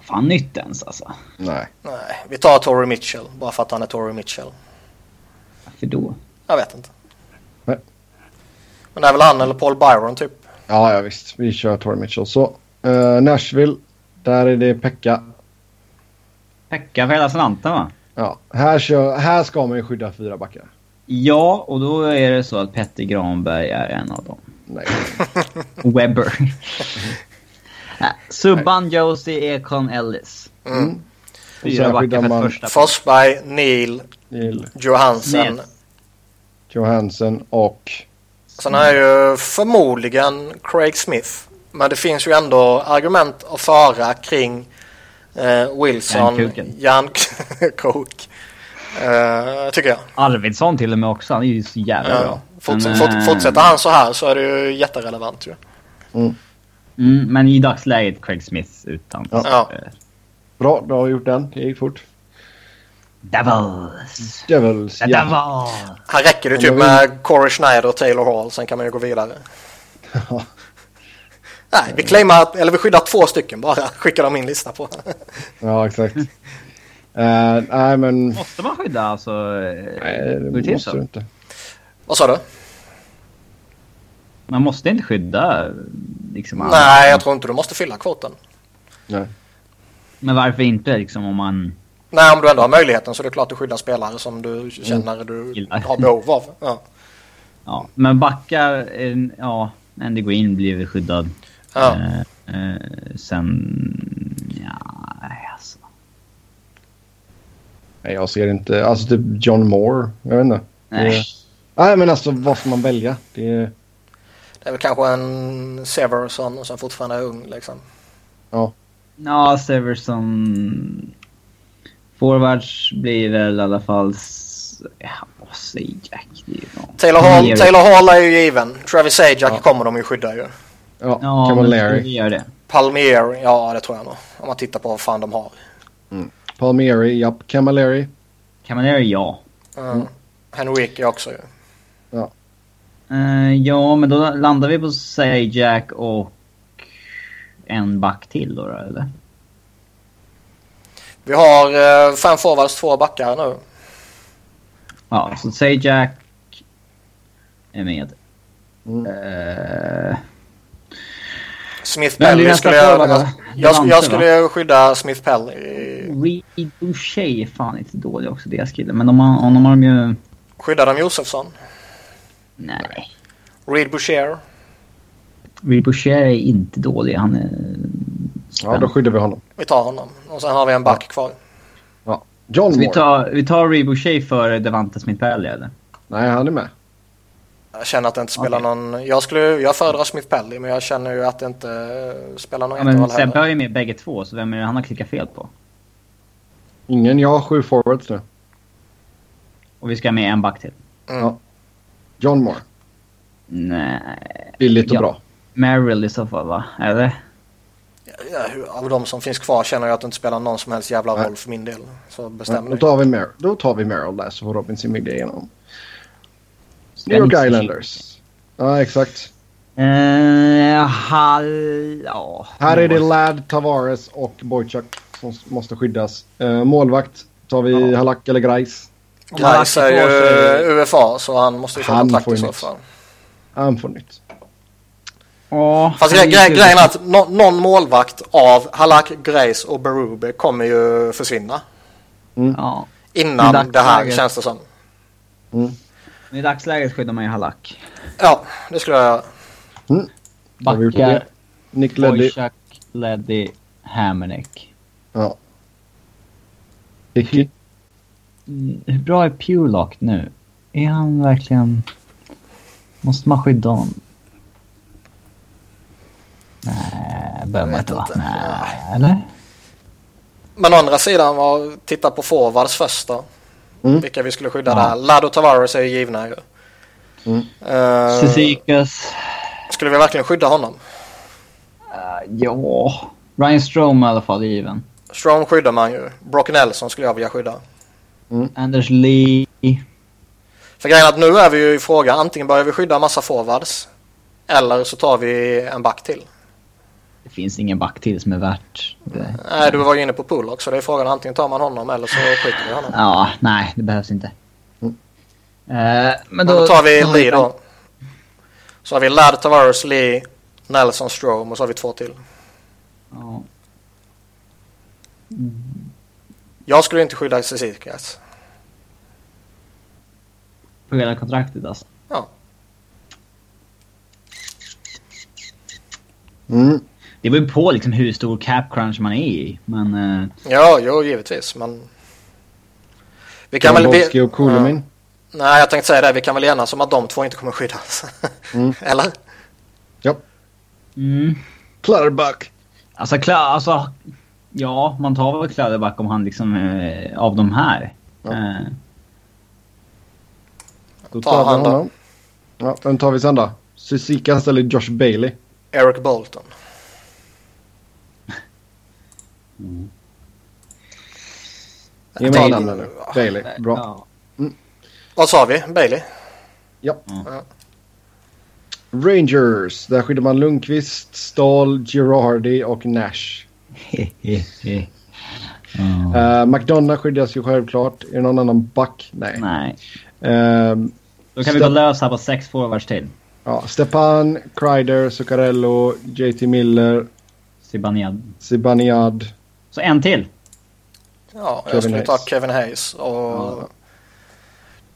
Fan nytt ens alltså.
Nej.
Nej, vi tar Tory Mitchell bara för att han är Tory Mitchell.
Varför då?
Jag vet inte.
Nej.
Men det är väl han eller Paul Byron typ.
Ja, ja visst. Vi kör Torrey Mitchell. Så eh, Nashville. Där är det Pekka.
Pekka för hela slanten va?
Ja, här, kör, här ska man ju skydda fyra backar.
Ja, och då är det så att Petter Granberg är en av dem.
Nej.
Webber. Nej, Äh, Subban, Josie, Ekon, Ellis.
Mm.
Och
Fyra
sen
backar
skyddar
för
man
första
Forsberg, Neil,
Neil
Johansen.
Nils.
Johansen och...
Sen är ju förmodligen Craig Smith. Men det finns ju ändå argument att föra kring eh, Wilson,
Järnkoken.
Järnkrok. Eh, tycker jag.
Arvidsson till och med också, han är ju så jävla
Eh,
bra.
forts-
Men,
fort-
eh,
fortsätter han så här så är det ju jätterelevant ju.
Mm, men i dagsläget Craig Smith utan...
Ja.
Ja.
eh,
Bra, du har gjort den. Det gick fort.
Devils! Eh,
Devils. Ja.
Devils!
Här räcker det
Ja,
typ
men-
med Corey Schneider och Taylor Hall, sen kan man ju gå vidare. Nej,
Eh.
vi claimar, eller vi skyddar två stycken bara, skickar dem min lista på.
ja, exakt. Eh, nej, men...
Måste man skydda alltså... eh,
Nej,
går
det
till
måste
så?
du inte.
Vad sa du?
Man måste inte skydda eh, liksom alla.
Nej, jag tror inte du måste fylla kvoten.
Nej.
Men varför inte liksom om man...
Nej, om du ändå har möjligheten så är det klart du skyddar spelare som du känner du
Gillar.
har behov av. Ja.
Ja. Men backar... en- Ja, Andy Green blir väl skyddad.
Ja.
Eh, eh, sen... Ja, alltså.
nej, jag ser inte... Alltså typ John Moore. Jag vet inte.
Nej.
Nej, men alltså vad får man välja? Det är...
Det är väl kanske en Severson som fortfarande är ung liksom.
Ja, Severson... Forwards blir väl i alla fall... s- Ja, vad säger Jack? Det är ju bra.
Taylor Hall,
Ner-
Taylor Hall är ju given. Travis Sajak
Ja.
kommer de ju skydda ju.
Ja,
Ja, men
Cavallari.
vi gör det.
Palmier, ja det tror jag nog. Om man tittar på vad fan de har.
Palmieri, japp. Camilleri.
Camilleri, ja.
Mm. Henrique också ju.
Eh, ja, men då landar vi på Sajak och en back till då, då eller?
Vi har eh, fem forwards, två backar nu.
Ja, så Sajak är med.
Mm.
Eh,
Smith
Vem blir
Pelly
nästa
skulle jag...
forward då?
Jag,
Levante,
jag,
va?
jag skulle skydda Smith Pelly.
Reed Boucher är fan inte dålig också, deras kille. Men de har, honom har de ju...
Skyddar de Josefsson?
Nej.
Reed Boucher?
Reed Boucher är inte dålig. Han är...
Ja, då skyddar vi honom.
Vi tar honom. Och sen har vi en back kvar.
John
Så vi
Moore.
tar, vi tar Reed Boucher före Devante Smith Pelly eller?
Nej, han är med.
Jag känner att det inte spelar
Okej.
någon... Jag, skulle, jag föredrar Smith Pelly men jag känner ju att det inte eh, spelar någon
Ja,
jätteroll
men
heller.
Sebbe har ju med bägge två, så vem är det han har klickat fel på?
Ingen. Jag har sju forwards nu.
Och vi ska ha med en back till.
Mm.
John Moore.
Nej.
Billigt och
Ja.
bra.
Merrill i så fall va? Eller?
Ja, hur- Av de som finns kvar känner jag att det inte spelar någon som helst jävla
Nej.
roll för min del. Så
Ja,
bestäm
då,
dig.
tar vi Mer- då tar vi Merrill där så får Robin sin vilja igenom. New York Islanders. Ja, exakt.
Eh, hall... Ja.
Här är det Ladd, Tavares och Boychuk som s- måste skyddas. Eh, målvakt tar vi
Ja.
Halak eller Grice.
Om man
Grice är
aktar på sig-
ju UFA så han måste ju få
Han
kontrakt
får
i
ju
så
nytt.
fall.
Han får nytt.
Ja,
Fast
han
gre- gre-
ju-
grejen är att nå- någon målvakt av Halak, Grace och Berube kommer ju försvinna.
Ja. I
Innan
dagsläget.
det här känns det som.
Men I dagsläget skyddar man ju Halak.
Ja, det skulle jag göra.
Har vi gjort
Backar,
det? Nick Leddy.
Wojciech, Leddy, Hamernick.
Ja. Hickey.
Mm, Hur bra är Pulock nu? Är han verkligen... Måste man skydda honom? Nej, behöver man
vet
inte va?
inte.
Nej, eller?
Men å andra sidan, var, titta på forwards först då.
Mm.
Vilka vi skulle skydda
Ja.
där. Lado Tavares är ju givna ju.
Mm.
Eh,
Cezikas.
skulle vi verkligen skydda honom?
Eh, ja. Ryan Strome i alla fall är given.
Strong skyddar man ju. Brock Nelson skulle jag vilja skydda.
Anders Lee.
För grejen är att nu är vi ju i fråga. Antingen börjar vi skydda massa forwards. Eller så tar vi en back till.
Det finns ingen back till som är värt det.
Nej, du var ju inne på Pullock så det är frågan antingen tar man honom eller så skiter vi i honom.
Ja, nej, det behövs inte. Eh, men
Mm. Då,
då,
tar vi Lee då. Så har vi Ladd, Tavares, Lee, Nelson, Strome och så har vi två till.
Ja.
Jag skulle inte skydda Cezikas.
På hela kontraktet alltså.
Ja.
Mm.
Det beror ju på liksom hur stor cap crunch man är i. Men eh,
ja, jo givetvis men... Vi kan väl...
Grabowski och Kolomin.
Nej, jag tänkte säga det. Vi kan väl enas om att de två inte kommer skyddas.
Mm.
eller?
Ja.
mm.
Clutterbuck.
alltså, kla- alltså ja, man tar väl Kläderback om han liksom eh, av de här.
Ja.
Eh,
Då
Ta
tar vi
han då.
honom. Ja, vem tar vi sen då? Sissikas eller Josh Bailey?
Eric Bolton.
Ge mig
Bailey.
namn eller? Bailey. Bra.
Ja.
Vad sa vi? Bailey?
Ja.
Ja.
Rangers. Där skyddar man Lundqvist, Stahl, Girardi och Nash.
Ja.
Uh, McDonough skyddas ju självklart. Är det någon annan back? Nej.
Nej.
Ehm,
Då kan vi
Stäm-
gå lös här på sex forwards till.
ja, Stepan, Kreider, Zuccarello, JT Miller,
Zibanejad.
Zibanejad.
Så en till.
Ja, jag
Kevin
skulle
Hayes.
ta Kevin Hayes och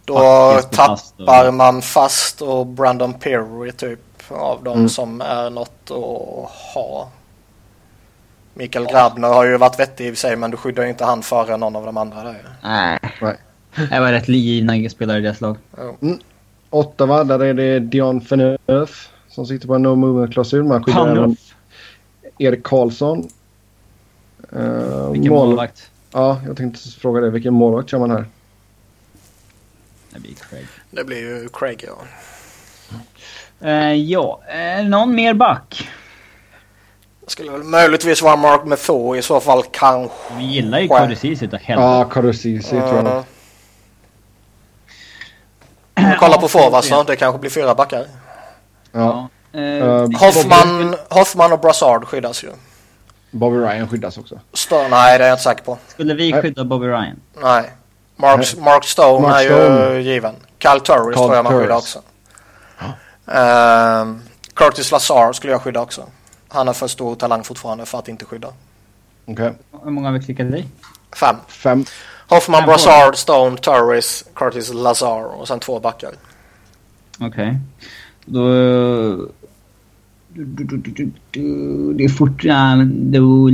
då
Faktiskt, fast och-
tappar man fast och Brandon Perry typ av de
Mm.
som är något att ha. Mikael Grabner har ju varit vettig i och för sig men du skyddar ju inte han före någon av de andra där. ju.
Nej.
Nej.
Det var rätt givna spelare i deras lag.
Ottawa, där är det Dion Phaneuf som sitter på en no movement-klausul. Man skyddar även
Panoff.
Erik Karlsson. Eh,
Vilken
mål-
målvakt.
Ja, jag tänkte fråga dig. Vilken målvakt kör man här?
Det blir Craig.
Det blir ju Craig ja.
Eh, ja, eh, någon mer back?
Det skulle väl möjligtvis vara Mark Method i så fall kanske.
Vi gillar ju
Sjö.
Kodicic utav helvete.
Ja, Karusisi tror jag. nog.
Mm. Kolla på forwards då, det kanske blir fyra backar.
Ja.
Eh,
Eh,
Hoffman, Hoffman och Brassard skyddas ju.
Bobby Ryan skyddas också.
Stone, nej det är jag inte säker på.
skulle vi
Nej.
skydda Bobby Ryan?
Nej. Mark, Mark Stone
Mark
är
Stone.
ju given. Carl Turris
Carl
tror jag man skyddar
Turris.
också. Ehm, Curtis Lazar skulle jag skydda också. Han är för stor talang fortfarande för att inte skydda.
Okej.
Hur många har vi klickat i?
Fem.
Fem.
Hoffman,
Fem mål.
Brassard, Stone, Turris, Curtis Lazar och sen två backar.
Okej. Då... eh, Du, du, du, du, du, du, det är fort... Ja, men då,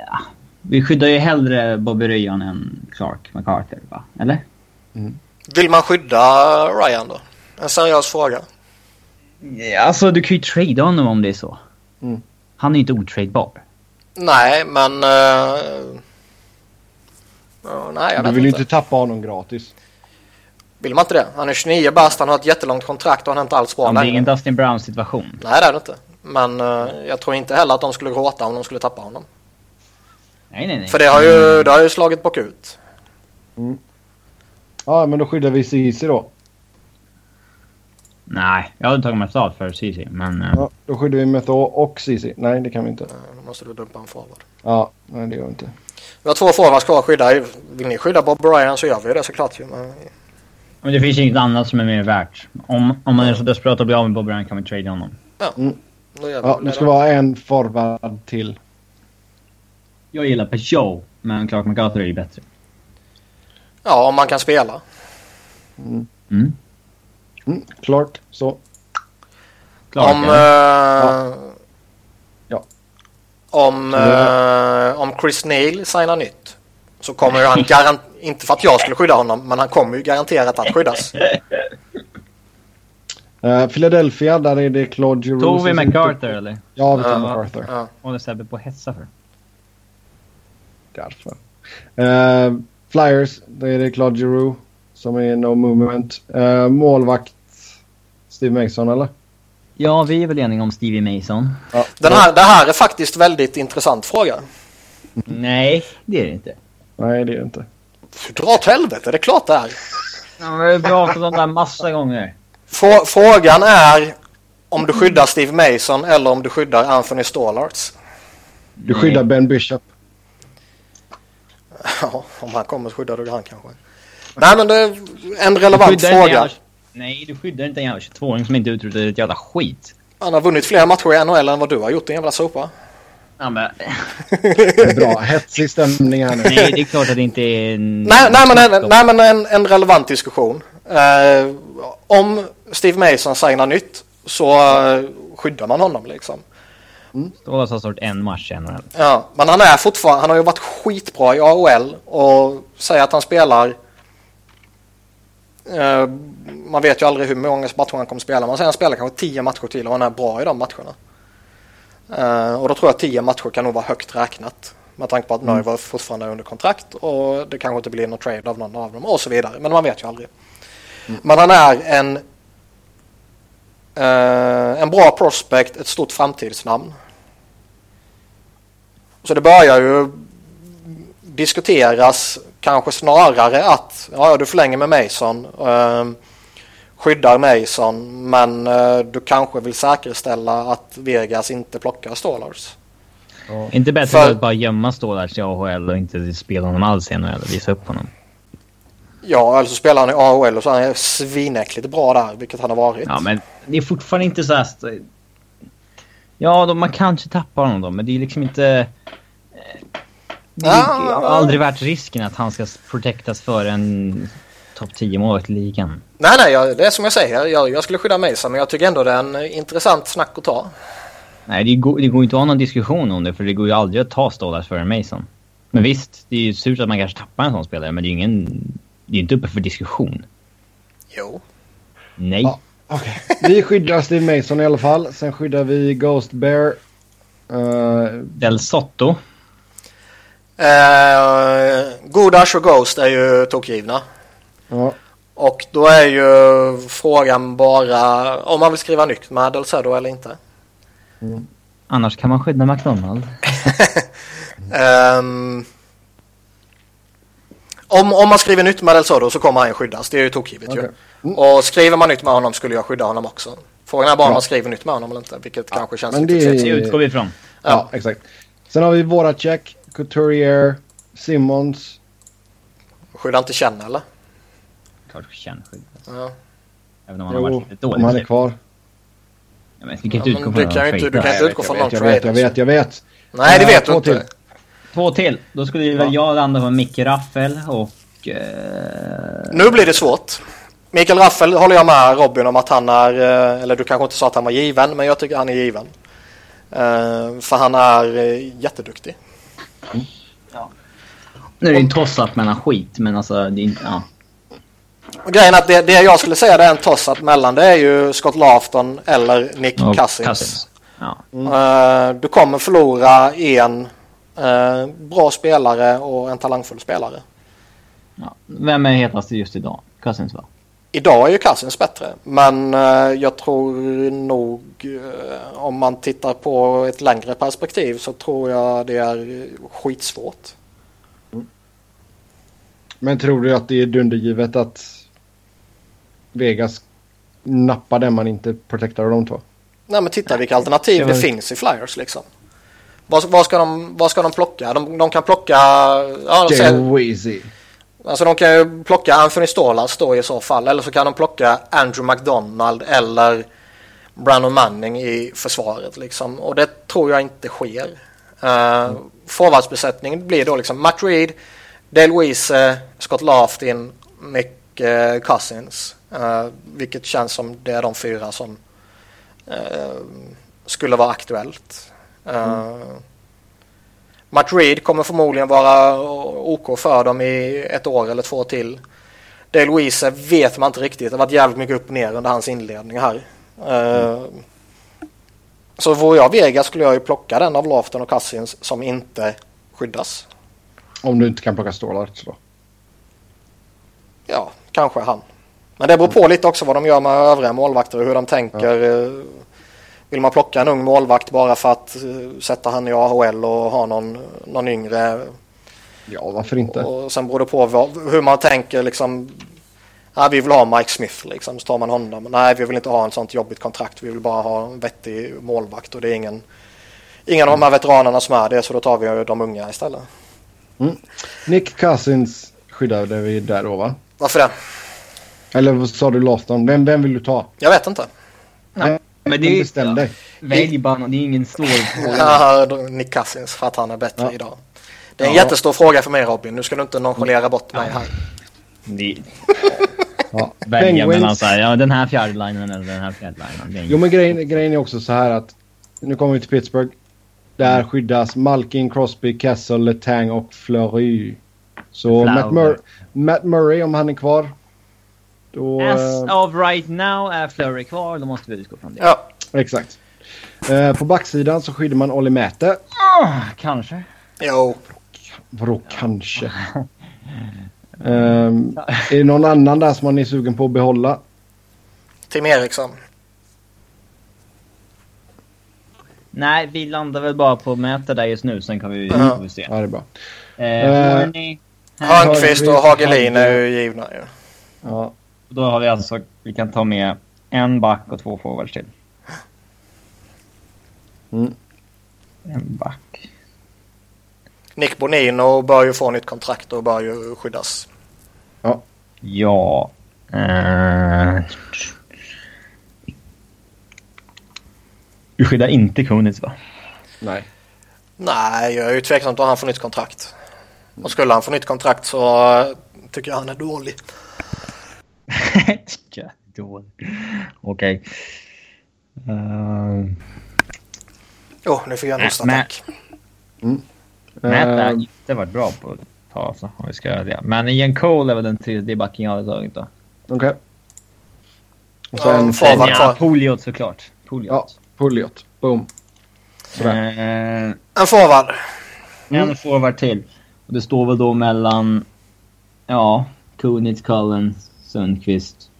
ja. Vi skyddar ju hellre Bobby Ryan än Clark MacArthur, va? Eller?
Vill man skydda Ryan då? En seriös fråga.
Ja, Alltså, du kan ju trada honom om det är så.
Mm.
Han är ju inte otradebar.
Nej, men... eh, ja, nej, jag
Du
vet
vill ju
inte.
inte tappa honom gratis.
Vill man inte det? Han är 29 bast, han har ett jättelångt kontrakt och han är inte alls bra
Ja, men det är
längre.
ingen Dustin Brown situation.
Nej, det är det inte. Men eh, jag tror inte heller att de skulle gråta om de skulle tappa honom.
Nej, nej, Mm. nej.
För det har ju, det har ju slagit bakut.
Ja, men då skyddar vi Ceesay då.
Nej, jag hade tagit Mertal för Ceesay, men... eh,
Ja, då skyddar vi Metho och Ceesay. Nej, det kan vi inte.
Eh, Då måste du dumpa en forward.
Ja, nej det gör vi inte.
Vi har två forwards kvar att skydda. Vill ni skydda Bob Bryan så gör vi ju det såklart. ju, Men
Men det finns inget annat som är mer värt. Om, om man är så desperat att bli av med Bob Bryan kan man trade honom.
då gör vi
Ja,
väl
det
det
ska
då.
vara en forward till.
Jag gillar Peugeot, men Clark MacArthur är ju bättre.
Ja, om man kan spela.
Mm.
Mm, klart. Så.
Clark,
om...
eller?
eh,
Ja.
Om, eh, om Chris Neal signar nytt så kommer ju han garant... Inte för att jag skulle skydda honom, men han kommer ju garanterat att skyddas.
Eh, Philadelphia, där är det Claude Giroux.
Tog vi
som sitter-
MacArthur eller?
Ja, vi
Ja.
tar MacArthur.
Ja.
Håller Sebbe på att hetsa för?
Därför. Eh, Flyers, där är det Claude Giroux som är no movement. Eh, målvakt, Steve Mason eller?
Ja, vi är väl eniga om Stevie Mason?
Ja.
Den här, det här är faktiskt väldigt intressant fråga.
Nej, det är det inte.
Nej, det är det inte.
Dra åt helvete, det är klart det är.
Ja, men Vi har pratat om det här massa gånger.
Frå- Frågan är om du skyddar Steve Mason eller om du skyddar Anthony Stallarts.
Du skyddar Ben Bishop.
Ja, om han kommer så skyddar du han kanske. Nej men det är en
Du
relevant
skyddar inte en
fråga.
jävla- Nej, du skyddar inte en jävla 22-åring som inte utrotade ett jävla skit.
Han har vunnit fler matcher i NHL än vad du har gjort din jävla
Mm.
sopa.
Ja, men,
Bra, hetsig stämning här nu.
nej, det är klart att det inte är... En...
Nej, nej men, en, nej, men en, en relevant diskussion. Eh, om Steve Mason signar nytt så eh, skyddar man honom liksom.
Stålas har stått en match i NHL.
Ja, men han är fortfarande, han har ju varit skitbra i AHL och säger att han spelar eh, man vet ju aldrig hur många matcher han kommer spela. Man säger han spelar kanske 10 matcher till och han är bra i de matcherna. Eh, och då tror jag 10 matcher kan nog vara högt räknat. Med tanke på att Norge var fortfarande är under kontrakt och det kanske inte blir någon trade av någon av dem och så vidare. Men man vet ju aldrig. Men han är en, eh, en bra prospect, ett stort framtidsnamn. Så det börjar ju diskuteras kanske snarare att ja, ja, du förlänger med Mason, eh, skyddar Mason, men eh, du kanske vill säkerställa att Vegas inte plockar Stålars.
Inte bättre
För-
att bara gömma Stålars i AHL och inte spela honom alls i NHL och visa upp honom.
Ja, eller så spelar han i AHL och så är han svinäckligt bra där, vilket han har varit.
Ja, men det är fortfarande inte så här... st- Ja, då, man kanske tappar honom då, men det är liksom inte... eh, Det är
Ja.
aldrig värt risken att han ska protectas före en topp 10-målvakt i ligan.
Nej, nej, jag, det är som jag säger, jag, jag skulle skydda Mason, men jag tycker ändå det är en eh, intressant snack att ta.
Nej, det går, det går inte att ha någon diskussion om det, för det går ju aldrig att ta Stålars före Mason. Men visst, det är ju surt att man kanske tappar en sån spelare, men det är ju ingen... Det är ju inte uppe för diskussion.
Jo.
Nej.
Ja. Okej. Vi skyddar Steve Mason i alla fall. Sen skyddar vi Ghost Bear. Eh,
Del Sotto.
Eh, Godash och Ghost är ju tokgivna.
ja.
Och då är ju frågan bara om man vill skriva nytt med Del Cedo eller inte.
Annars kan man skydda McDonald.
Ehm, om, om man skriver nytt med Del Cedo så kommer han ju skyddas, det är ju tokgivet ju.
Okej. Mm.
Och skriver man nytt med honom skulle jag skydda honom också. Frågan är bara om
Ja.
man skriver nytt med honom eller inte, vilket kanske känns
men
lite
det är-
tveksamt.
Det utgår vi ifrån.
ja, exakt. Sen har vi Voracek, Couturier, Simmons.
Skydda inte känn eller?
Klart kärnskydd.
Ja.
Även om han har
Jo,
varit lite dålig.
om han är kvar.
Ja, men vi kan inte
Ja,
utgå
men
från
du
att
kan ju
han
inte,
fejkar.
du kan inte
Jag
utgå
vet,
från
jag
någon
vet, jag vet,
trade.
jag
alltså.
vet, jag vet.
Nej, det
Eh,
vet du
två
inte.
Två till. Då skulle väl jag landa på Micke Raffel och... Eh,
Nu blir det svårt. Mikael Raffel håller jag med Robin om att han är, eh, eller du kanske inte sa att han var given, men jag tycker han är given. Eh, För han är eh, jätteduktig.
nu är det ju tossat mellan skit, men alltså... Det är inte, ja.
Och grejen är att det, det jag skulle säga det är en toss-up mellan det är ju Scott Laughton eller Nick
Och
Cousins.
Ja.
Eh, Du kommer förlora en eh, bra spelare och en talangfull spelare.
Ja. Vem är hetast just idag? Cousins va?
Idag är ju Cousins bättre, men eh, jag tror nog eh, om man tittar på ett längre perspektiv så tror jag det är skitsvårt.
Men tror du att det är dundergivet att Vegas nappar den man inte protectar av de två?
Nej men titta vilka alternativ
det
det,
var-
finns i Flyers liksom. Vad, vad, ska, de, vad ska de plocka? De, de kan plocka... Ja, de säger,
Joe Weezy.
alltså de kan ju plocka Anthony Stålas då i så fall. Eller så kan de plocka Andrew McDonald eller Brandon Manning i försvaret liksom. Och det tror jag inte sker. Uh, Forwardsbesättningen blir då liksom Matt Reed, Dale Weese, Scott Laftin, Mick eh, Cousins. Eh, vilket känns som det är de fyra som eh, skulle vara aktuellt. Eh, Matt Reed kommer förmodligen vara OK för dem i ett år eller två till. Dale Weese vet man inte riktigt. Det har varit jävligt mycket upp och ner under hans inledning här. Eh, Så vore jag Vegas skulle jag ju plocka den av Lafton och Cousins som inte skyddas.
Om du inte kan plocka stålar. Så då.
Ja, kanske han. Men det beror på lite också vad de gör med övriga målvakter och hur de tänker. Eh, Vill man plocka en ung målvakt bara för att eh, sätta han i AHL och ha någon, någon yngre?
Ja, varför inte?
Och sen beror det på vad, hur man tänker liksom. Nej, vi vill ha Mike Smith liksom, så tar man honom. Nej, vi vill inte ha en sånt jobbigt kontrakt. Vi vill bara ha en vettig målvakt och det är ingen, ingen av de här veteranerna som är det, så då tar vi de unga istället.
Nick Cousins skyddade vi där då va?
Varför det?
Eller vad sa du Lafton? Vem, vem vill du ta?
Jag vet inte.
Nej,
men det är
men
ju-
bestäm dig.
Välj bara någon, det är ingen svår fråga.
Ja, då- Nick Cousins för att han är bättre
Ja.
idag. Det är en
Ja.
jättestor fråga för mig Robin. Nu ska du inte nonchalera bort mig här.
Det-
Ja.
Välja mellan
Penguins.
så här, alltså, ja, den här fjärde linjen eller den här fjärde linjen. Det är
Jo
ingen-
men grejen, grejen är också så här att nu kommer vi till Pittsburgh. Där skyddas Malkin, Crosby, Kessel, Letang och Fleury. Så
Flower.
Matt, Mur- Matt Murray om han är kvar. Då,
As
eh,
of right now är Flurry kvar, då måste vi utgå från det.
Ja,
Exakt. Eh, på backsidan så skyddar man Olli Mäte.
Ah, kanske.
jo.
Vadå kanske? Ehm, är det någon annan där som man är sugen på att behålla?
Tim Eriksson.
Nej, vi landar väl bara på möte där just nu, sen kan vi,
Ja.
får vi se.
Ja, det är bra.
Eh,
Eh,
Warney, Hank,
Hörnqvist och Hagelin är ju givna ju.
Ja.
då har vi alltså, vi kan ta med en back och två forwards till.
Mm.
En back.
Nick Bonino bör ju få nytt kontrakt och bör ju skyddas.
Ja. Eh. Du skyddar inte Kunitz va?
Nej.
Nej, jag är ju tveksam om han får nytt kontrakt. Och skulle han få nytt kontrakt så eh, tycker jag han är dålig.
Dålig. Okej. Eh,
Jo, nu fick jag en
Nej,
hostattack.
Matt har
Ehm,
inte varit bra på att ta alltså, om vi ska göra det. Men Ian Cole är väl den tredje backen jag hade tagit då.
Okej. Och sen
Ja,
ja,
fan vad-
var...
Ja,
kvar.
Pouliot såklart. Pouliot.
Pulliot. Boom. sådär.
eh,
En forward.
en forward till. Och det står väl då mellan, ja, Kunitz, Cullen, Sundqvist.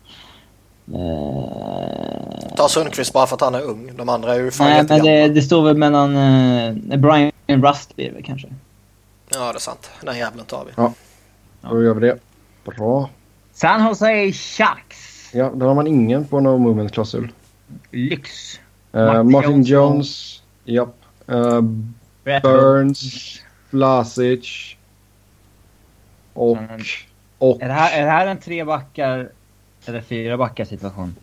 Eh,
Ta Sundqvist bara för att han är ung. De andra är ju fan
nej, men
jättegamla.
det, det står väl mellan eh, Brian Rust blir det väl kanske.
Ja, det är sant. Den jäveln tar vi.
Då gör vi det. Bra.
San Jose Sharks.
Ja, där har man ingen på no movement klausul.
Lyx.
Eh,
Martin
Martin
Jones.
Jones. Japp. Eh, Burns. Vlasic. Och...
Mm.
Och...
Är det, här, är det här en tre backar eller fyra backar situation?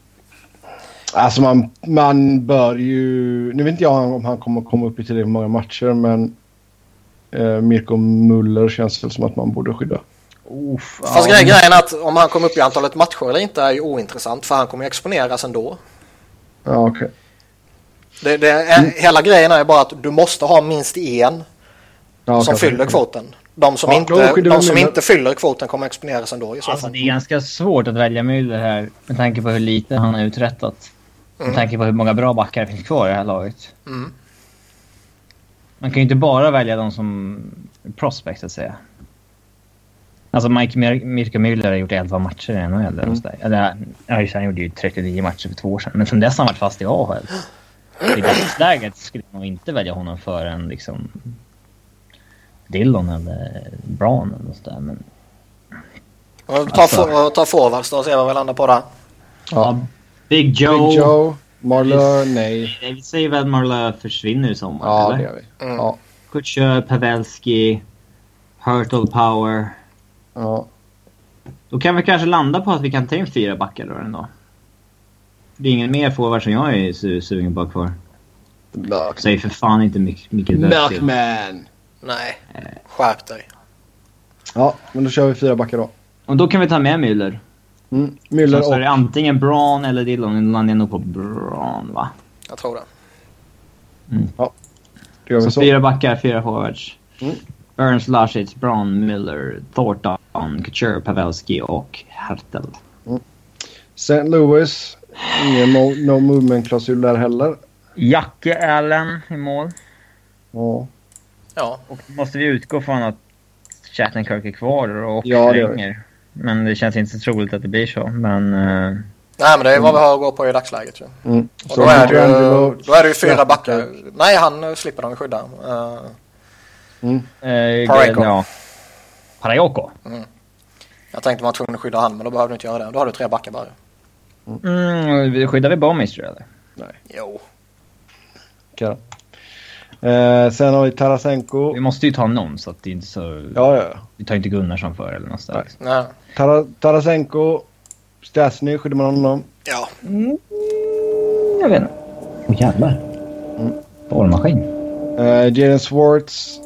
Alltså man, man bör ju... Nu vet inte jag om han kommer komma upp i tillräckligt många matcher men... Eh, Mirko Muller känns väl som att man borde skydda.
Oof,
Fast grej, grejen är att om han kommer upp i antalet matcher eller inte är ju ointressant för han kommer ju exponeras ändå.
Ja, okej.
Det, det är, Hela grejen är bara att du måste ha minst en
Ja,
som
okej.
fyller kvoten. De som,
Ja, då
inte,
skyddar
de
vi
som
Müller.
inte fyller kvoten kommer exponeras ändå i så
Alltså
fall.
det är ganska svårt att välja Müller här med tanke på hur lite han har uträttat. Med tanke på hur många bra backar det finns kvar i det här laget.
Mm.
Man kan ju inte bara välja de som prospect så att säga. Alltså Mike Mir- Mirko Müller har gjort 11 matcher i NHL. Mm. Eller, ja, just, det, han gjorde ju 39 matcher för två år sedan, men sedan dess har han varit fast i AHL. I dagsläget skulle jag nog inte välja honom för en liksom Dillon eller Brown eller sådär. Men...
Ta, for, ta forwards då och se vad vi landar på där.
Ja.
Big Joe.
Big Joe, Marlö, nej.
Vi säger väl att Marlö försvinner i sommar,
Ja, det
eller?
gör vi.
Mm.
Ja,
Kutjö, Pavelski, Hurtle Power.
ja.
Då kan vi kanske landa på att vi kan ta in fyra backar då ändå. Det är ingen mer forward som jag är su- sugen på att ha kvar. Säg för fan inte Mick- Mikael Bötting.
Knockman.
Nej, skärp dig.
Ja, men då kör vi fyra backar då.
Och då kan vi ta med Müller.
Mm.
Så,
Müller
så är det
och...
antingen Braun eller Dillon. Nu landar jag nog på Braun va?
Jag tror det.
Då gör vi
Så,
så.
fyra backar, fyra forwards.
Mm.
Burns, Lushits, Braun, Müller, Thornton, Couture, Pavelski och Hertel.
St. Louis. Ingen no, no movement-klausul där heller.
Jacke Allen i mål.
Ja.
Ja,
Och måste vi utgå från att Chattenkirk är kvar och
Ja, det gör vi.
förlänger? Men det känns inte så troligt att det blir så. Men eh,
nej men det är vad vi har att gå på i dagsläget ju.
Mm.
Och då, är det ju,
Petrangelo-
då är det ju fyra backar. Nej, han eh, slipper de skydda. Eh,
eh,
Parayko.
Ja. Parayoko.
jag tänkte man var tvungen att skydda han, men då behöver du inte göra det. Då har du tre backar bara.
Mm, skyddar vi Bommister eller?
Jo.
Kan. Eh, sen har vi Tarasenko.
Vi måste ju ta någon så att det inte så...
Ja, ja.
Vi tar inte Gunnarsson för eller något sånt.
Nej.
Tara, Tarasenko. Stasny skyddar man honom.
Ja.
Mm, jag vet inte. Åh jävlar.
Mm.
Borrmaskin.
Eh, Jaden Swartz.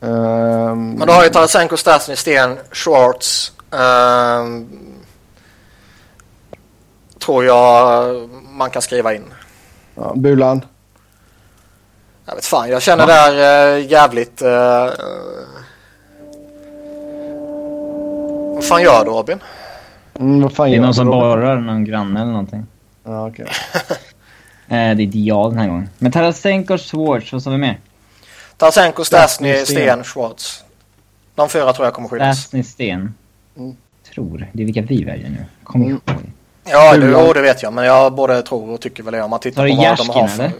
Ehm,
Men då har ju Tarasenko, Stasny, Sten, Schwartz. ehm, tror jag man kan skriva in.
ja, Bulan.
Jag vet fan, jag känner det här eh, jävligt... eh, eh. Vad fan gör du Robin?
Mm, vad fan
Det är
gör
någon som
Robin?
borrar någon granne eller någonting.
Ja, okej.
Eh, det är Dial den här gången. Men Tarasenko, Schwartz, vad sa vi mer?
Tarasenko, Stasny,
Stasny, Sten.
Sten, Schwartz. De fyra tror jag kommer skyddas.
Stasny Sten.
Mm.
Tror. Det är vilka vi väljer nu. Kom
Mm.
ihåg.
Ja, det,
Bulan.
jo, det vet jag. Men jag både tror och tycker väl det om man tittar
Var
på
det
vad de har
Jaskin,
för...
eller?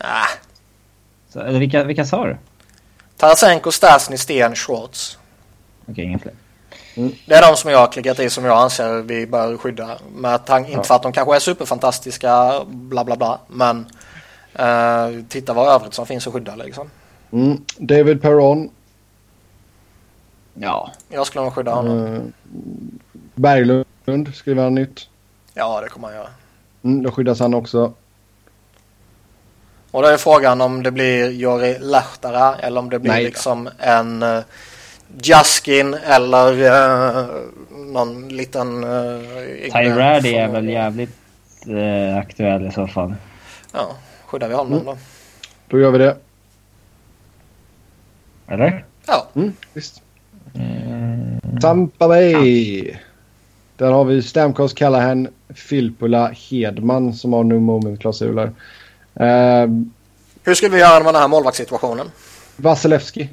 Ah,
Så, eller vilka, vilka sa du?
Tarasenko, Stasny, Sten, Schwartz.
Okej, inga fler.
Det är de som jag har klickat i som jag anser vi bör skydda. Med tanke, inte för att de kanske är superfantastiska, bla bla bla. Men eh, titta vad övrigt som finns att skydda liksom.
Mm. David Perron.
Ja.
Jag skulle nog skydda honom.
Mm.
Eh, Berglund skriver han nytt.
Ja, det kommer han göra.
Mm, då skyddas han också.
Och då är frågan om det blir Jori Lahtara eller om det blir
Nej.
liksom en uh, Jaskin eller eh, någon liten... Uh,
Tyrad är väl jävligt eh, aktuell i så fall.
Ja, skyddar vi honom
Mm.
då?
Då gör vi det.
Eller?
Ja,
Mm, visst. Tampa Bay. Där har vi Stamkos, Callahan, Filppula, Hedman som har no moment-klausuler. Eh,
hur skulle vi göra med den här målvaktssituationen?
Vasilevski.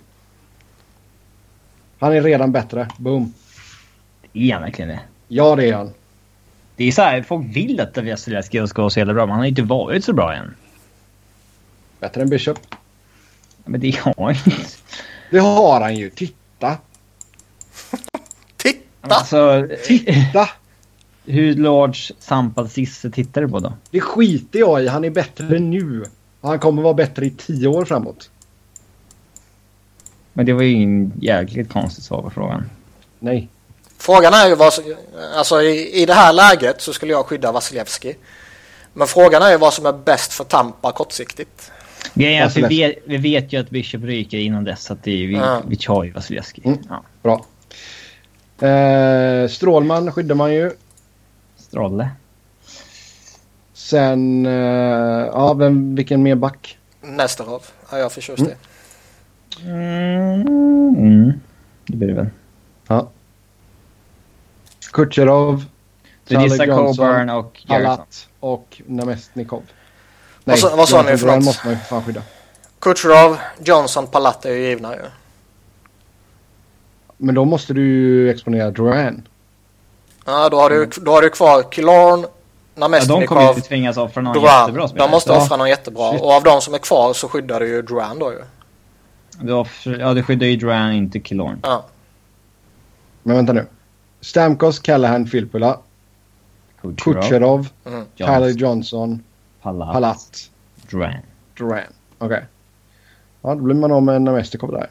Han är redan bättre. Boom.
Är han verkligen det?
Ja, det är han.
Det är så här, folk vill att Vasilevskij ska vara så jävla bra, men han har inte varit så bra än.
Bättre än Bishop.
Men det har han ju inte.
Det har han ju. Titta.
Titta!
Alltså,
Titta.
hur large sampad Sisse tittar du på då?
Det skiter jag i. Han är bättre nu. Och Han kommer vara bättre i tio år framåt.
Men det var ju en jäkligt konstigt svar på frågan.
Nej.
Frågan är ju vad som, alltså i, i det här läget så skulle jag skydda Vasilevski. Men frågan är ju vad som är bäst för Tampa kortsiktigt.
Grejen är att vi
Vasilevskiy.
vet, vi vet ju att Bishop ryker innan dess, så att det är, vi,
Ja.
vi tar ju Vasilevskij.
Mm.
Ja.
Bra. Eh, Strålman skyddar man ju.
Strolle.
Sen... Eh, ja, vem, vilken mer back?
Nesterov är jag förtjust i.
Mm. Mm. Det blir det väl.
Ja. Kutjerov.
Du gissar
Charlie Johnson,
Coburn och Gerson.
Palat och Namestnikov.
Vad sa- vad sa ni?
Jonathan
Förlåt.
Brown måste man ju för fan skydda.
Kucherov, Johnson, Palat är ju givna ju.
Men då måste du ju exponera Duran.
Ja, då har du, då har du kvar Killarn,
Mm. Ja, de
Namestnikov,
kommer ju inte tvingas offra någon jättebra
Duran.
spelare.
De måste
Ja.
offra någon jättebra.
Shit.
Och av de som är kvar så skyddar du ju Duran då ju. Eh,
Du offrar- ja, du skyddar ju Duran, inte Killorn.
Ja.
Men vänta nu. Stamkos, Callahan, Filppula,
Kucherov,
Kucherov,
Mm.
Tyler
Johnson,
Johnson,
Palat,
Palat,
Duran
Duran. Okej. Ja, då blir man av med Namestikov där.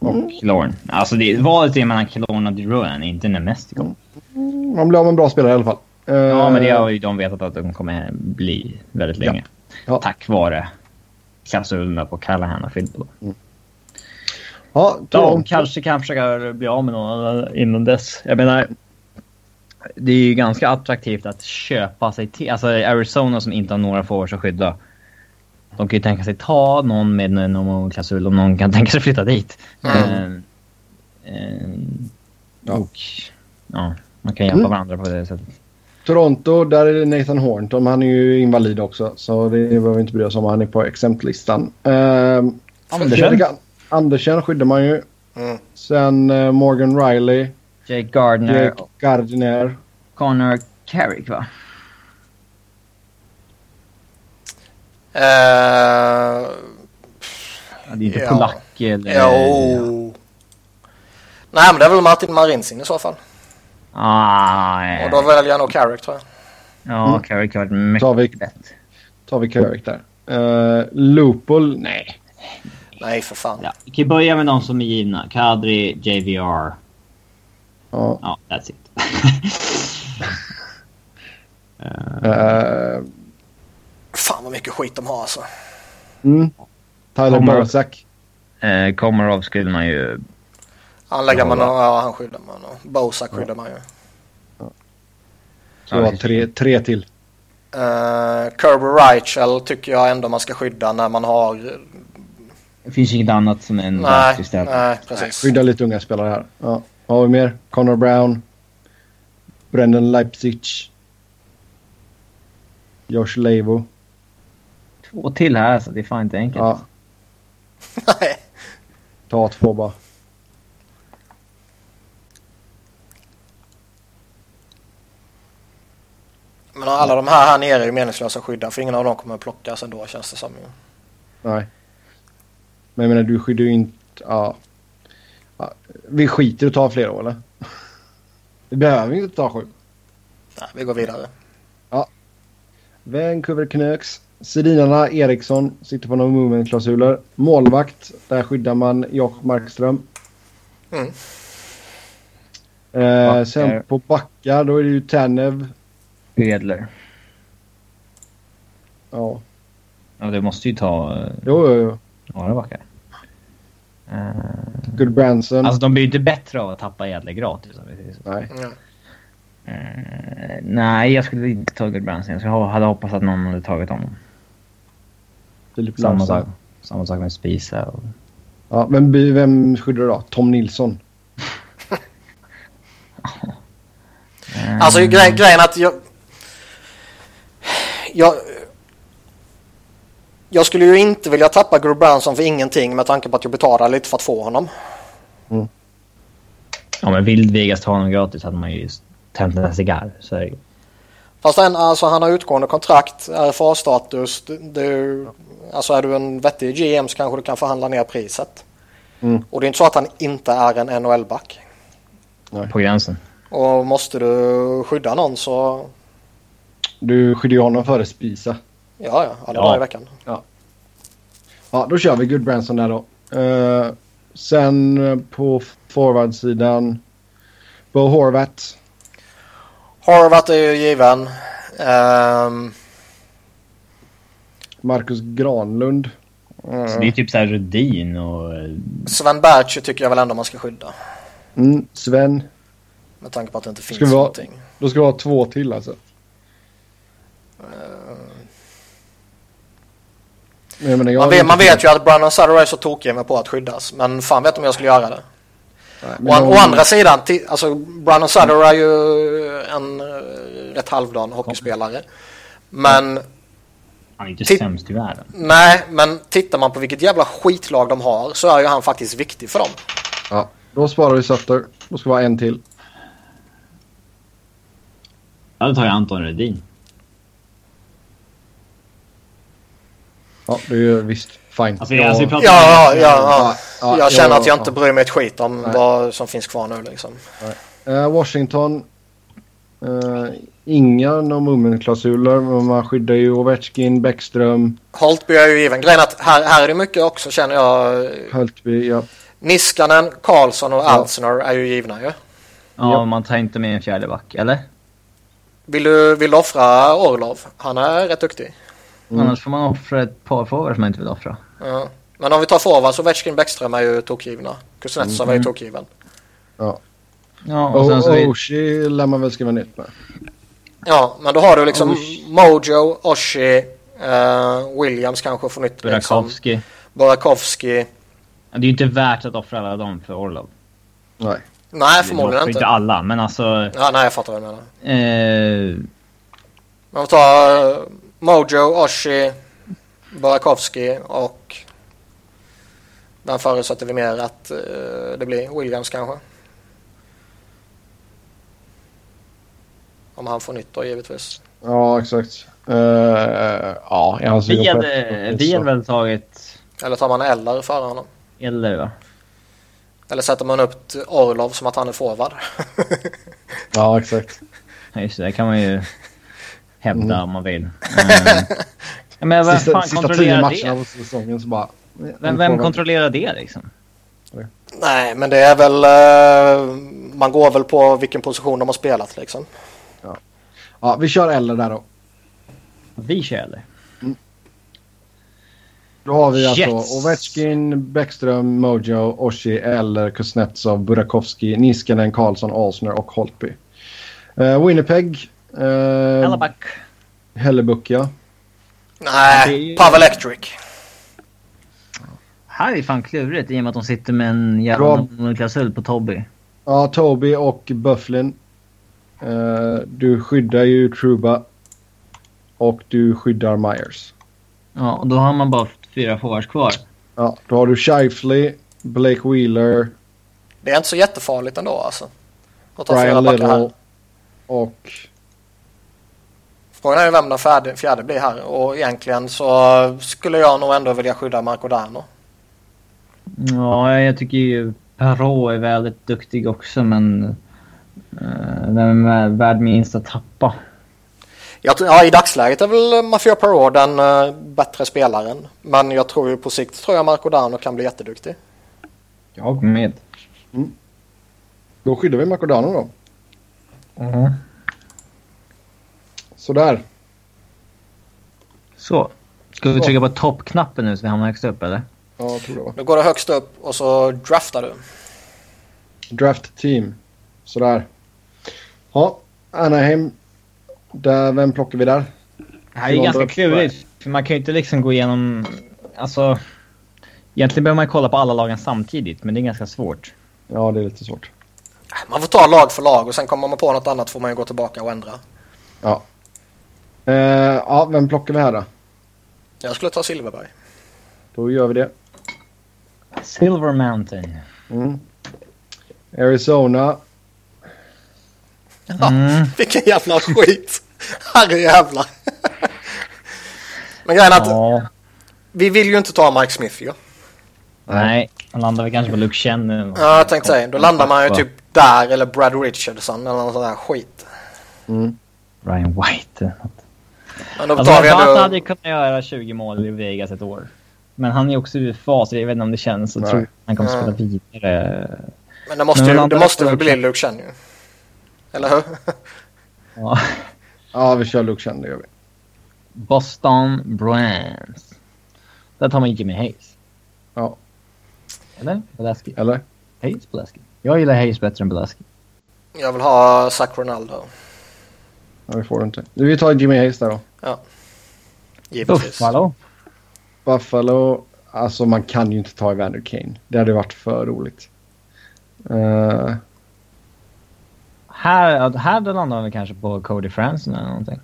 och
Mm.
Killorn. Alltså det, valet är mellan Killorn och Duran, inte Nemestikov.
Man blir av med en bra spelare i alla fall.
Ja,
Eh,
men det har ju de vetat att de kommer bli väldigt
Ja.
länge.
Ja.
Tack vare klausulerna på Callahan och Filippo.
Eh, Ja,
De
Toronto.
kanske kan försöka bli av med någon innan dess. Jag menar, det är ju ganska attraktivt att köpa sig till. Alltså Arizona som inte har några forwards att skydda. De kan ju tänka sig ta någon med en- någon klausul om någon kan tänka sig flytta dit.
Mm.
Eh, eh,
Ja.
Och ja, man kan hjälpa
Mm.
varandra på det sättet.
Toronto, där är det Nathan Hornton. Han är ju invalid också, så det behöver vi inte bry oss om. Han är på exemptlistan. Uh,
Andersen?
Andersen skyddar man ju.
Mm.
Sen eh, Morgan Riley,
Jake Gardner
Jake Gardner.
Connor Carrick va?
Eh,
Ja, Det är inte
Ja.
polack eller...
jo. Nej, men det är väl Martin Marinsin i så fall.
Ah, ja.
Och då väljer jag nog Carrick tror jag.
Ja, Carrick har varit
Tar vi-
mycket bättre.
Tar vi Carrick där. Eh, Lupul, nej.
Nej, för fan.
Ja, vi kan börja med de som är givna. Kadri, JVR.
Ja.
Ja, that's it.
eh,
Fan vad mycket skit de har alltså.
mm. Tyler
Kommer-
Barzak.
eh, Komarov skulle man ju...
Han lägger
Ja,
man
va.
och, ja, han skyddar man och Bosa skyddar man ju.
Så det var tre, tre till.
Uh, Kerber Reichel tycker jag ändå man ska skydda när man har...
Mm, Det finns inget annat som en
Nej,
draftkristall.
nej precis.
Skydda lite unga spelare här. Ja. Vad har vi mer? Connor Brown. Brendan Leipzig. Josh Leivo.
Två till här alltså, det är fan inte enkelt.
Ja,
Nej.
ta två bara.
Men alla de här här nere är ju meningslösa att skydda för ingen av dem kommer att plockas ändå känns det som. ju.
Nej. Men jag menar, du skyddar ju inte... Ja. Ja, Vi skiter i att ta fler år, eller? Vi behöver inte ta sju.
Nej, vi går vidare.
Vancouver Canucks. Sedinarna Eriksson sitter på några movement-klausuler. Målvakt, där skyddar man Jock Markström.
Mm.
Eh, sen
Backar.
på backar, då är det ju Tanev.
Edler.
Ja,
Ja, du måste ju ta eh,
jo, jo, jo.
några backar. Eh,
Goodbranson.
alltså de blir ju inte bättre av att tappa Edler gratis. om vi säger så.
Nej.
Mm.
Eh, nej, jag skulle inte tagit Branson. Jag skulle ha- hade hoppats att någon hade tagit honom.
Filip
Samma
Larsson.
sak, samma sak med Spisa. Och...
Ja, vem, by- vem skyddar du då? Tom Nilsson.
Alltså grej, grejen att jag... Jag... Jag skulle ju inte vilja tappa Guru Branson för ingenting med tanke på att jag betalar lite för att få honom.
Ja, men vill Vegas ta honom gratis hade man ju tänt en cigarr. Så är det ju.
Fast sen, alltså han har utgående kontrakt, RFA-status. Du, du, alltså är du en vettig GM så kanske du kan förhandla ner priset.
Mm.
Och det är inte så att han inte är en NHL-back.
på gränsen.
Och måste du skydda någon så...
Du skyddar ju honom före Spisa.
Ja, ja, ja det
Ja.
var i veckan.
Ja, då kör vi Goodbranson där då. Eh, sen eh, på forwardsidan. Bo Horvat.
Horvath är ju given. Ehm,
Marcus Granlund.
Så det är typ såhär Rudin och... eh,
Sven Berchi tycker jag väl ändå man ska skydda.
Mm, Sven.
Med tanke på att det inte finns
Ska vi ha-
någonting.
Då ska vi ha två till alltså. Eh. Men jag menar, jag
Man vet, man vet ju att Brandon Sutter är så tokig med på att skyddas. Men fan vet om jag skulle göra det.
Nej,
Å,
men
an,
om-
å andra sidan, ti- alltså Brandon Sutter är ju en eh, rätt halvdan hockeyspelare. Men
Han är inte
Typ-
Titt-
sämst i världen.
nej, men tittar man på vilket jävla skitlag de har så är ju han faktiskt viktig för dem.
Ja. Då sparar vi Sutter. Då ska vi ha en till.
Ja, då tar jag Anton Rudin.
Ja, det är ju visst fint.
Alltså, vi- alltså, vi pratar-
Ja, ja, ja.
Ja,
jag känner att jag
ja.
inte bryr mig ett skit om
Nej.
vad som finns kvar nu liksom.
Eh, Washington. Eh, inga no movement-klausuler, men man skyddar ju Ovechkin, Bäckström,
Holtby är ju given. Grejen är att här, här är det mycket också känner jag.
Hultby. Ja.
Niskanen, Karlsson och Alsner är ju givna ju.
Ja, man tar inte med en fjärde back, eller?
Vill du, vill du offra Orlov? Han är rätt duktig.
Mm.
Annars får man offra ett par forwards som man inte vill offra.
Ja. Men om vi tar forwards, Ovechkin, Bäckström är ju tokgivna. Kuznetsov är ju tokgiven.
Ja, och sen så...
Och
vi-
Oshie lär man väl skriva nytt med.
Ja, men då har du liksom
Osh.
Mojo, Oshie, eh, Williams kanske får nytt. Liksom.
Burakovsky.
Burakovsky.
Det är ju inte värt att offra alla dem för Orlov.
Nej.
Nej,
Vi offrar
förmodligen
inte
inte.
alla, men alltså...
Ja, nej, jag fattar vad du menar.
Eh,
Men vi tar eh, Mojo, Oshie, Burakovsky och... Den förutsätter vi mer att eh, det blir Williams kanske. Om han får nytt då givetvis.
Ja, exakt. Eh, ja, jag anser
vi,
ju
hade,
själv-
vi hade väl tagit...
Eller tar man Eller före honom.
Eller va?
Eller sätter man upp Orlov som att han är forward.
Ja, exakt.
Ja, just det, det kan man ju hävda om man vill. Eh, ja, men vem
Mm. Sista,
fan
sista tio
kontrollerar
matcherna
det?
på säsongen så bara...
Vem, vem kontrollerar det liksom?
Nej, men det är väl... eh, man går väl på vilken position de har spelat liksom.
Ja, vi kör eller där då.
Vi kör eller?
Då har vi
Yes.
alltså Ovechkin, Bäckström, Mojo, Oshie eller Kuznetsov, Burakovsky, Niskanen, Karlsson, Alsner och Holtby. Eh, Winnipeg. Uh,
Allaback.
Hellebuck, ja.
Det är
Nej,
ju-
Pavel Electric.
Här är fan klurigt i och med att de sitter med en jävla
Bra.
nollklausul på Tobby.
Ja, Toby och Bufflin. Eh, du skyddar ju Truba. Och du skyddar Myers.
Ja, och då har man bara fyra forwards kvar.
Ja, då har du Shifley, Blake Wheeler,
Det är inte så jättefarligt ändå alltså. Att ta fyra
Brian
backar här.
Little och...
Frågan är ju vem den fjärde, fjärde blir här. Och egentligen så skulle jag nog ändå vilja skydda Marco Dano.
Ja, jag tycker ju Perrault är väldigt duktig också men... eh, Den är värd minst att tappa.
Jag, tror- ja, i dagsläget är väl Mafia Perrault den eh, bättre spelaren. Men jag tror ju på sikt tror jag Marco Dano kan bli jätteduktig.
Jag med.
Då skyddar vi Macodano då.
Mhm.
Sådär.
Så. Ska vi trycka på toppknappen nu så vi hamnar högst upp eller?
Ja, jag tror det var.
Nu går det högst upp och så draftar du. Äh,
Draft team. Sådär. Ja, Anaheim. Där, vem plockar vi där?
Det här är ju ganska klurigt. För man kan ju inte liksom gå igenom... Alltså... Egentligen behöver man ju kolla på alla lagen samtidigt, men det är ganska svårt.
Ja, det är lite svårt.
Man får ta lag för lag och sen kommer man på något annat får man ju gå tillbaka och ändra.
Ja. Eh, ja, vem plockar vi här då?
Jag skulle ta Silverberg.
Då gör vi det.
Silver Mountain.
Mm. Arizona.
Mm.
Vilken jävla skit. Herre jävlar. Men grejen är att
Ja.
vi vill ju inte ta Mike Smith ju.
Nej, då landar vi kanske på Luke Chen eller något.
Ja, jag tänkte säga. Då landar man ju typ där eller Brad Richardson eller någon sån där skit.
Ryan White.
Men då tar
Alltså,
vi
Zlatan hade ju
ändå...
kunnat göra 20 mål i Vegas ett år. Men han är ju också i UFA, så jag vet inte om det känns. Jag
Nej.
tror att han kommer
Ja.
spela vidare.
Men det måste,
Men
ju,
landar
det måste
på
väl bli
Richardson.
Luke Chen ju. Eller hur?
Ja.
Ja, vi kör Luke Chen, det gör vi.
Boston Bruins. Där tar man Jimmy Hayes.
Ja.
Eller? Belaski.
Eller?
Hayes Belaski. Jag gillar Hayes bättre än Belaski.
Jag vill ha Zach Ronaldo.
Ja, vi får det inte. Vi tar Jimmy Hayes där då.
Givetvis.
Buffalo.
Buffalo. Alltså man kan ju inte ta Evander Kane. Det hade varit för roligt. Eh,
Här, ja, här då landar vi kanske på Cody Franson eller någonting.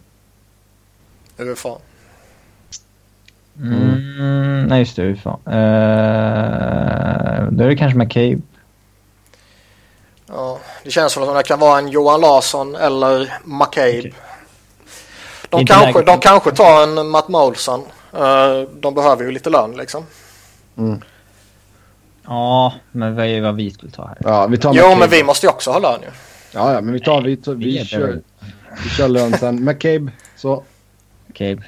UFA.
Mm. Nej, just det. UFA. Uh, då är det kanske McCabe.
Det känns som att det kan vara en Johan Larsson eller McCabe.
Okej.
De,
Inte
kanske,
läge.
de kanske tar en Matt Moulson. Eh, de behöver ju lite lön liksom.
Ja, men vad är vad vi skulle ta här?
Ja, vi tar
Jo,
McCabe.
men vi måste ju också ha lön ju.
Ja, ja, men vi tar... Vi, tar,
det
vi,
är
kör,
det.
vi kör lön sen. McCabe. Så.
Cape.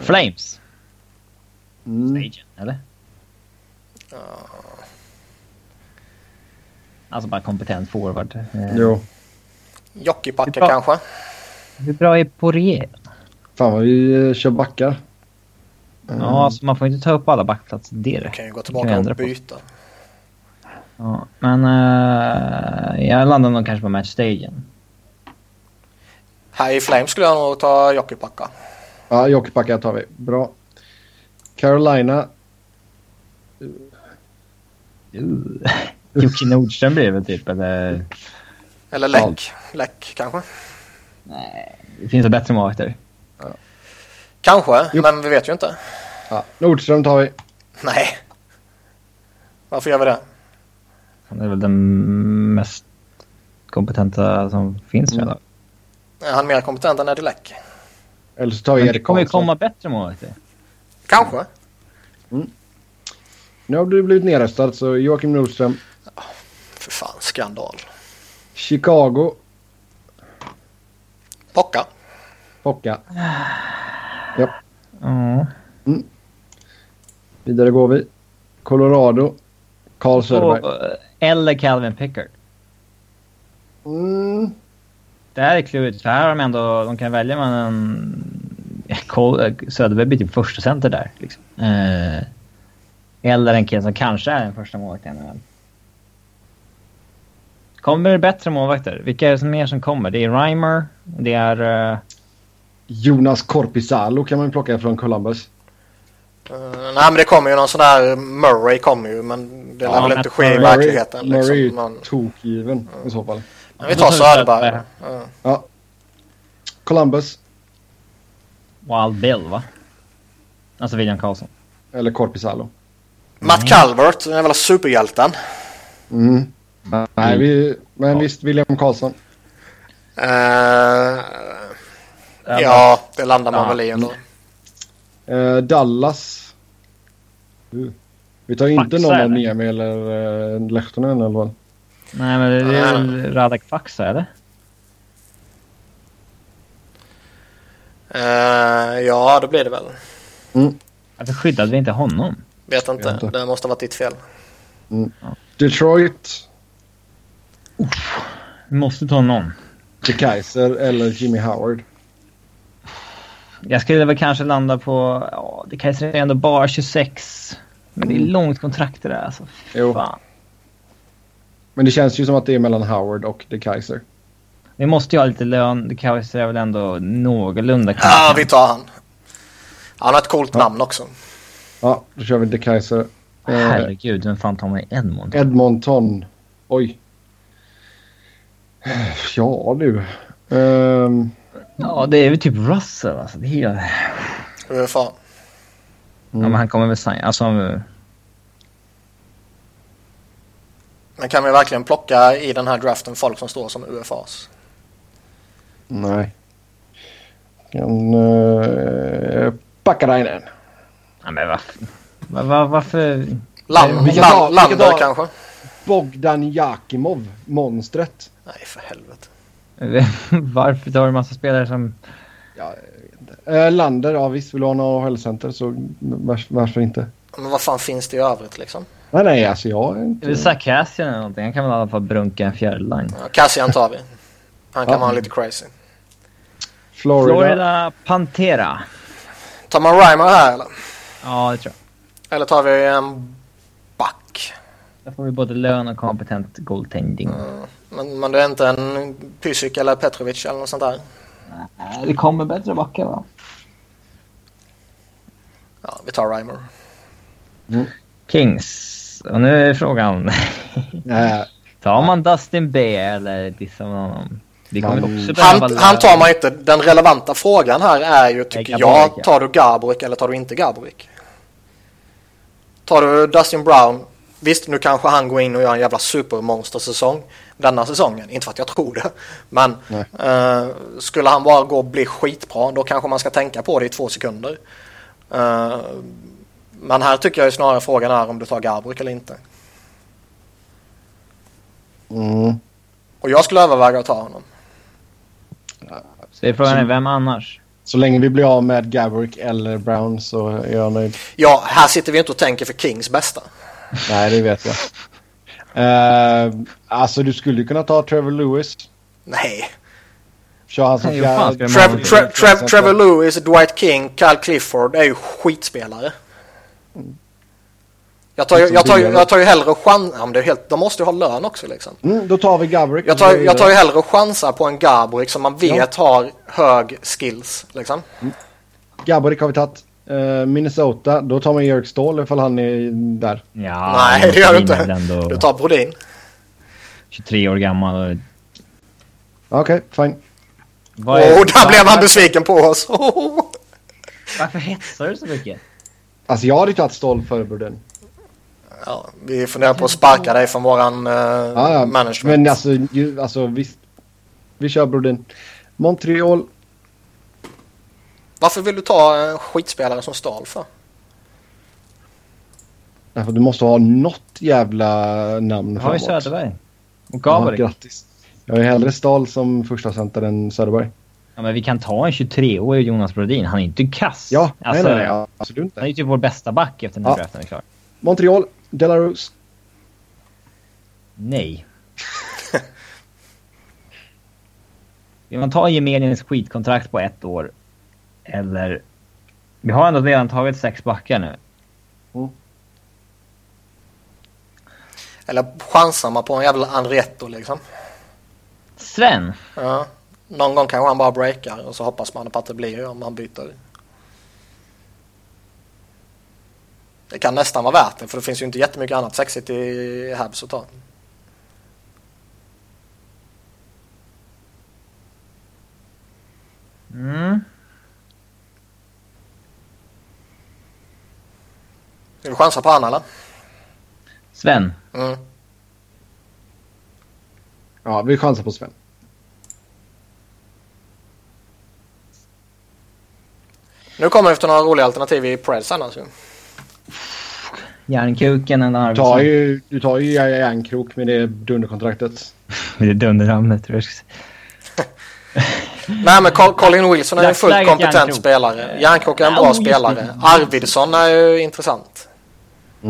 Flames.
Mm.
Agent, eller? Alltså bara kompetent forward. Eh,
Jo.
Jockeypacka
Ja.
kanske.
Hur bra är Poirier?
Fan vad vi eh, kör backar.
Ja, alltså man får inte ta upp alla backplatser. Det är det.
Vi Mm. kan ju gå
Kan vi
tillbaka
ändra
och
på?
byta.
Ja, men eh, jag landar nog kanske på matchstagen.
Här i Flames skulle jag nog ta Jockeypacka.
Ja, Jockeypacka tar vi. Bra. Carolina.
Jocke Nordström blir det väl typ, eller?
Eller
Ja.
Läck. Läck kanske.
Det finns det bättre målvakter?
Kanske,
Jo.
men vi vet ju inte.
Ja, Nordström tar vi.
Nej. Varför gör vi det?
Han är väl den mest kompetenta som finns i alla fall.
Är han mer kompetent än Eddie Läck?
Eller så tar vi
Men det
Erik
kommer ju
Karlsson.
komma bättre målvakter.
Kanske.
Nu har du blivit nedröstad så Joakim Nordström.
För fan, skandal.
Chicago.
Pocka.
Pocka.
Ja.
Vidare går vi. Colorado. Carl Söderberg.
Och, eh, eller Calvin Pickard.
Mm.
Det här är klurigt, för här har de ändå... De kan välja mellan en... Kol- eh, Söderberg blir typ första center där. Liksom. Eh, eller en kille som kanske är den första målvakten. i NHL. Kommer det bättre målvakter? Vilka är det som mer som kommer? Det är Reimer, det är... eh,
Jonas Korpisalo kan man ju plocka från Columbus.
Eh, nej men det kommer ju någon sån där Murray kommer ju men det lär
Ja,
väl
men
inte ske i
Murray-
verkligheten.
Murray är ju
Liksom. Men,
tokgiven i så fall.
men vi tar Söderberg. Eh,
Columbus.
Wild Bill, va? Alltså William Karlsson.
Eller Korpisalo.
Matt Calvert, den jävla superhjälten.
Mm. Nej, vi, men visst William Karlsson.
Eh, ja, det landar man
Ja.
väl i ändå.
Eh, Dallas. Uh. Vi tar inte
Faxa,
någon av
eller?
Niemi eller uh, Lehtonen eller vad?
Nej, men det är väl Radak Faxa, eller?
Eh, ja, det blir det väl.
Varför skyddade vi inte honom?
Vet inte.
Vet inte.
Det måste ha varit ditt fel.
Detroit,
Vi måste ta någon.
De Kaiser eller Jimmy Howard.
Jag skulle väl kanske landa på... Ja, det kanske är ändå bara 26. Men det är långt kontrakt det där alltså. Fy
Jo.
Fan.
Men det känns ju som att det är mellan Howard och De Kaiser.
Vi måste ju ha lite lön. Det kanske är väl ändå någorlunda
Ja, vi tar han. Han har ett coolt namn också.
Ja, då kör vi De Kaiser. Eh,
Herregud, vem fan tar man i Edmond?
Edmonton. Oj. Eh, Ja du. Ehm,
Ja, det är väl typ Russell alltså. Det är, ju-
Hur fan?
ja,
mm,
men han kommer väl signa. Alltså, han-
Men kan vi verkligen plocka i den här draften folk som står som UFAs?
nej. Kan, uh, Packarainen.
ja, men varför? Va- va- varför?
Land,
Vi kan ta-
land,
vi kan
lander
ta-
kanske?
Bogdan Jakimov. Monstret.
Nej, för helvete.
varför tar du en massa spelare som...
Eh, Lander, ja visst vill du ha en AHL-center så vars, varför inte?
Men vad fan finns det i övrigt liksom?
Nej, nej, alltså jag är
Är det
inte...
Sarkasian eller någonting? Han kan väl i alla fall brunka en fjärde line.
Ja, Cassian tar vi. Han kan
Ja.
vara lite crazy.
Florida.
Florida Pantera.
Tar man Reimer här eller?
Ja, det tror jag.
Eller tar vi en back?
Där får vi både lön och kompetent goaltending.
Men, men det är inte en Pysyk eller Petrovic eller något sånt där?
Det kommer bättre backar va?
Ja, vi tar Reimer.
Kings. Och nu är frågan.
Nej,
Tar man Dustin B eller dissar man honom? Vi kommer
Man-
också behöva
Han, han tar man inte. Den relevanta frågan här är ju, tycker
eh, Nej, Gaborik,
jag,
ja.
tar du Garborik eller tar du inte Garborik? Tar du Dustin Brown, Visst, nu kanske han går in och gör en jävla supermonstersäsong denna säsongen. Inte för att jag tror det. Men
Nej.
eh, skulle han bara gå och bli skitbra, då kanske man ska tänka på det i två sekunder. Eh, men här tycker jag ju snarare frågan är om du tar Garbruk eller inte.
Mm.
Och jag skulle överväga att ta honom.
Så är frågan är vem annars?
Så länge vi blir av med Gabrick eller Brown så är jag nöjd.
Ja, här sitter vi inte och tänker för Kings bästa.
Nej, det vet jag. Eh, alltså du skulle ju kunna ta Trevor Lewis.
Nej.
Kör han som
Nej, vad fan
fjärde-
ska
Trev, Trev, Trev, Trevor Lewis, Dwight King, Kyle Clifford är ju skitspelare. Jag tar ju,
Liksom
jag tar ju, jag tar ju hellre chans... Ja, men det är helt, de måste ju ha lön också liksom.
Mm, då tar vi Gabrick.
Jag tar, jag tar ju hellre chansar på en Gabrik som man vet har hög skills liksom.
Gabrick har vi tagit. Eh, Minnesota, då tar man Eric Ståhl ifall han är där.
Ja,
Ah,
Nej, det gör du
Brodin är
inte.
väl Ändå
Du tar Brodin.
23 år gammal. Och...
Okej, fine.
Vad är-
Och Oh, där
vad-
blev han besviken på oss.
Varför hetsar du så mycket?
Alltså jag hade tagit Ståhl före Brodin.
Ja, vi funderar på att sparka dig från våran eh,
Ja, ja.
management.
Men alltså, ju, alltså visst. Vi kör Brodin. Montreal.
Varför vill du ta en skitspelare som stal för?
Därför du måste ha något jävla namn
Jag har ju
framåt.
Söderberg. Och
Ja,
Gabrick.
grattis. Jag är hellre Stahl som första center än Söderberg.
Ja, men vi kan ta en 23-årig Jonas Brodin. Han är inte kass.
Ja,
alltså,
nej, nej, nej, absolut
Han är
inte.
ju typ vår bästa back efter den här
Ja.
draften är klar.
Montreal, Delarus.
Nej. Vill man ta Gemeniens skitkontrakt på ett år? Eller... Vi har ändå redan tagit sex backar nu.
Eller chansar man på en jävla Andrietto liksom?
Sven!
Ja. Någon gång kanske han bara breakar och så hoppas man på att det blir om han byter. Det kan nästan vara värt det för det finns ju inte jättemycket annat sexigt i Habs att ta.
Mm.
Ska du chansa på han eller?
Sven.
Mm.
Ja, vi chansar på Sven.
Nu kommer vi efter några roliga alternativ i Preds annars ju.
Järnkuken eller
Du tar
Arvidsson.
ju, du tar ju järnkrok med det dunderkontraktet.
Det är dunderhamnet tror jag.
Nej men Col- Colin Wilson är ju en fullt
Dagsläget
kompetent
Järnkrok. Eh,
spelare. Järnkrok är en bra
Ja,
spelare.
just det.
Arvidsson är ju intressant.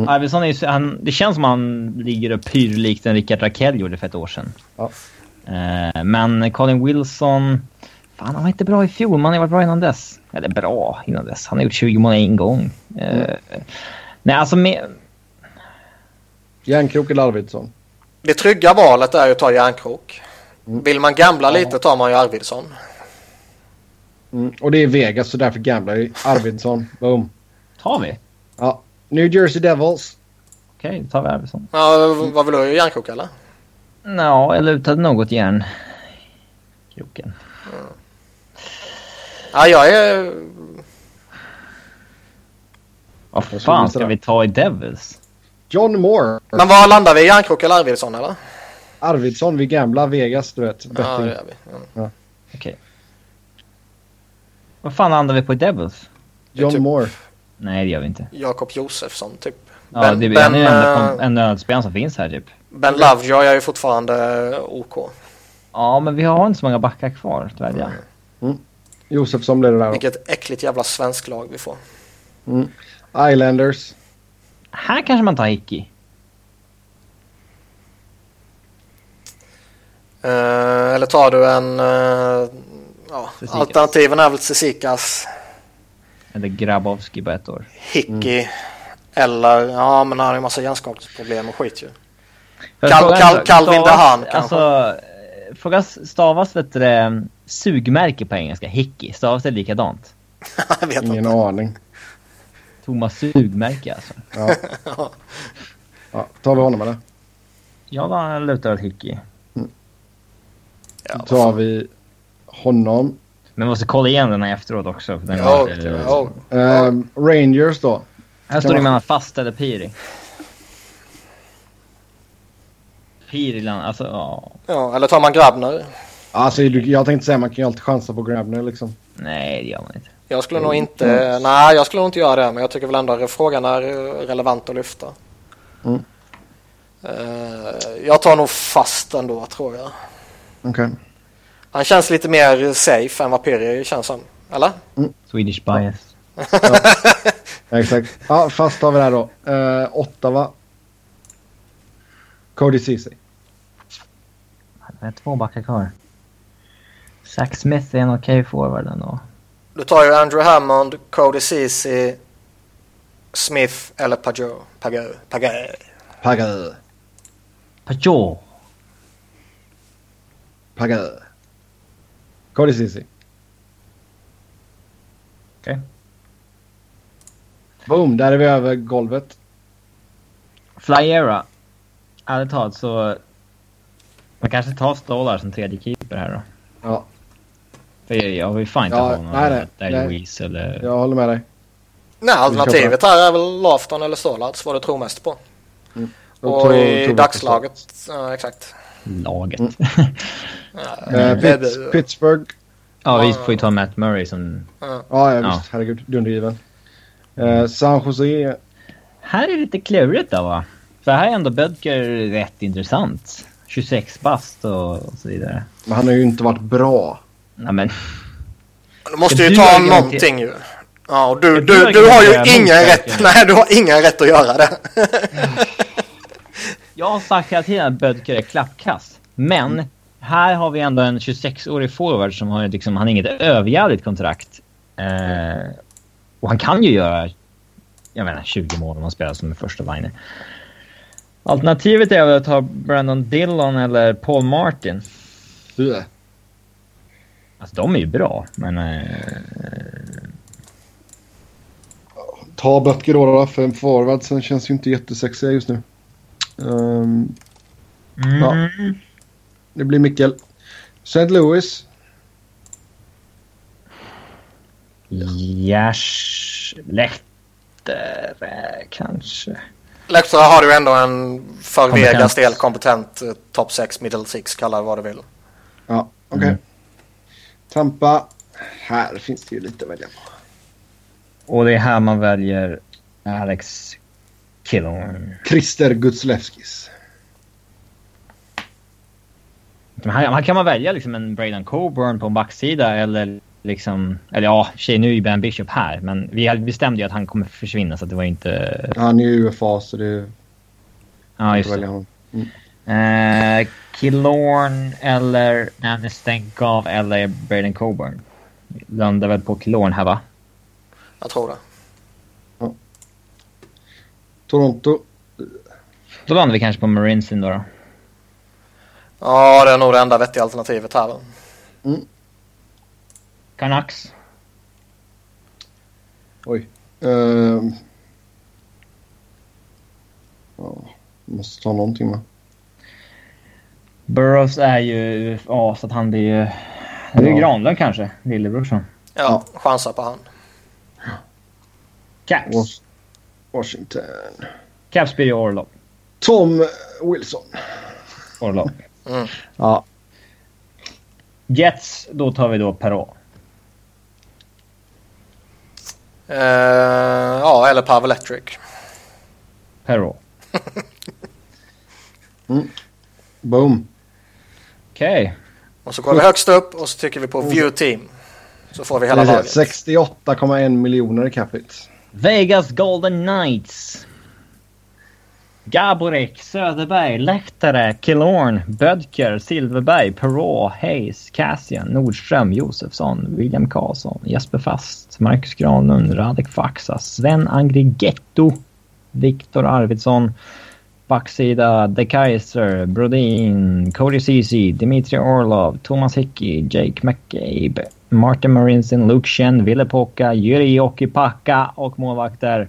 Arvidsson är ju, så- han, det känns som han ligger och pyr likt en Rickard Rakell gjorde för ett år sedan.
Ja.
Eh, men Colin Wilson... Fan, han var inte bra i fjol, men han har varit bra innan dess. Eller bra innan dess. Han har gjort 20 mål en gång. Eh, Nej, alltså med,
Järnkrok eller Arvidsson?
Det trygga valet är ju att ta Järnkrok. Vill man gambla lite tar man ju Arvidsson.
Mm. Och det är Vegas så därför gamblar vi. Arvidsson, boom.
tar vi?
Ja. New Jersey Devils.
Okej, då tar vi Arvidsson.
Ja, vad vill du? Järnkrok eller?
Ja, eller utan något järn. Kroken.
Ja, jag är...
Vad
skulle
fan
missa
ska
den.
vi ta i Devils?
John Moore.
Men var landar vi? Järnkrok eller Arvidsson eller?
Arvidsson, vi gamblar Vegas, du vet.
Ja,
Betting.
det gör vi. Ja.
Okej. Vad fan landar vi på i Devils?
John
typ-
Moore.
Nej, det gör vi inte.
Jakob Josefsson typ.
Ja,
ben,
det är
ben,
han är den enda
eh,
kom- enda nödspelaren som finns här typ.
ben Lovejoy är ju fortfarande eh, OK.
Ja, men vi har inte så många backar kvar, tyvärr. ja.
Josefsson blir det där.
Vilket äckligt jävla svensk lag vi får.
Islanders.
Här kanske man tar Hickey.
Eh, eller tar du en... eh, ja,
Cezikas.
alternativen är väl Cezikas,
Eller Grabowski på ett år.
Hickey
Mm.
eller... Ja, men han har ju massa hjärnskakningsproblem och skit ju.
För
Kal-
frågan-
Kal- Calvin
stavas-
Dahan, kanske?
Alltså, eh, frågas, stavas vet du, det, eh, sugmärke på engelska, Hickey, stavas det likadant?
jag vet
Ingen
inte.
aning.
Thomas sugmärke alltså.
Ja. Ja, tar vi honom eller?
Jag var- lutar åt Hickey.
Ja,
Då tar vi honom.
Men måste kolla igen den här efteråt också. För den
Ja,
var, eh,
ja.
Ehm, Rangers då.
Här står det mellan fast eller Piri. Pirilan, alltså ja.
Ja, eller tar man Grabner?
Alltså, du- jag tänkte säga man kan ju alltid chansa på Grabner liksom.
Nej, det gör man inte.
Jag skulle nog inte, nej jag skulle nog inte göra det men jag tycker väl ändå att frågan är eh, relevant att lyfta.
Mm.
Eh, jag tar nog fast ändå tror jag.
Okej.
Han känns lite mer safe än vad Piri känns som. Eller?
Swedish bias.
Ja, exakt. Ja, fast har vi det här då. Eh, Ottawa. Cody Ceesay.
Jag har två backar kvar. Zach Smith är en okej forward ändå.
Du tar ju Andrew Hammond, Cody Ceesay, Smith eller Pajot. Pajot. Pajot.
Pagö.
Pajot!
Pagö. Cody Ceesay.
Okej.
Boom, där är vi över golvet.
Flyera. Ärligt talat så... Man kanske tar Stolar som tredje keeper här då.
Ja,
För jag vill fan inte
Ja,
ha någon
nej, nej, nej.
där Louise eller...
jag håller med dig.
Nej, alternativet här är väl Lafton eller Stålarts vad du tror mest på.
Då
Och
tog-
i
tog vi
dagslaget, ja exakt.
laget.
Mm.
Ja,
Eh,
Mm.
det- det-
Pitts- Pittsburgh.
ja, vi får ju ta Matt Murray som...
Ja, ja,
Ja.
visst. Herregud. Dundergiven. Eh, San Jose.
Här är det lite klurigt då va? För här är ändå Bödker rätt intressant. 26 bast och, och så vidare.
Men han har ju inte varit bra.
Nej men,
Du måste ju
Du
ta
argumenterar-
någonting ju. Ja, och du,
Du
du, du har
argumenterar
ju
mot
ingen
saken.
rätt, nej, du har ingen rätt att göra det.
jag har sagt hela tiden att Bödker är klappkast. Men, här har vi ändå en 26-årig forward som har liksom, han har inget överjävligt kontrakt. Eh, och han kan ju göra, jag menar 20 mål om han spelar som en första liner. Alternativet är väl att ta Brandon Dillon eller Paul Martin.
Hur?
Alltså de är ju bra, men... eh,
Ta Böttger då, då för en forward. Sen känns ju inte jättesexiga just nu. Ehm, Ja. det blir Mickel. St. Louis.
Gers... Lechter eh, kanske.
Leksand har du ändå en för
Kompetent.
Vegas del kompetent eh, top 6, middle 6, kalla det vad du vill.
Ja, okej.
Mm.
Tampa. Här finns det ju lite att välja på.
Och det är här man väljer Alex Killorn.
Christer Gutslevskis.
Men Här, här kan man välja liksom en Braden Coburn på en backsida eller liksom... Eller ja, i och för sig nu är ju Ben Bishop här, men vi hade- bestämde ju att han kommer försvinna så att det var ju inte...
Han är ju UFA så det är
Ja,
inte
just
att välja
det.
honom.
Eh, Killorn eller Andy Stenkow eller Braden Coburn. Landar väl på Killorn här va?
Jag tror det.
Toronto.
Då landar vi kanske på Marinsin då. då.
Ja, det är nog det enda vettiga alternativet här. va?
Canucks.
Oj. Ehm. Ja, måste ta någonting med.
Burrows är ju UFA så att han blir ju... Det är ju
Ja.
Granlund kanske, lillebrorsan.
Ja, chansar på han.
Caps.
Was- Washington.
Caps blir ju Orlov.
Tom Wilson.
Orlov.
Ja.
Jets, då tar vi då Perå.
Eh, ja, eller Pavel Electric.
Perå.
Boom.
Okej.
Och så går vi högst upp och så tycker vi på View Team. Så får vi hela laget.
68,1 miljoner i capita.
Vegas Golden Knights. Gaborek, Söderberg, Lehtare, Killorn, Bödker, Silverberg, Perå, Hayes, Cassian, Nordström, Josefsson, William Karlsson, Jesper Fast, Marcus Granlund, Radek Faxa, Sven Angrigetto, Viktor Arvidsson, backsida De Kaiser, Brodin, Cody Ceesay, Dimitri Orlov, Thomas Hickey, Jake McCabe, Martin Marinsin, Luke Chen, Ville Pocka, Jyri Jokipakka och målvakter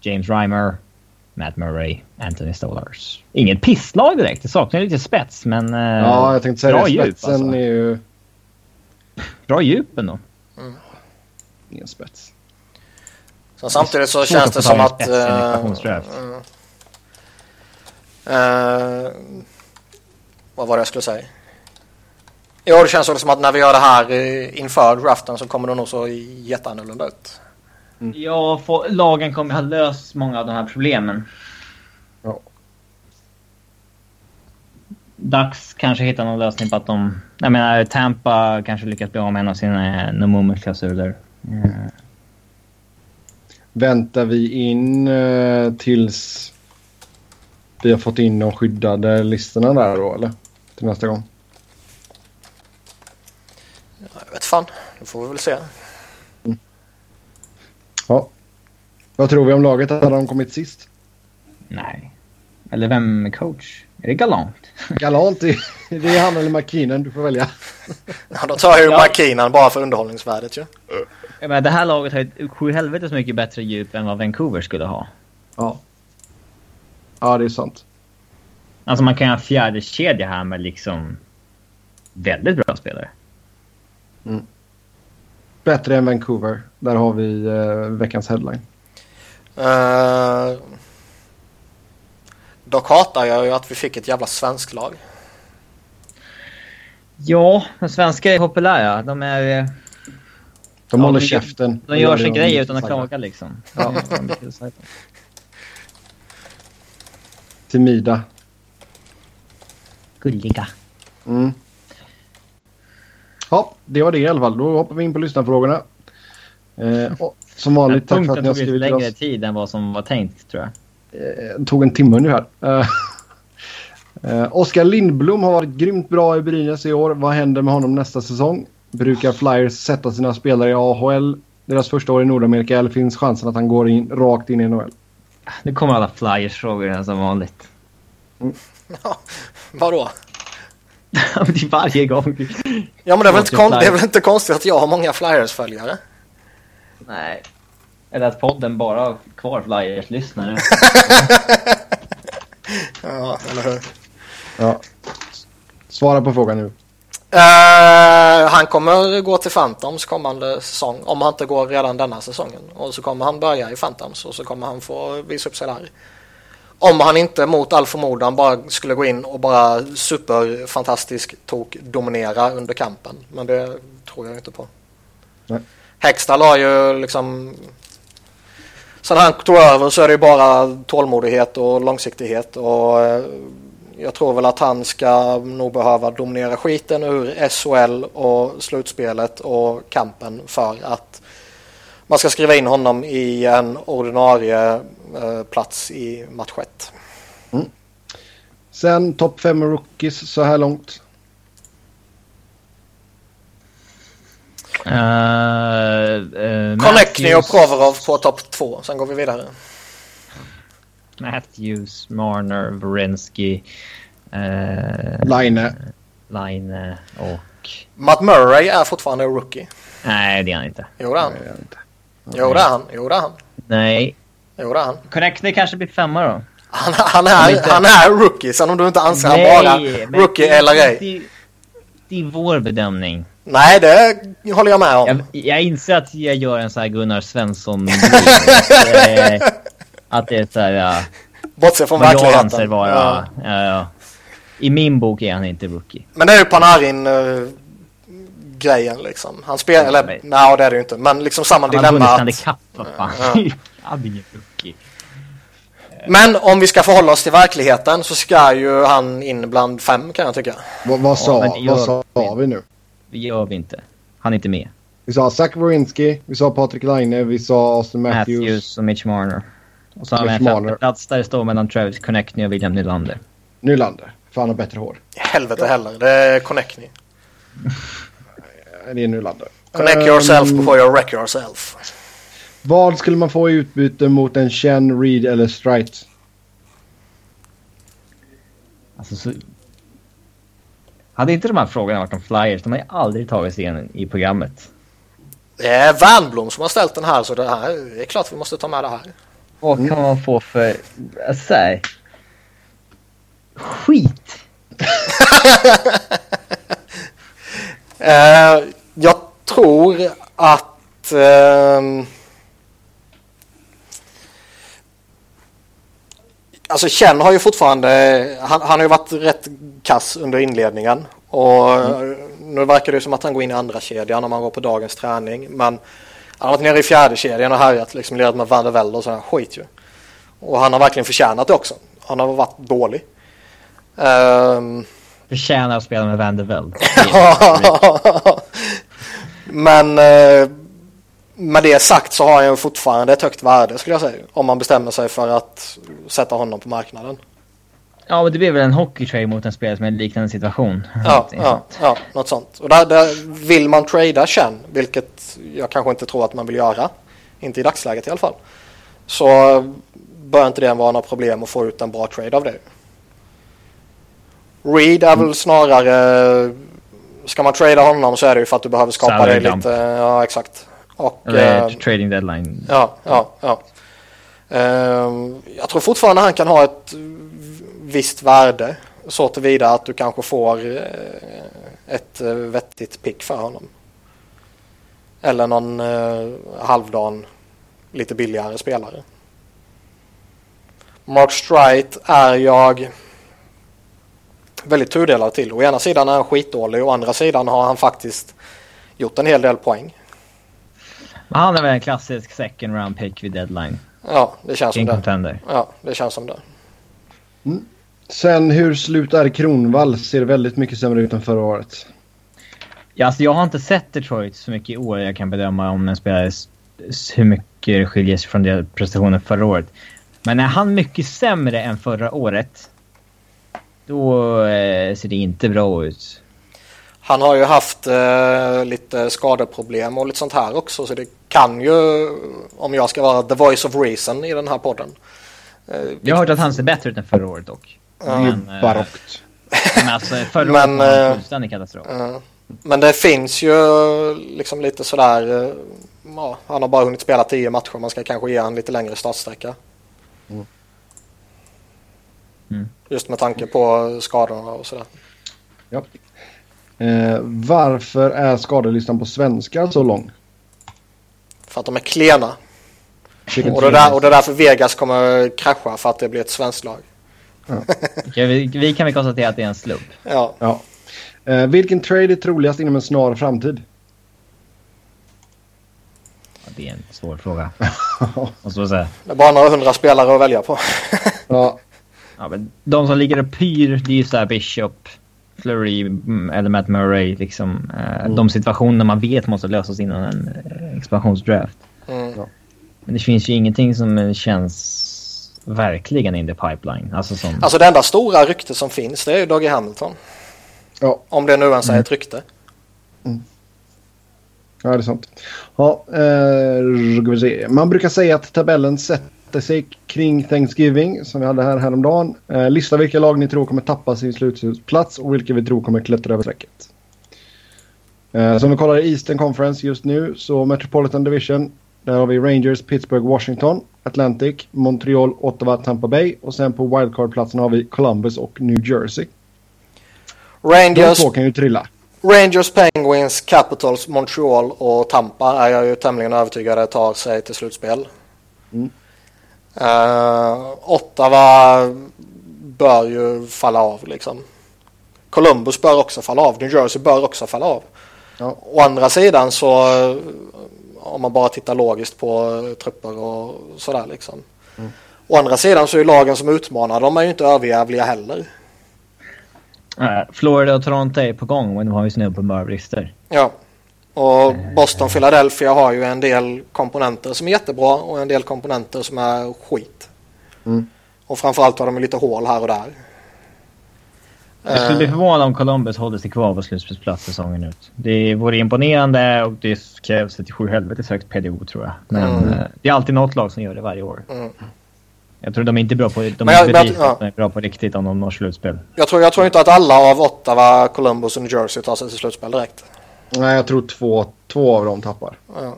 James Reimer, Matt Murray, Anthony Stolars. Inget pisslag direkt. Det saknar lite spets, men eh,
Ja, jag tänkte säga
bra
det.
djup
Spetsen
alltså.
är ju...
bra djup ändå.
Ingen spets.
Så samtidigt så
Svårt
känns
att
det
få
som eh,
tag i
att...
spets i en
eh,
ekvationsdraft.
eh, eh, Vad var det jag skulle säga? Ja, det känns väl som att när vi gör det här eh, inför draften så kommer det nog så jätteannorlunda ut.
Ja, få- lagen kommer ha löst många av de här problemen.
Ja.
Dags kanske hitta någon lösning på att de... Jag menar, Tampa kanske lyckas bli av med en av sina eh, no movement-klausuler. Eh,
Väntar vi in eh, tills vi har fått in de skyddade listorna där då eller? Till nästa gång.
Jag vet fan, det får vi väl se.
Ja. Vad tror vi om laget? Hade de kommit sist?
Nej. Eller vem är coach? Är det Galant?
Galant, det det är han eller McKinnon. Du får välja.
Ja, då tar jag ju
Ja.
McKeenan bara för underhållningsvärdet ju.
Jag menar, det här laget har ju ett sjuhelvetes mycket bättre djup än vad Vancouver skulle ha.
Ja. Ja, det är sant.
Alltså man kan ha en fjärde kedja här med liksom väldigt bra spelare.
Bättre än Vancouver. Där har vi eh, veckans headline.
Eh, dock hatar jag ju att vi fick ett jävla svensk lag.
Ja, de svenska är populära. De, är, eh,
De
Ja,
håller
de-
käften.
de gör
det
sin
de
grej
vill
utan att
säga.
klaga liksom.
Ja.
Det är mycket att säga.
Till Mida.
Gulliga.
Mm. Ja, det var det i alla fall. Då hoppar vi in på lyssnarfrågorna. Eh, och som vanligt, tack för att
Punkten
ni har
tog lite
skrivit till
längre
oss.
tid än vad som var tänkt tror jag.
Eh, tog en timme ungefär. Eh, eh, Oskar Lindblom har varit grymt bra i Brynäs i år. Vad händer med honom nästa säsong? Brukar Flyers sätta sina spelare i AHL deras första år i Nordamerika eller finns chansen att han går in, rakt in i NHL?
Nu kommer alla flyers-frågor igen som vanligt.
Ja, vadå?
det är varje gång.
Ja, men det är, väl inte kon-
Flyers.
det är väl inte konstigt att jag har många Flyers-följare?
Nej. Eller att podden bara har kvar flyers-lyssnare.
Ja, eller hur?
Ja. Svara på frågan nu.
Eh, han kommer gå till Phantoms kommande säsong om han inte går redan denna säsongen. Och så kommer han börja i Phantoms och så kommer han få visa upp sig där. Om han inte mot all förmodan bara skulle gå in och bara superfantastisk tok dominera under kampen. Men det tror jag inte på.
Nej.
Hextall har ju liksom... Sen han tog över så är det ju bara tålmodighet och långsiktighet och eh, jag tror väl att han ska nog behöva dominera skiten ur SHL och slutspelet och kampen för att man ska skriva in honom i en ordinarie eh, plats i match 1.
Sen topp fem rookies så här långt.
uh, uh,
Connectny och Provorov på topp 2. Sen går vi vidare.
Matthews, Marner, Wierenski, eh,
Line.
Line och...
Matt Murray är fortfarande rookie.
Nej, det är han inte.
Jo det är han.
Nej,
Mm.
jag vet inte.
Jo det är han. Jo det är han.
Nej.
Jo det är han.
Connectney kanske blir femma då.
Han, han, är, han är rookie. Sen om du inte anser han vara
men
rookie
det-
eller ej.
Det, det är vår bedömning.
Nej det håller jag med om.
Jag, jag inser att jag gör en så här Gunnar Svensson... eh, att det är så här... ja,
Bortse från
vad jag
verkligheten.
anser vara...
Ja.
Ja. Ja, I min bok är han inte rookie.
Men det är ju Panarin eh, grejen liksom. Han spelar, eller nej
Nej.
det är det ju inte. Men liksom samma
Han har
dilemma.
vunnit Stanley
Att,
Cup, vad fan.
Ja.
Han är ingen rookie.
men om vi ska förhålla oss till verkligheten så ska ju han in bland fem kan jag tycka.
Vad, vad,
men
sa,
det
vad
gör
sa vi nu?
Det gör vi inte. Han är inte med.
Vi sa Zach Wierenski, vi sa Patrik Laine, vi sa Austin Matthews.
Matthews och Mitch Marner. Och så har vi
Mitch
en
Marner.
femte plats där det står mellan Travis Connectney och William Nylander.
Nylander. För han har bättre hår.
Helvete heller. Det är connect ni.
Det är Nylander.
Connect
Ehm,
yourself before you wreck yourself.
Vad skulle man få i utbyte mot en Chen, Reed eller Strite?
Alltså, så... Hade inte de här frågorna varit om flyers, de hade ju aldrig tagits igen i programmet.
Det är Wernbloom som har ställt den här så det, här, det är klart vi måste ta med det här.
Vad kan man få för... Alltså, här... Skit!
Eh, jag tror att... ehm, Alltså Chen har ju fortfarande, han, han har ju varit rätt kass under inledningen. Och nu verkar det ju som att han går in i andra kedjan om han går på dagens träning. Men han har varit nere i fjärde kedjan och härjat, liksom lirat med Van der Velde och sådär skit ju. Och han har verkligen förtjänat det också. Han har varit dålig. Ehm,
Förtjänar att spela med Vanderveld.
Men eh, med det sagt så har han ju fortfarande ett högt värde skulle jag säga. Om man bestämmer sig för att sätta honom på marknaden.
Ja, men det blir väl en hockeytrade mot en spelare som är i en liknande situation.
Ja, ja, ja något sånt. Och där, där vill man trada Chen, vilket jag kanske inte tror att man vill göra. Inte i dagsläget i alla fall. Så bör inte det vara några problem att få ut en bra trade av det. Reed är
Mm.
väl snarare... Ska man trada honom så är det ju för att du behöver skapa
Salary
dig
dump.
lite... Ja, exakt. Och...
Eller
eh,
trading deadline.
Ja, ja, ja. Ehm, jag tror fortfarande han kan ha ett eh, visst värde. Så tillvida att du kanske får eh, ett eh, vettigt pick för honom. Eller någon eh, halvdan lite billigare spelare. Mark Strite är jag väldigt tudelad till. Å ena sidan är han skitdålig, å andra sidan har han faktiskt gjort en hel del poäng.
Men han är väl en klassisk second round pick vid deadline.
Ja, det känns som
En
det.
contender.
Ja, det känns som det.
Sen hur slutar Kronvall ser väldigt mycket sämre ut än förra året.
Ja, alltså jag har inte sett Detroit så mycket i år. Jag kan bedöma om en spelare s- s- hur mycket det skiljer sig från deras prestationer förra året. Men är han mycket sämre än förra året, då eh, ser det inte bra ut.
Han har ju haft eh, lite skadeproblem och lite sånt här också. Så det kan ju, om jag ska vara the voice of reason i den här podden.
Jag har hört att han ser bättre ut än förra året dock. Men, eh,
Barockt.
men alltså förra
Men,
året var
eh,
en fullständig katastrof.
Eh, men det finns ju liksom lite sådär, eh, ja, han har bara hunnit spela tio matcher. Man ska kanske ge han lite längre startsträcka.
Mm.
Mm.
Just med tanke på skadorna och sådär.
Ja. Eh, varför är skadelistan på svenskar så lång?
För att de är klena.
Vilken
Och det, där, och det är därför Vegas kommer krascha för att det blir ett svenskt lag.
Okej, vi, vi kan väl konstatera att det är en slump.
Ja,
Ja. Eh, vilken trade är troligast inom en snar framtid?
Ja, det är en svår fråga. Måste man säga.
det är bara några hundra spelare att välja på.
Ja,
Ja, men de som ligger och pyr, det är ju såhär Bishop, Flurry mm, eller Matt Murray. Liksom, eh, De situationer man vet måste lösas innan en eh, expansionsdraft.
Mm.
Men det finns ju ingenting som eh, känns verkligen in the pipeline. Alltså som...
Alltså det enda stora rykte som finns det är ju Dougie Hamilton.
Ja. Mm.
Om det nu ens är ett rykte.
ja det är sant. Ja, eh, ska vi se. Man brukar säga att tabellen sätter sig kring Thanksgiving som vi hade här häromdagen. Eh, lista vilka lag ni tror kommer tappa sin slutspelsplats och vilka vi tror kommer klättra över strecket. Eh, som vi kollar i Eastern Conference just nu så Metropolitan Division. Där har vi Rangers, Pittsburgh, Washington, Atlantic, Montreal, Ottawa, Tampa Bay och sen på wildcard-platsen har vi Columbus och New Jersey. De
Rangers,
två kan ju trilla.
Rangers, Penguins, Capitals, Montreal och Tampa är jag ju tämligen övertygad tar sig till slutspel.
Mm.
Eh, Ottawa bör ju falla av liksom. Columbus bör också falla av. New Jersey bör också falla av.
Ja.
Å andra sidan så eh, om man bara tittar logiskt på eh, trupper och sådär liksom.
Mm.
Å andra sidan så är ju lagen som utmanar de är ju inte överjävliga heller.
Eh, Florida och Toronto är på gång, men de har ju snudd på bara brister.
Ja. Och Boston Philadelphia har ju en del komponenter som är jättebra och en del komponenter som är skit.
Mm.
Och framförallt har de ju lite hål här och där.
Jag skulle
Eh.
bli förvånad om Columbus håller sig kvar på slutspelsplats säsongen ut. Det vore imponerande och det krävs ett sju helvetes högt PDO tror jag. Men
Mm.
eh, det är alltid något lag som gör det varje år.
Mm.
Jag tror de är inte bra på... De
Men jag-
har
men jag-
bevisat att de är bra på riktigt om de når slutspel.
Jag tror, jag tror inte att alla av Ottawa, Columbus och New Jersey tar sig till slutspel direkt.
Nej, jag tror två, två av dem tappar.
Ja.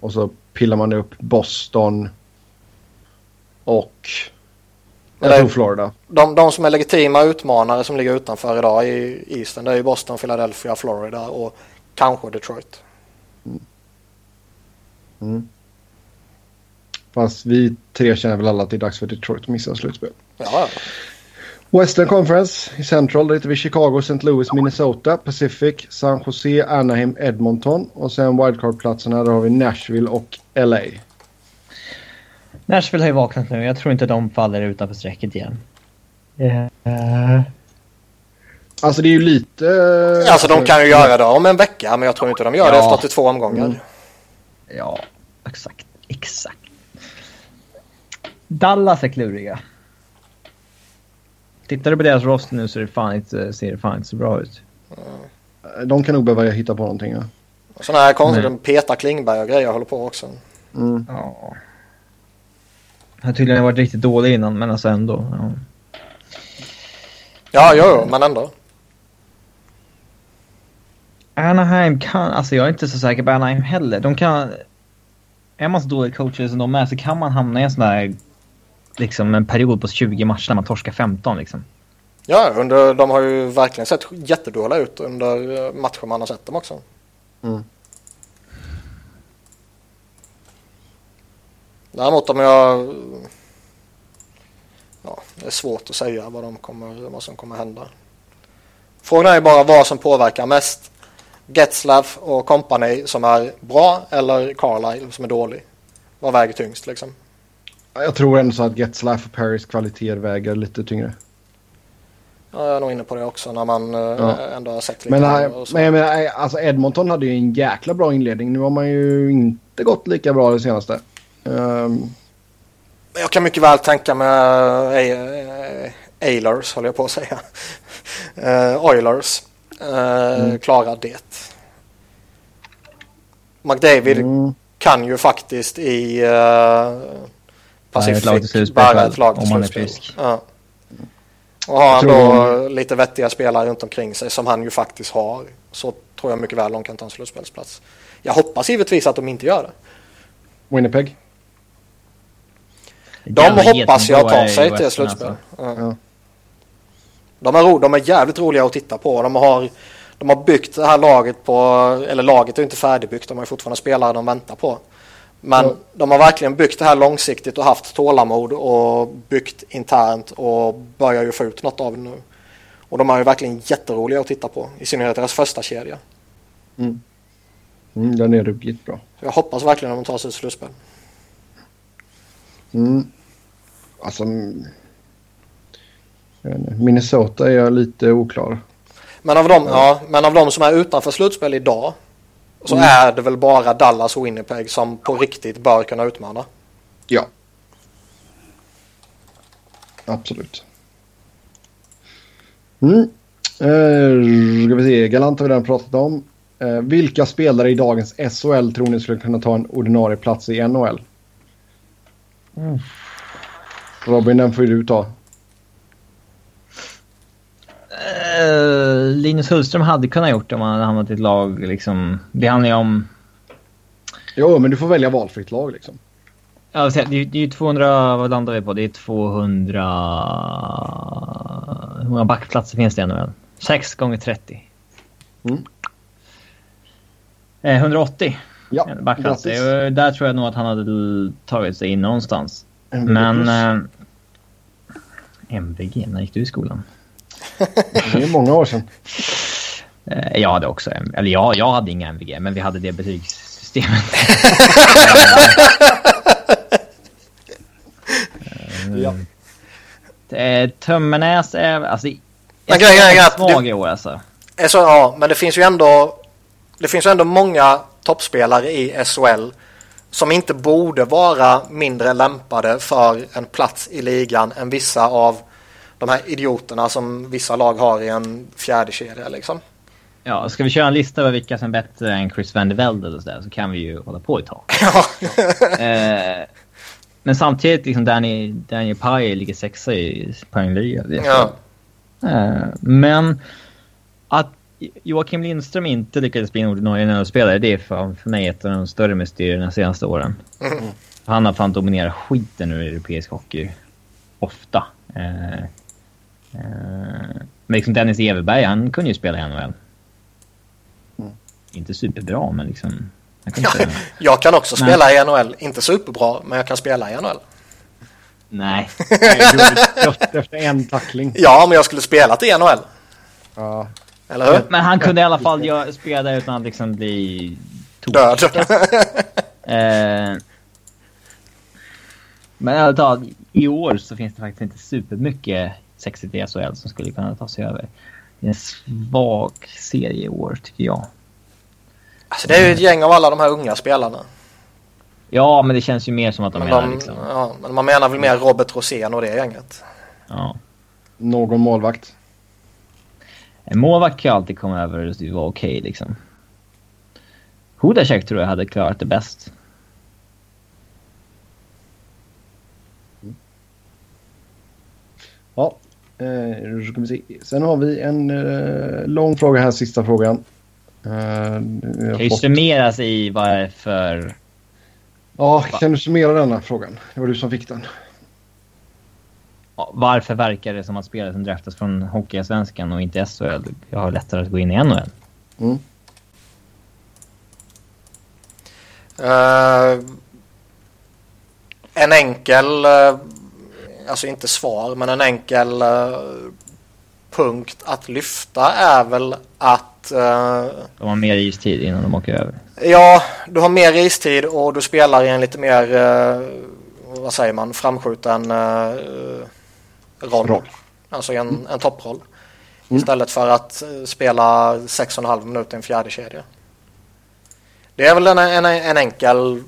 Och så pillar man upp Boston och jag
Eller-
tror Florida.
De, de som är legitima utmanare som ligger utanför idag i Eastern det är ju Boston, Philadelphia, Florida och kanske Detroit.
Fast vi tre känner väl alla att det är dags för Detroit att missa slutspel.
Ja,
Western Conference i Central, där hittar vi Chicago, St. Louis, Minnesota, Pacific, San Jose, Anaheim, Edmonton. Och sen wildcard-platserna, där har vi Nashville och LA.
Nashville har ju vaknat nu. Jag tror inte de faller utanför strecket igen. Eh,
Alltså det är ju lite... eh,
Alltså de kan ju göra det om en vecka men jag tror inte de gör det
Ja.
efter 82 omgångar.
Mm.
ja, exakt. Exakt. Dallas är kluriga. Tittar du på deras roster nu så är det fan inte, ser det fan inte så bra ut.
De kan nog behöva hitta på någonting. Ja.
Sådana här konstiga,
Nej.
Peter Klingberg och grejer håller på också.
Mm.
Ja. Har tydligen varit riktigt dålig innan men alltså ändå. Ja.
Ja, jo, jo, men ändå.
Anaheim kan, alltså jag är inte så säker på Anaheim heller. De kan, är man så dåliga coacher som de är så kan man hamna i en sån där, liksom en period på 20 matcher när man torskar 15 liksom.
Ja, under, de har ju verkligen sett jättedåliga ut under eh, matcher man har sett dem också.
Mm.
Däremot om jag... Ja, det är svårt att säga vad, de kommer, vad som kommer hända. Frågan är ju bara vad som påverkar mest. Getzlaff och company som är bra eller Carlisle som är dålig. Vad väger tyngst liksom?
Jag tror ändå så att Getzlaff och Paris kvaliteter väger lite tyngre.
Ja, jag är nog inne på det också när man eh,
Ja.
ändå har sett lite.
Men,
och
äh,
så.
men jag menar, äh, alltså Edmonton hade ju en jäkla bra inledning. Nu har man ju inte gått lika bra det senaste. Ehm,
Men Jag kan mycket väl tänka mig eh, eh, Ailers, håller jag på att säga. Eh, Oilers eh,
Mm.
klarar det. McDavid
mm,
kan ju faktiskt i eh, Pacific
lag till slutspel
bära
själv,
ett lag till
om han är
slutspel.
frisk.
Ja. Och har han
tror
då lite vettiga spelare runt omkring sig som han ju faktiskt har så tror jag mycket väl de kan ta en slutspelsplats. Jag hoppas givetvis att de inte gör det.
Winnipeg.
De
Jävla
hoppas jag
getingboa
tar
i alltså.
sig till
Western,
slutspel. Ja.
Ja.
De, är ro, de är jävligt roliga att titta på. De har, de har byggt det här laget på, eller laget är ju inte färdigbyggt, de har ju fortfarande spelare de väntar på. Men
Ja.
de har verkligen byggt det här långsiktigt och haft tålamod och byggt internt och börjar ju få ut något av det nu. Och de är ju verkligen jätteroliga att titta på, i synnerhet deras första kedja.
Mm, den är ruggigt bra.
Så jag hoppas verkligen att de tar sig till slutspel.
Mm. Alltså... mm, jag vet inte. Minnesota är jag lite oklar.
Men av, dem, ja, men av dem som är utanför slutspel idag så är det väl bara Dallas och Winnipeg som på riktigt bör kunna utmana.
Ja. Absolut. Mm. Eh, ska vi se, Galant har vi redan pratat om. Eh, vilka spelare i dagens SHL tror ni skulle kunna ta en ordinarie plats i NHL? Robin, den får ju du ta.
Eh, Linus Hultström hade kunnat gjort det om han hade hamnat i ett lag liksom. Det handlar ju om,
Jo, men du får välja valfritt lag liksom.
jag vill säga, det är ju- det är ju 200, vad landar vi på? Det är 200... Hur många backplatser finns det i NHL? 6 gånger 30.
Mm.
Eh, 180.
Ja,
En backplats.
grattis.
Det- Där tror jag nog att han hade l- tagit sig in någonstans.
MVP
Men...
plus.
Eh, MVG, när gick du i skolan?
Det är många år sedan.
Eh, jag hade också... M- Eller jag, jag hade inga MVG, men vi hade det betygssystemet.
Ja.
Eh, Tömmernes är... Alltså, det-
Men grejen är
jag
att du-
svag i år alltså.
Eh, Så, ja, men det finns ju ändå, det finns ju ändå många toppspelare i SHL som inte borde vara mindre lämpade för en plats i ligan än vissa av de här idioterna som vissa lag har i en fjärde kedja liksom.
Ja, ska vi köra en lista över vilka som är bättre än Chris Van der Velde och sådär så kan vi ju hålla på ett tag.
Ja.
Eh, men samtidigt, liksom Danny, Daniel Pye ligger sexa i poängligan. Det är
Ja.
Eh, Men att Joakim Lindström inte lyckades bli en ordinarie NHL-spelare, det är för, för mig ett av de större mysterierna de senaste åren. Han har fan dominerat skiten ur europeisk hockey. Ofta. Eh, eh, men liksom Dennis Everberg, han kunde ju spela i NHL. Inte superbra, men liksom...
Jag kan inte...
Jag kan också spela i NHL. Inte superbra, men jag kan spela i NHL.
Nej.
Efter, efter en tackling.
Ja, men jag skulle spelat i NHL.
Ja.
Eller hur?
Men han kunde i alla fall göra- spela där utan att liksom bli... tokig.
Död.
Eh, men ärligt talat, i år så finns det faktiskt inte supermycket sexigt i SHL som skulle kunna ta sig över. Det är en svag serie i år, tycker jag.
Alltså, det är ju ett gäng av alla de här unga spelarna.
Ja, men det känns ju mer som att de
Men,
menar
de,
liksom...
ja, men man menar väl mer Robert Rosén och det gänget.
Ja.
Någon målvakt.
En målvakt kan ju alltid komma över och vara okej liksom. Hudacek tror jag hade klarat det bäst.
Ja. Eh, då ska vi se. Sen har vi en eh, lång fråga här, sista frågan. Eh, vi har
Kan ju
fått-
summeras i varför...
Ja, kan du summera denna frågan? Det var du som fick den.
Varför verkar det som att spelare som draftas från Hockeyallsvenskan och inte SHL jag har lättare att gå in i NHL?
Eh, en enkel, eh, alltså inte svar, men en enkel eh, punkt att lyfta är väl att eh,
De har mer istid innan de åker över.
ja, du har mer istid och du spelar i en lite mer, eh, vad säger man, framskjuten eh, roll.
Roll. Mm.
Alltså en, en topproll. Istället för att eh, spela sex och en halv minut i en fjärde kedja. Det är väl en, en, en enkel,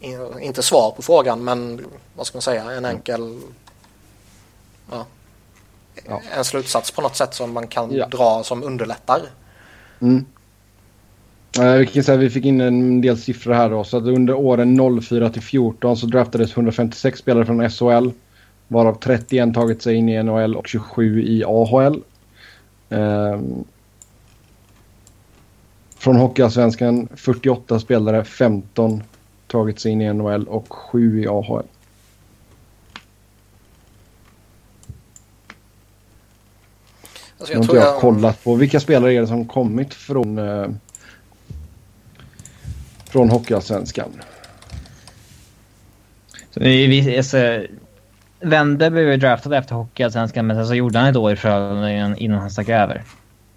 i- inte svar på frågan, men vad ska man säga,
Mm.
en enkel ja,
Ja.
en slutsats på något sätt som man kan
Ja.
dra som underlättar.
Mm. Eh, vi kan säga att vi fick in en del siffror här då. Så att under åren 04 till 14 så draftades 156 spelare från SHL. Varav 31 tagit sig in i NHL och 27 i AHL. Ehm, från Hockeyallsvenskan 48 spelare, 15 tagit sig in i NHL och 7 i AHL.
Alltså,
Jag har inte jag kollat på. Vilka spelare är det som kommit från, eh, från Hockeyallsvenskan?
Så vi, vi, alltså, Wende blev ju draftad efter Hockeyallsvenskan men sen så gjorde han ett år i Frölunda innan- innan han stack över.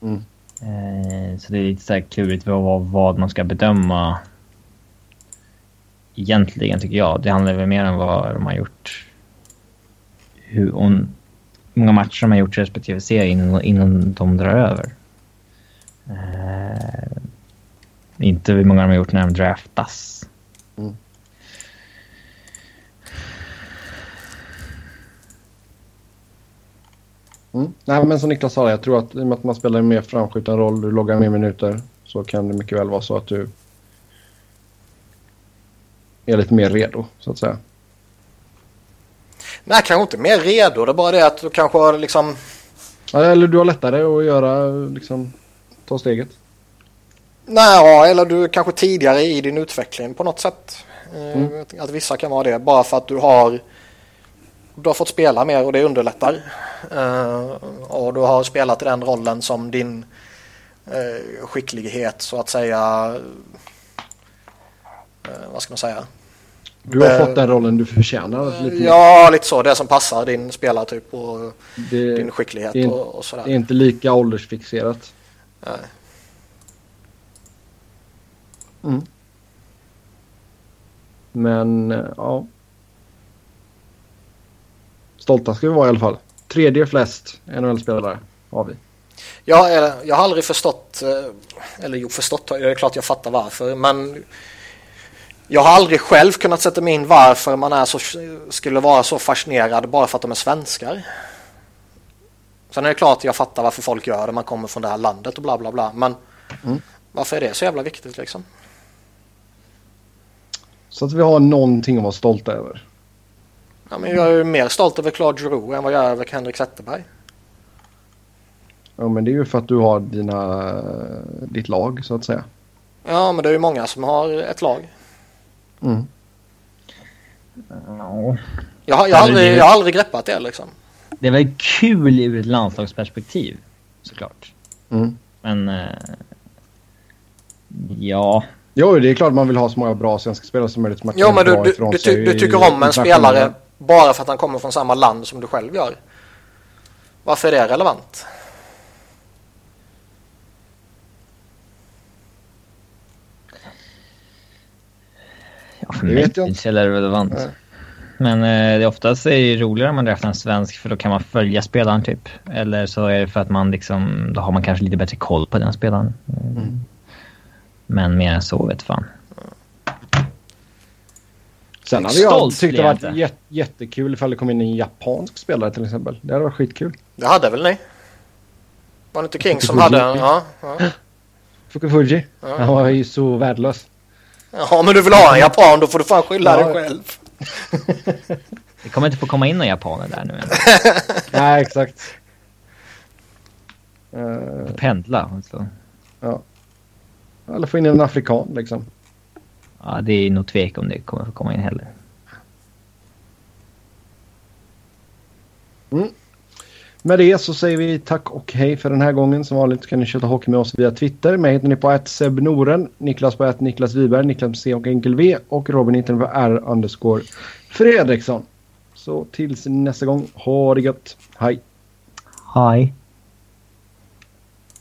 Mm.
Eh, så det är lite så här klurigt vad, vad- vad man ska bedöma egentligen tycker jag. Det handlar väl mer om vad de har gjort. Hur om, hur många matcher de har gjort i respektive serie innan, innan de drar över. Eh, inte hur många de har gjort när de draftas.
Mm. Nej, men som Niklas sa, jag tror att i och med att man spelar en mer framskjuten roll, du loggar mer minuter, så kan det mycket väl vara så att du är lite mer redo, så att säga.
Nej, kanske inte mer redo. Det är bara det att du kanske har liksom...
Eller du har lättare att göra, liksom, ta steget.
Nej, ja, eller du är kanske tidigare i din utveckling på något sätt. Eh,
Mm.
att- Att vissa kan vara det. Bara för att du har... Du har fått spela mer och det underlättar. Eh, och du har spelat i den rollen som din eh, skicklighet så att säga... Eh, vad ska man säga?
Du har
Eh,
fått den rollen du förtjänar. Lite.
Ja, lite så. Det som passar din spelartyp och
det,
din skicklighet
det är inte-
och, och sådär.
det är inte lika åldersfixerat.
Nej.
Mm. Men, eh, ja. Stolta ska vi vara i alla fall. Tredje flest NHL-spelare har vi.
Ja, eller, jag har aldrig förstått, eh, eller jo förstått, det är klart jag fattar varför, men jag har aldrig själv kunnat sätta mig in varför man är så, skulle vara så fascinerad bara för att de är svenskar. Sen är det klart jag fattar varför folk gör det, man kommer från det här landet och bla bla bla, men
Mm.
varför är det så jävla viktigt liksom?
Så att vi har någonting att vara stolta över.
Ja, men jag är ju mer stolt över Claude Giroux än vad jag är över Henrik Zetterberg.
Ja, men det är ju för att du har dina, eh, ditt lag så att säga.
Ja, men det är ju många som har ett lag.
Mm.
Ja.
Jag, har- jag,
Ja,
har
det är
aldrig,
ju-
jag har aldrig greppat det liksom.
Det är väl kul ur ett landslagsperspektiv, såklart.
Mm.
Men eh, Ja,
Jo, det är klart man vill ha så många bra svenska spelare som möjligt. som man
Jo,
kan
men du,
dra
du,
ifrån
du,
sig
ty, du
i
tycker om en
internationella-
spelare bara för att han kommer från samma land som du själv gör. Varför är det relevant?
ja för
Det
mig
vet jag
är det inte så jävla relevant.
Nej.
Men eh, det är oftast är det roligare om man draftar en svensk för då kan man följa spelaren typ. Eller så är det för att man liksom, då har man kanske lite bättre koll på den spelaren. Mm. Men mer än så vet fan.
Sen hade jag
Stolt
tyckt
blir
det
jag
varit
inte.
jät- jättekul ifall det kom in en japansk spelare till exempel. Det hade varit skitkul.
Det hade väl ni? Var det inte King som
Fukufuji.
hade en? Ja, ja.
Fukufuji.
Ja.
Han var ju så värdelös.
ja, men du vill ha en japan då får du fan skylla
Ja.
dig själv.
Det kommer inte få komma in några japaner där nu.
Nej, exakt. Eh,
Pendla. Alltså.
eller få in en afrikan liksom.
Ja, det är nog tvek om det kommer få komma in heller.
Med det så säger vi tack och hej för den här gången. Som vanligt kan ni köta hockey med oss via Twitter. Mig hittar ni på @sebnoren, Niklas på Niklas Wiberg, Niklas med C och enkel V och Robin hittar ni på R underscore Fredriksson. Så tills nästa gång, ha det gött. Hej!
Hej.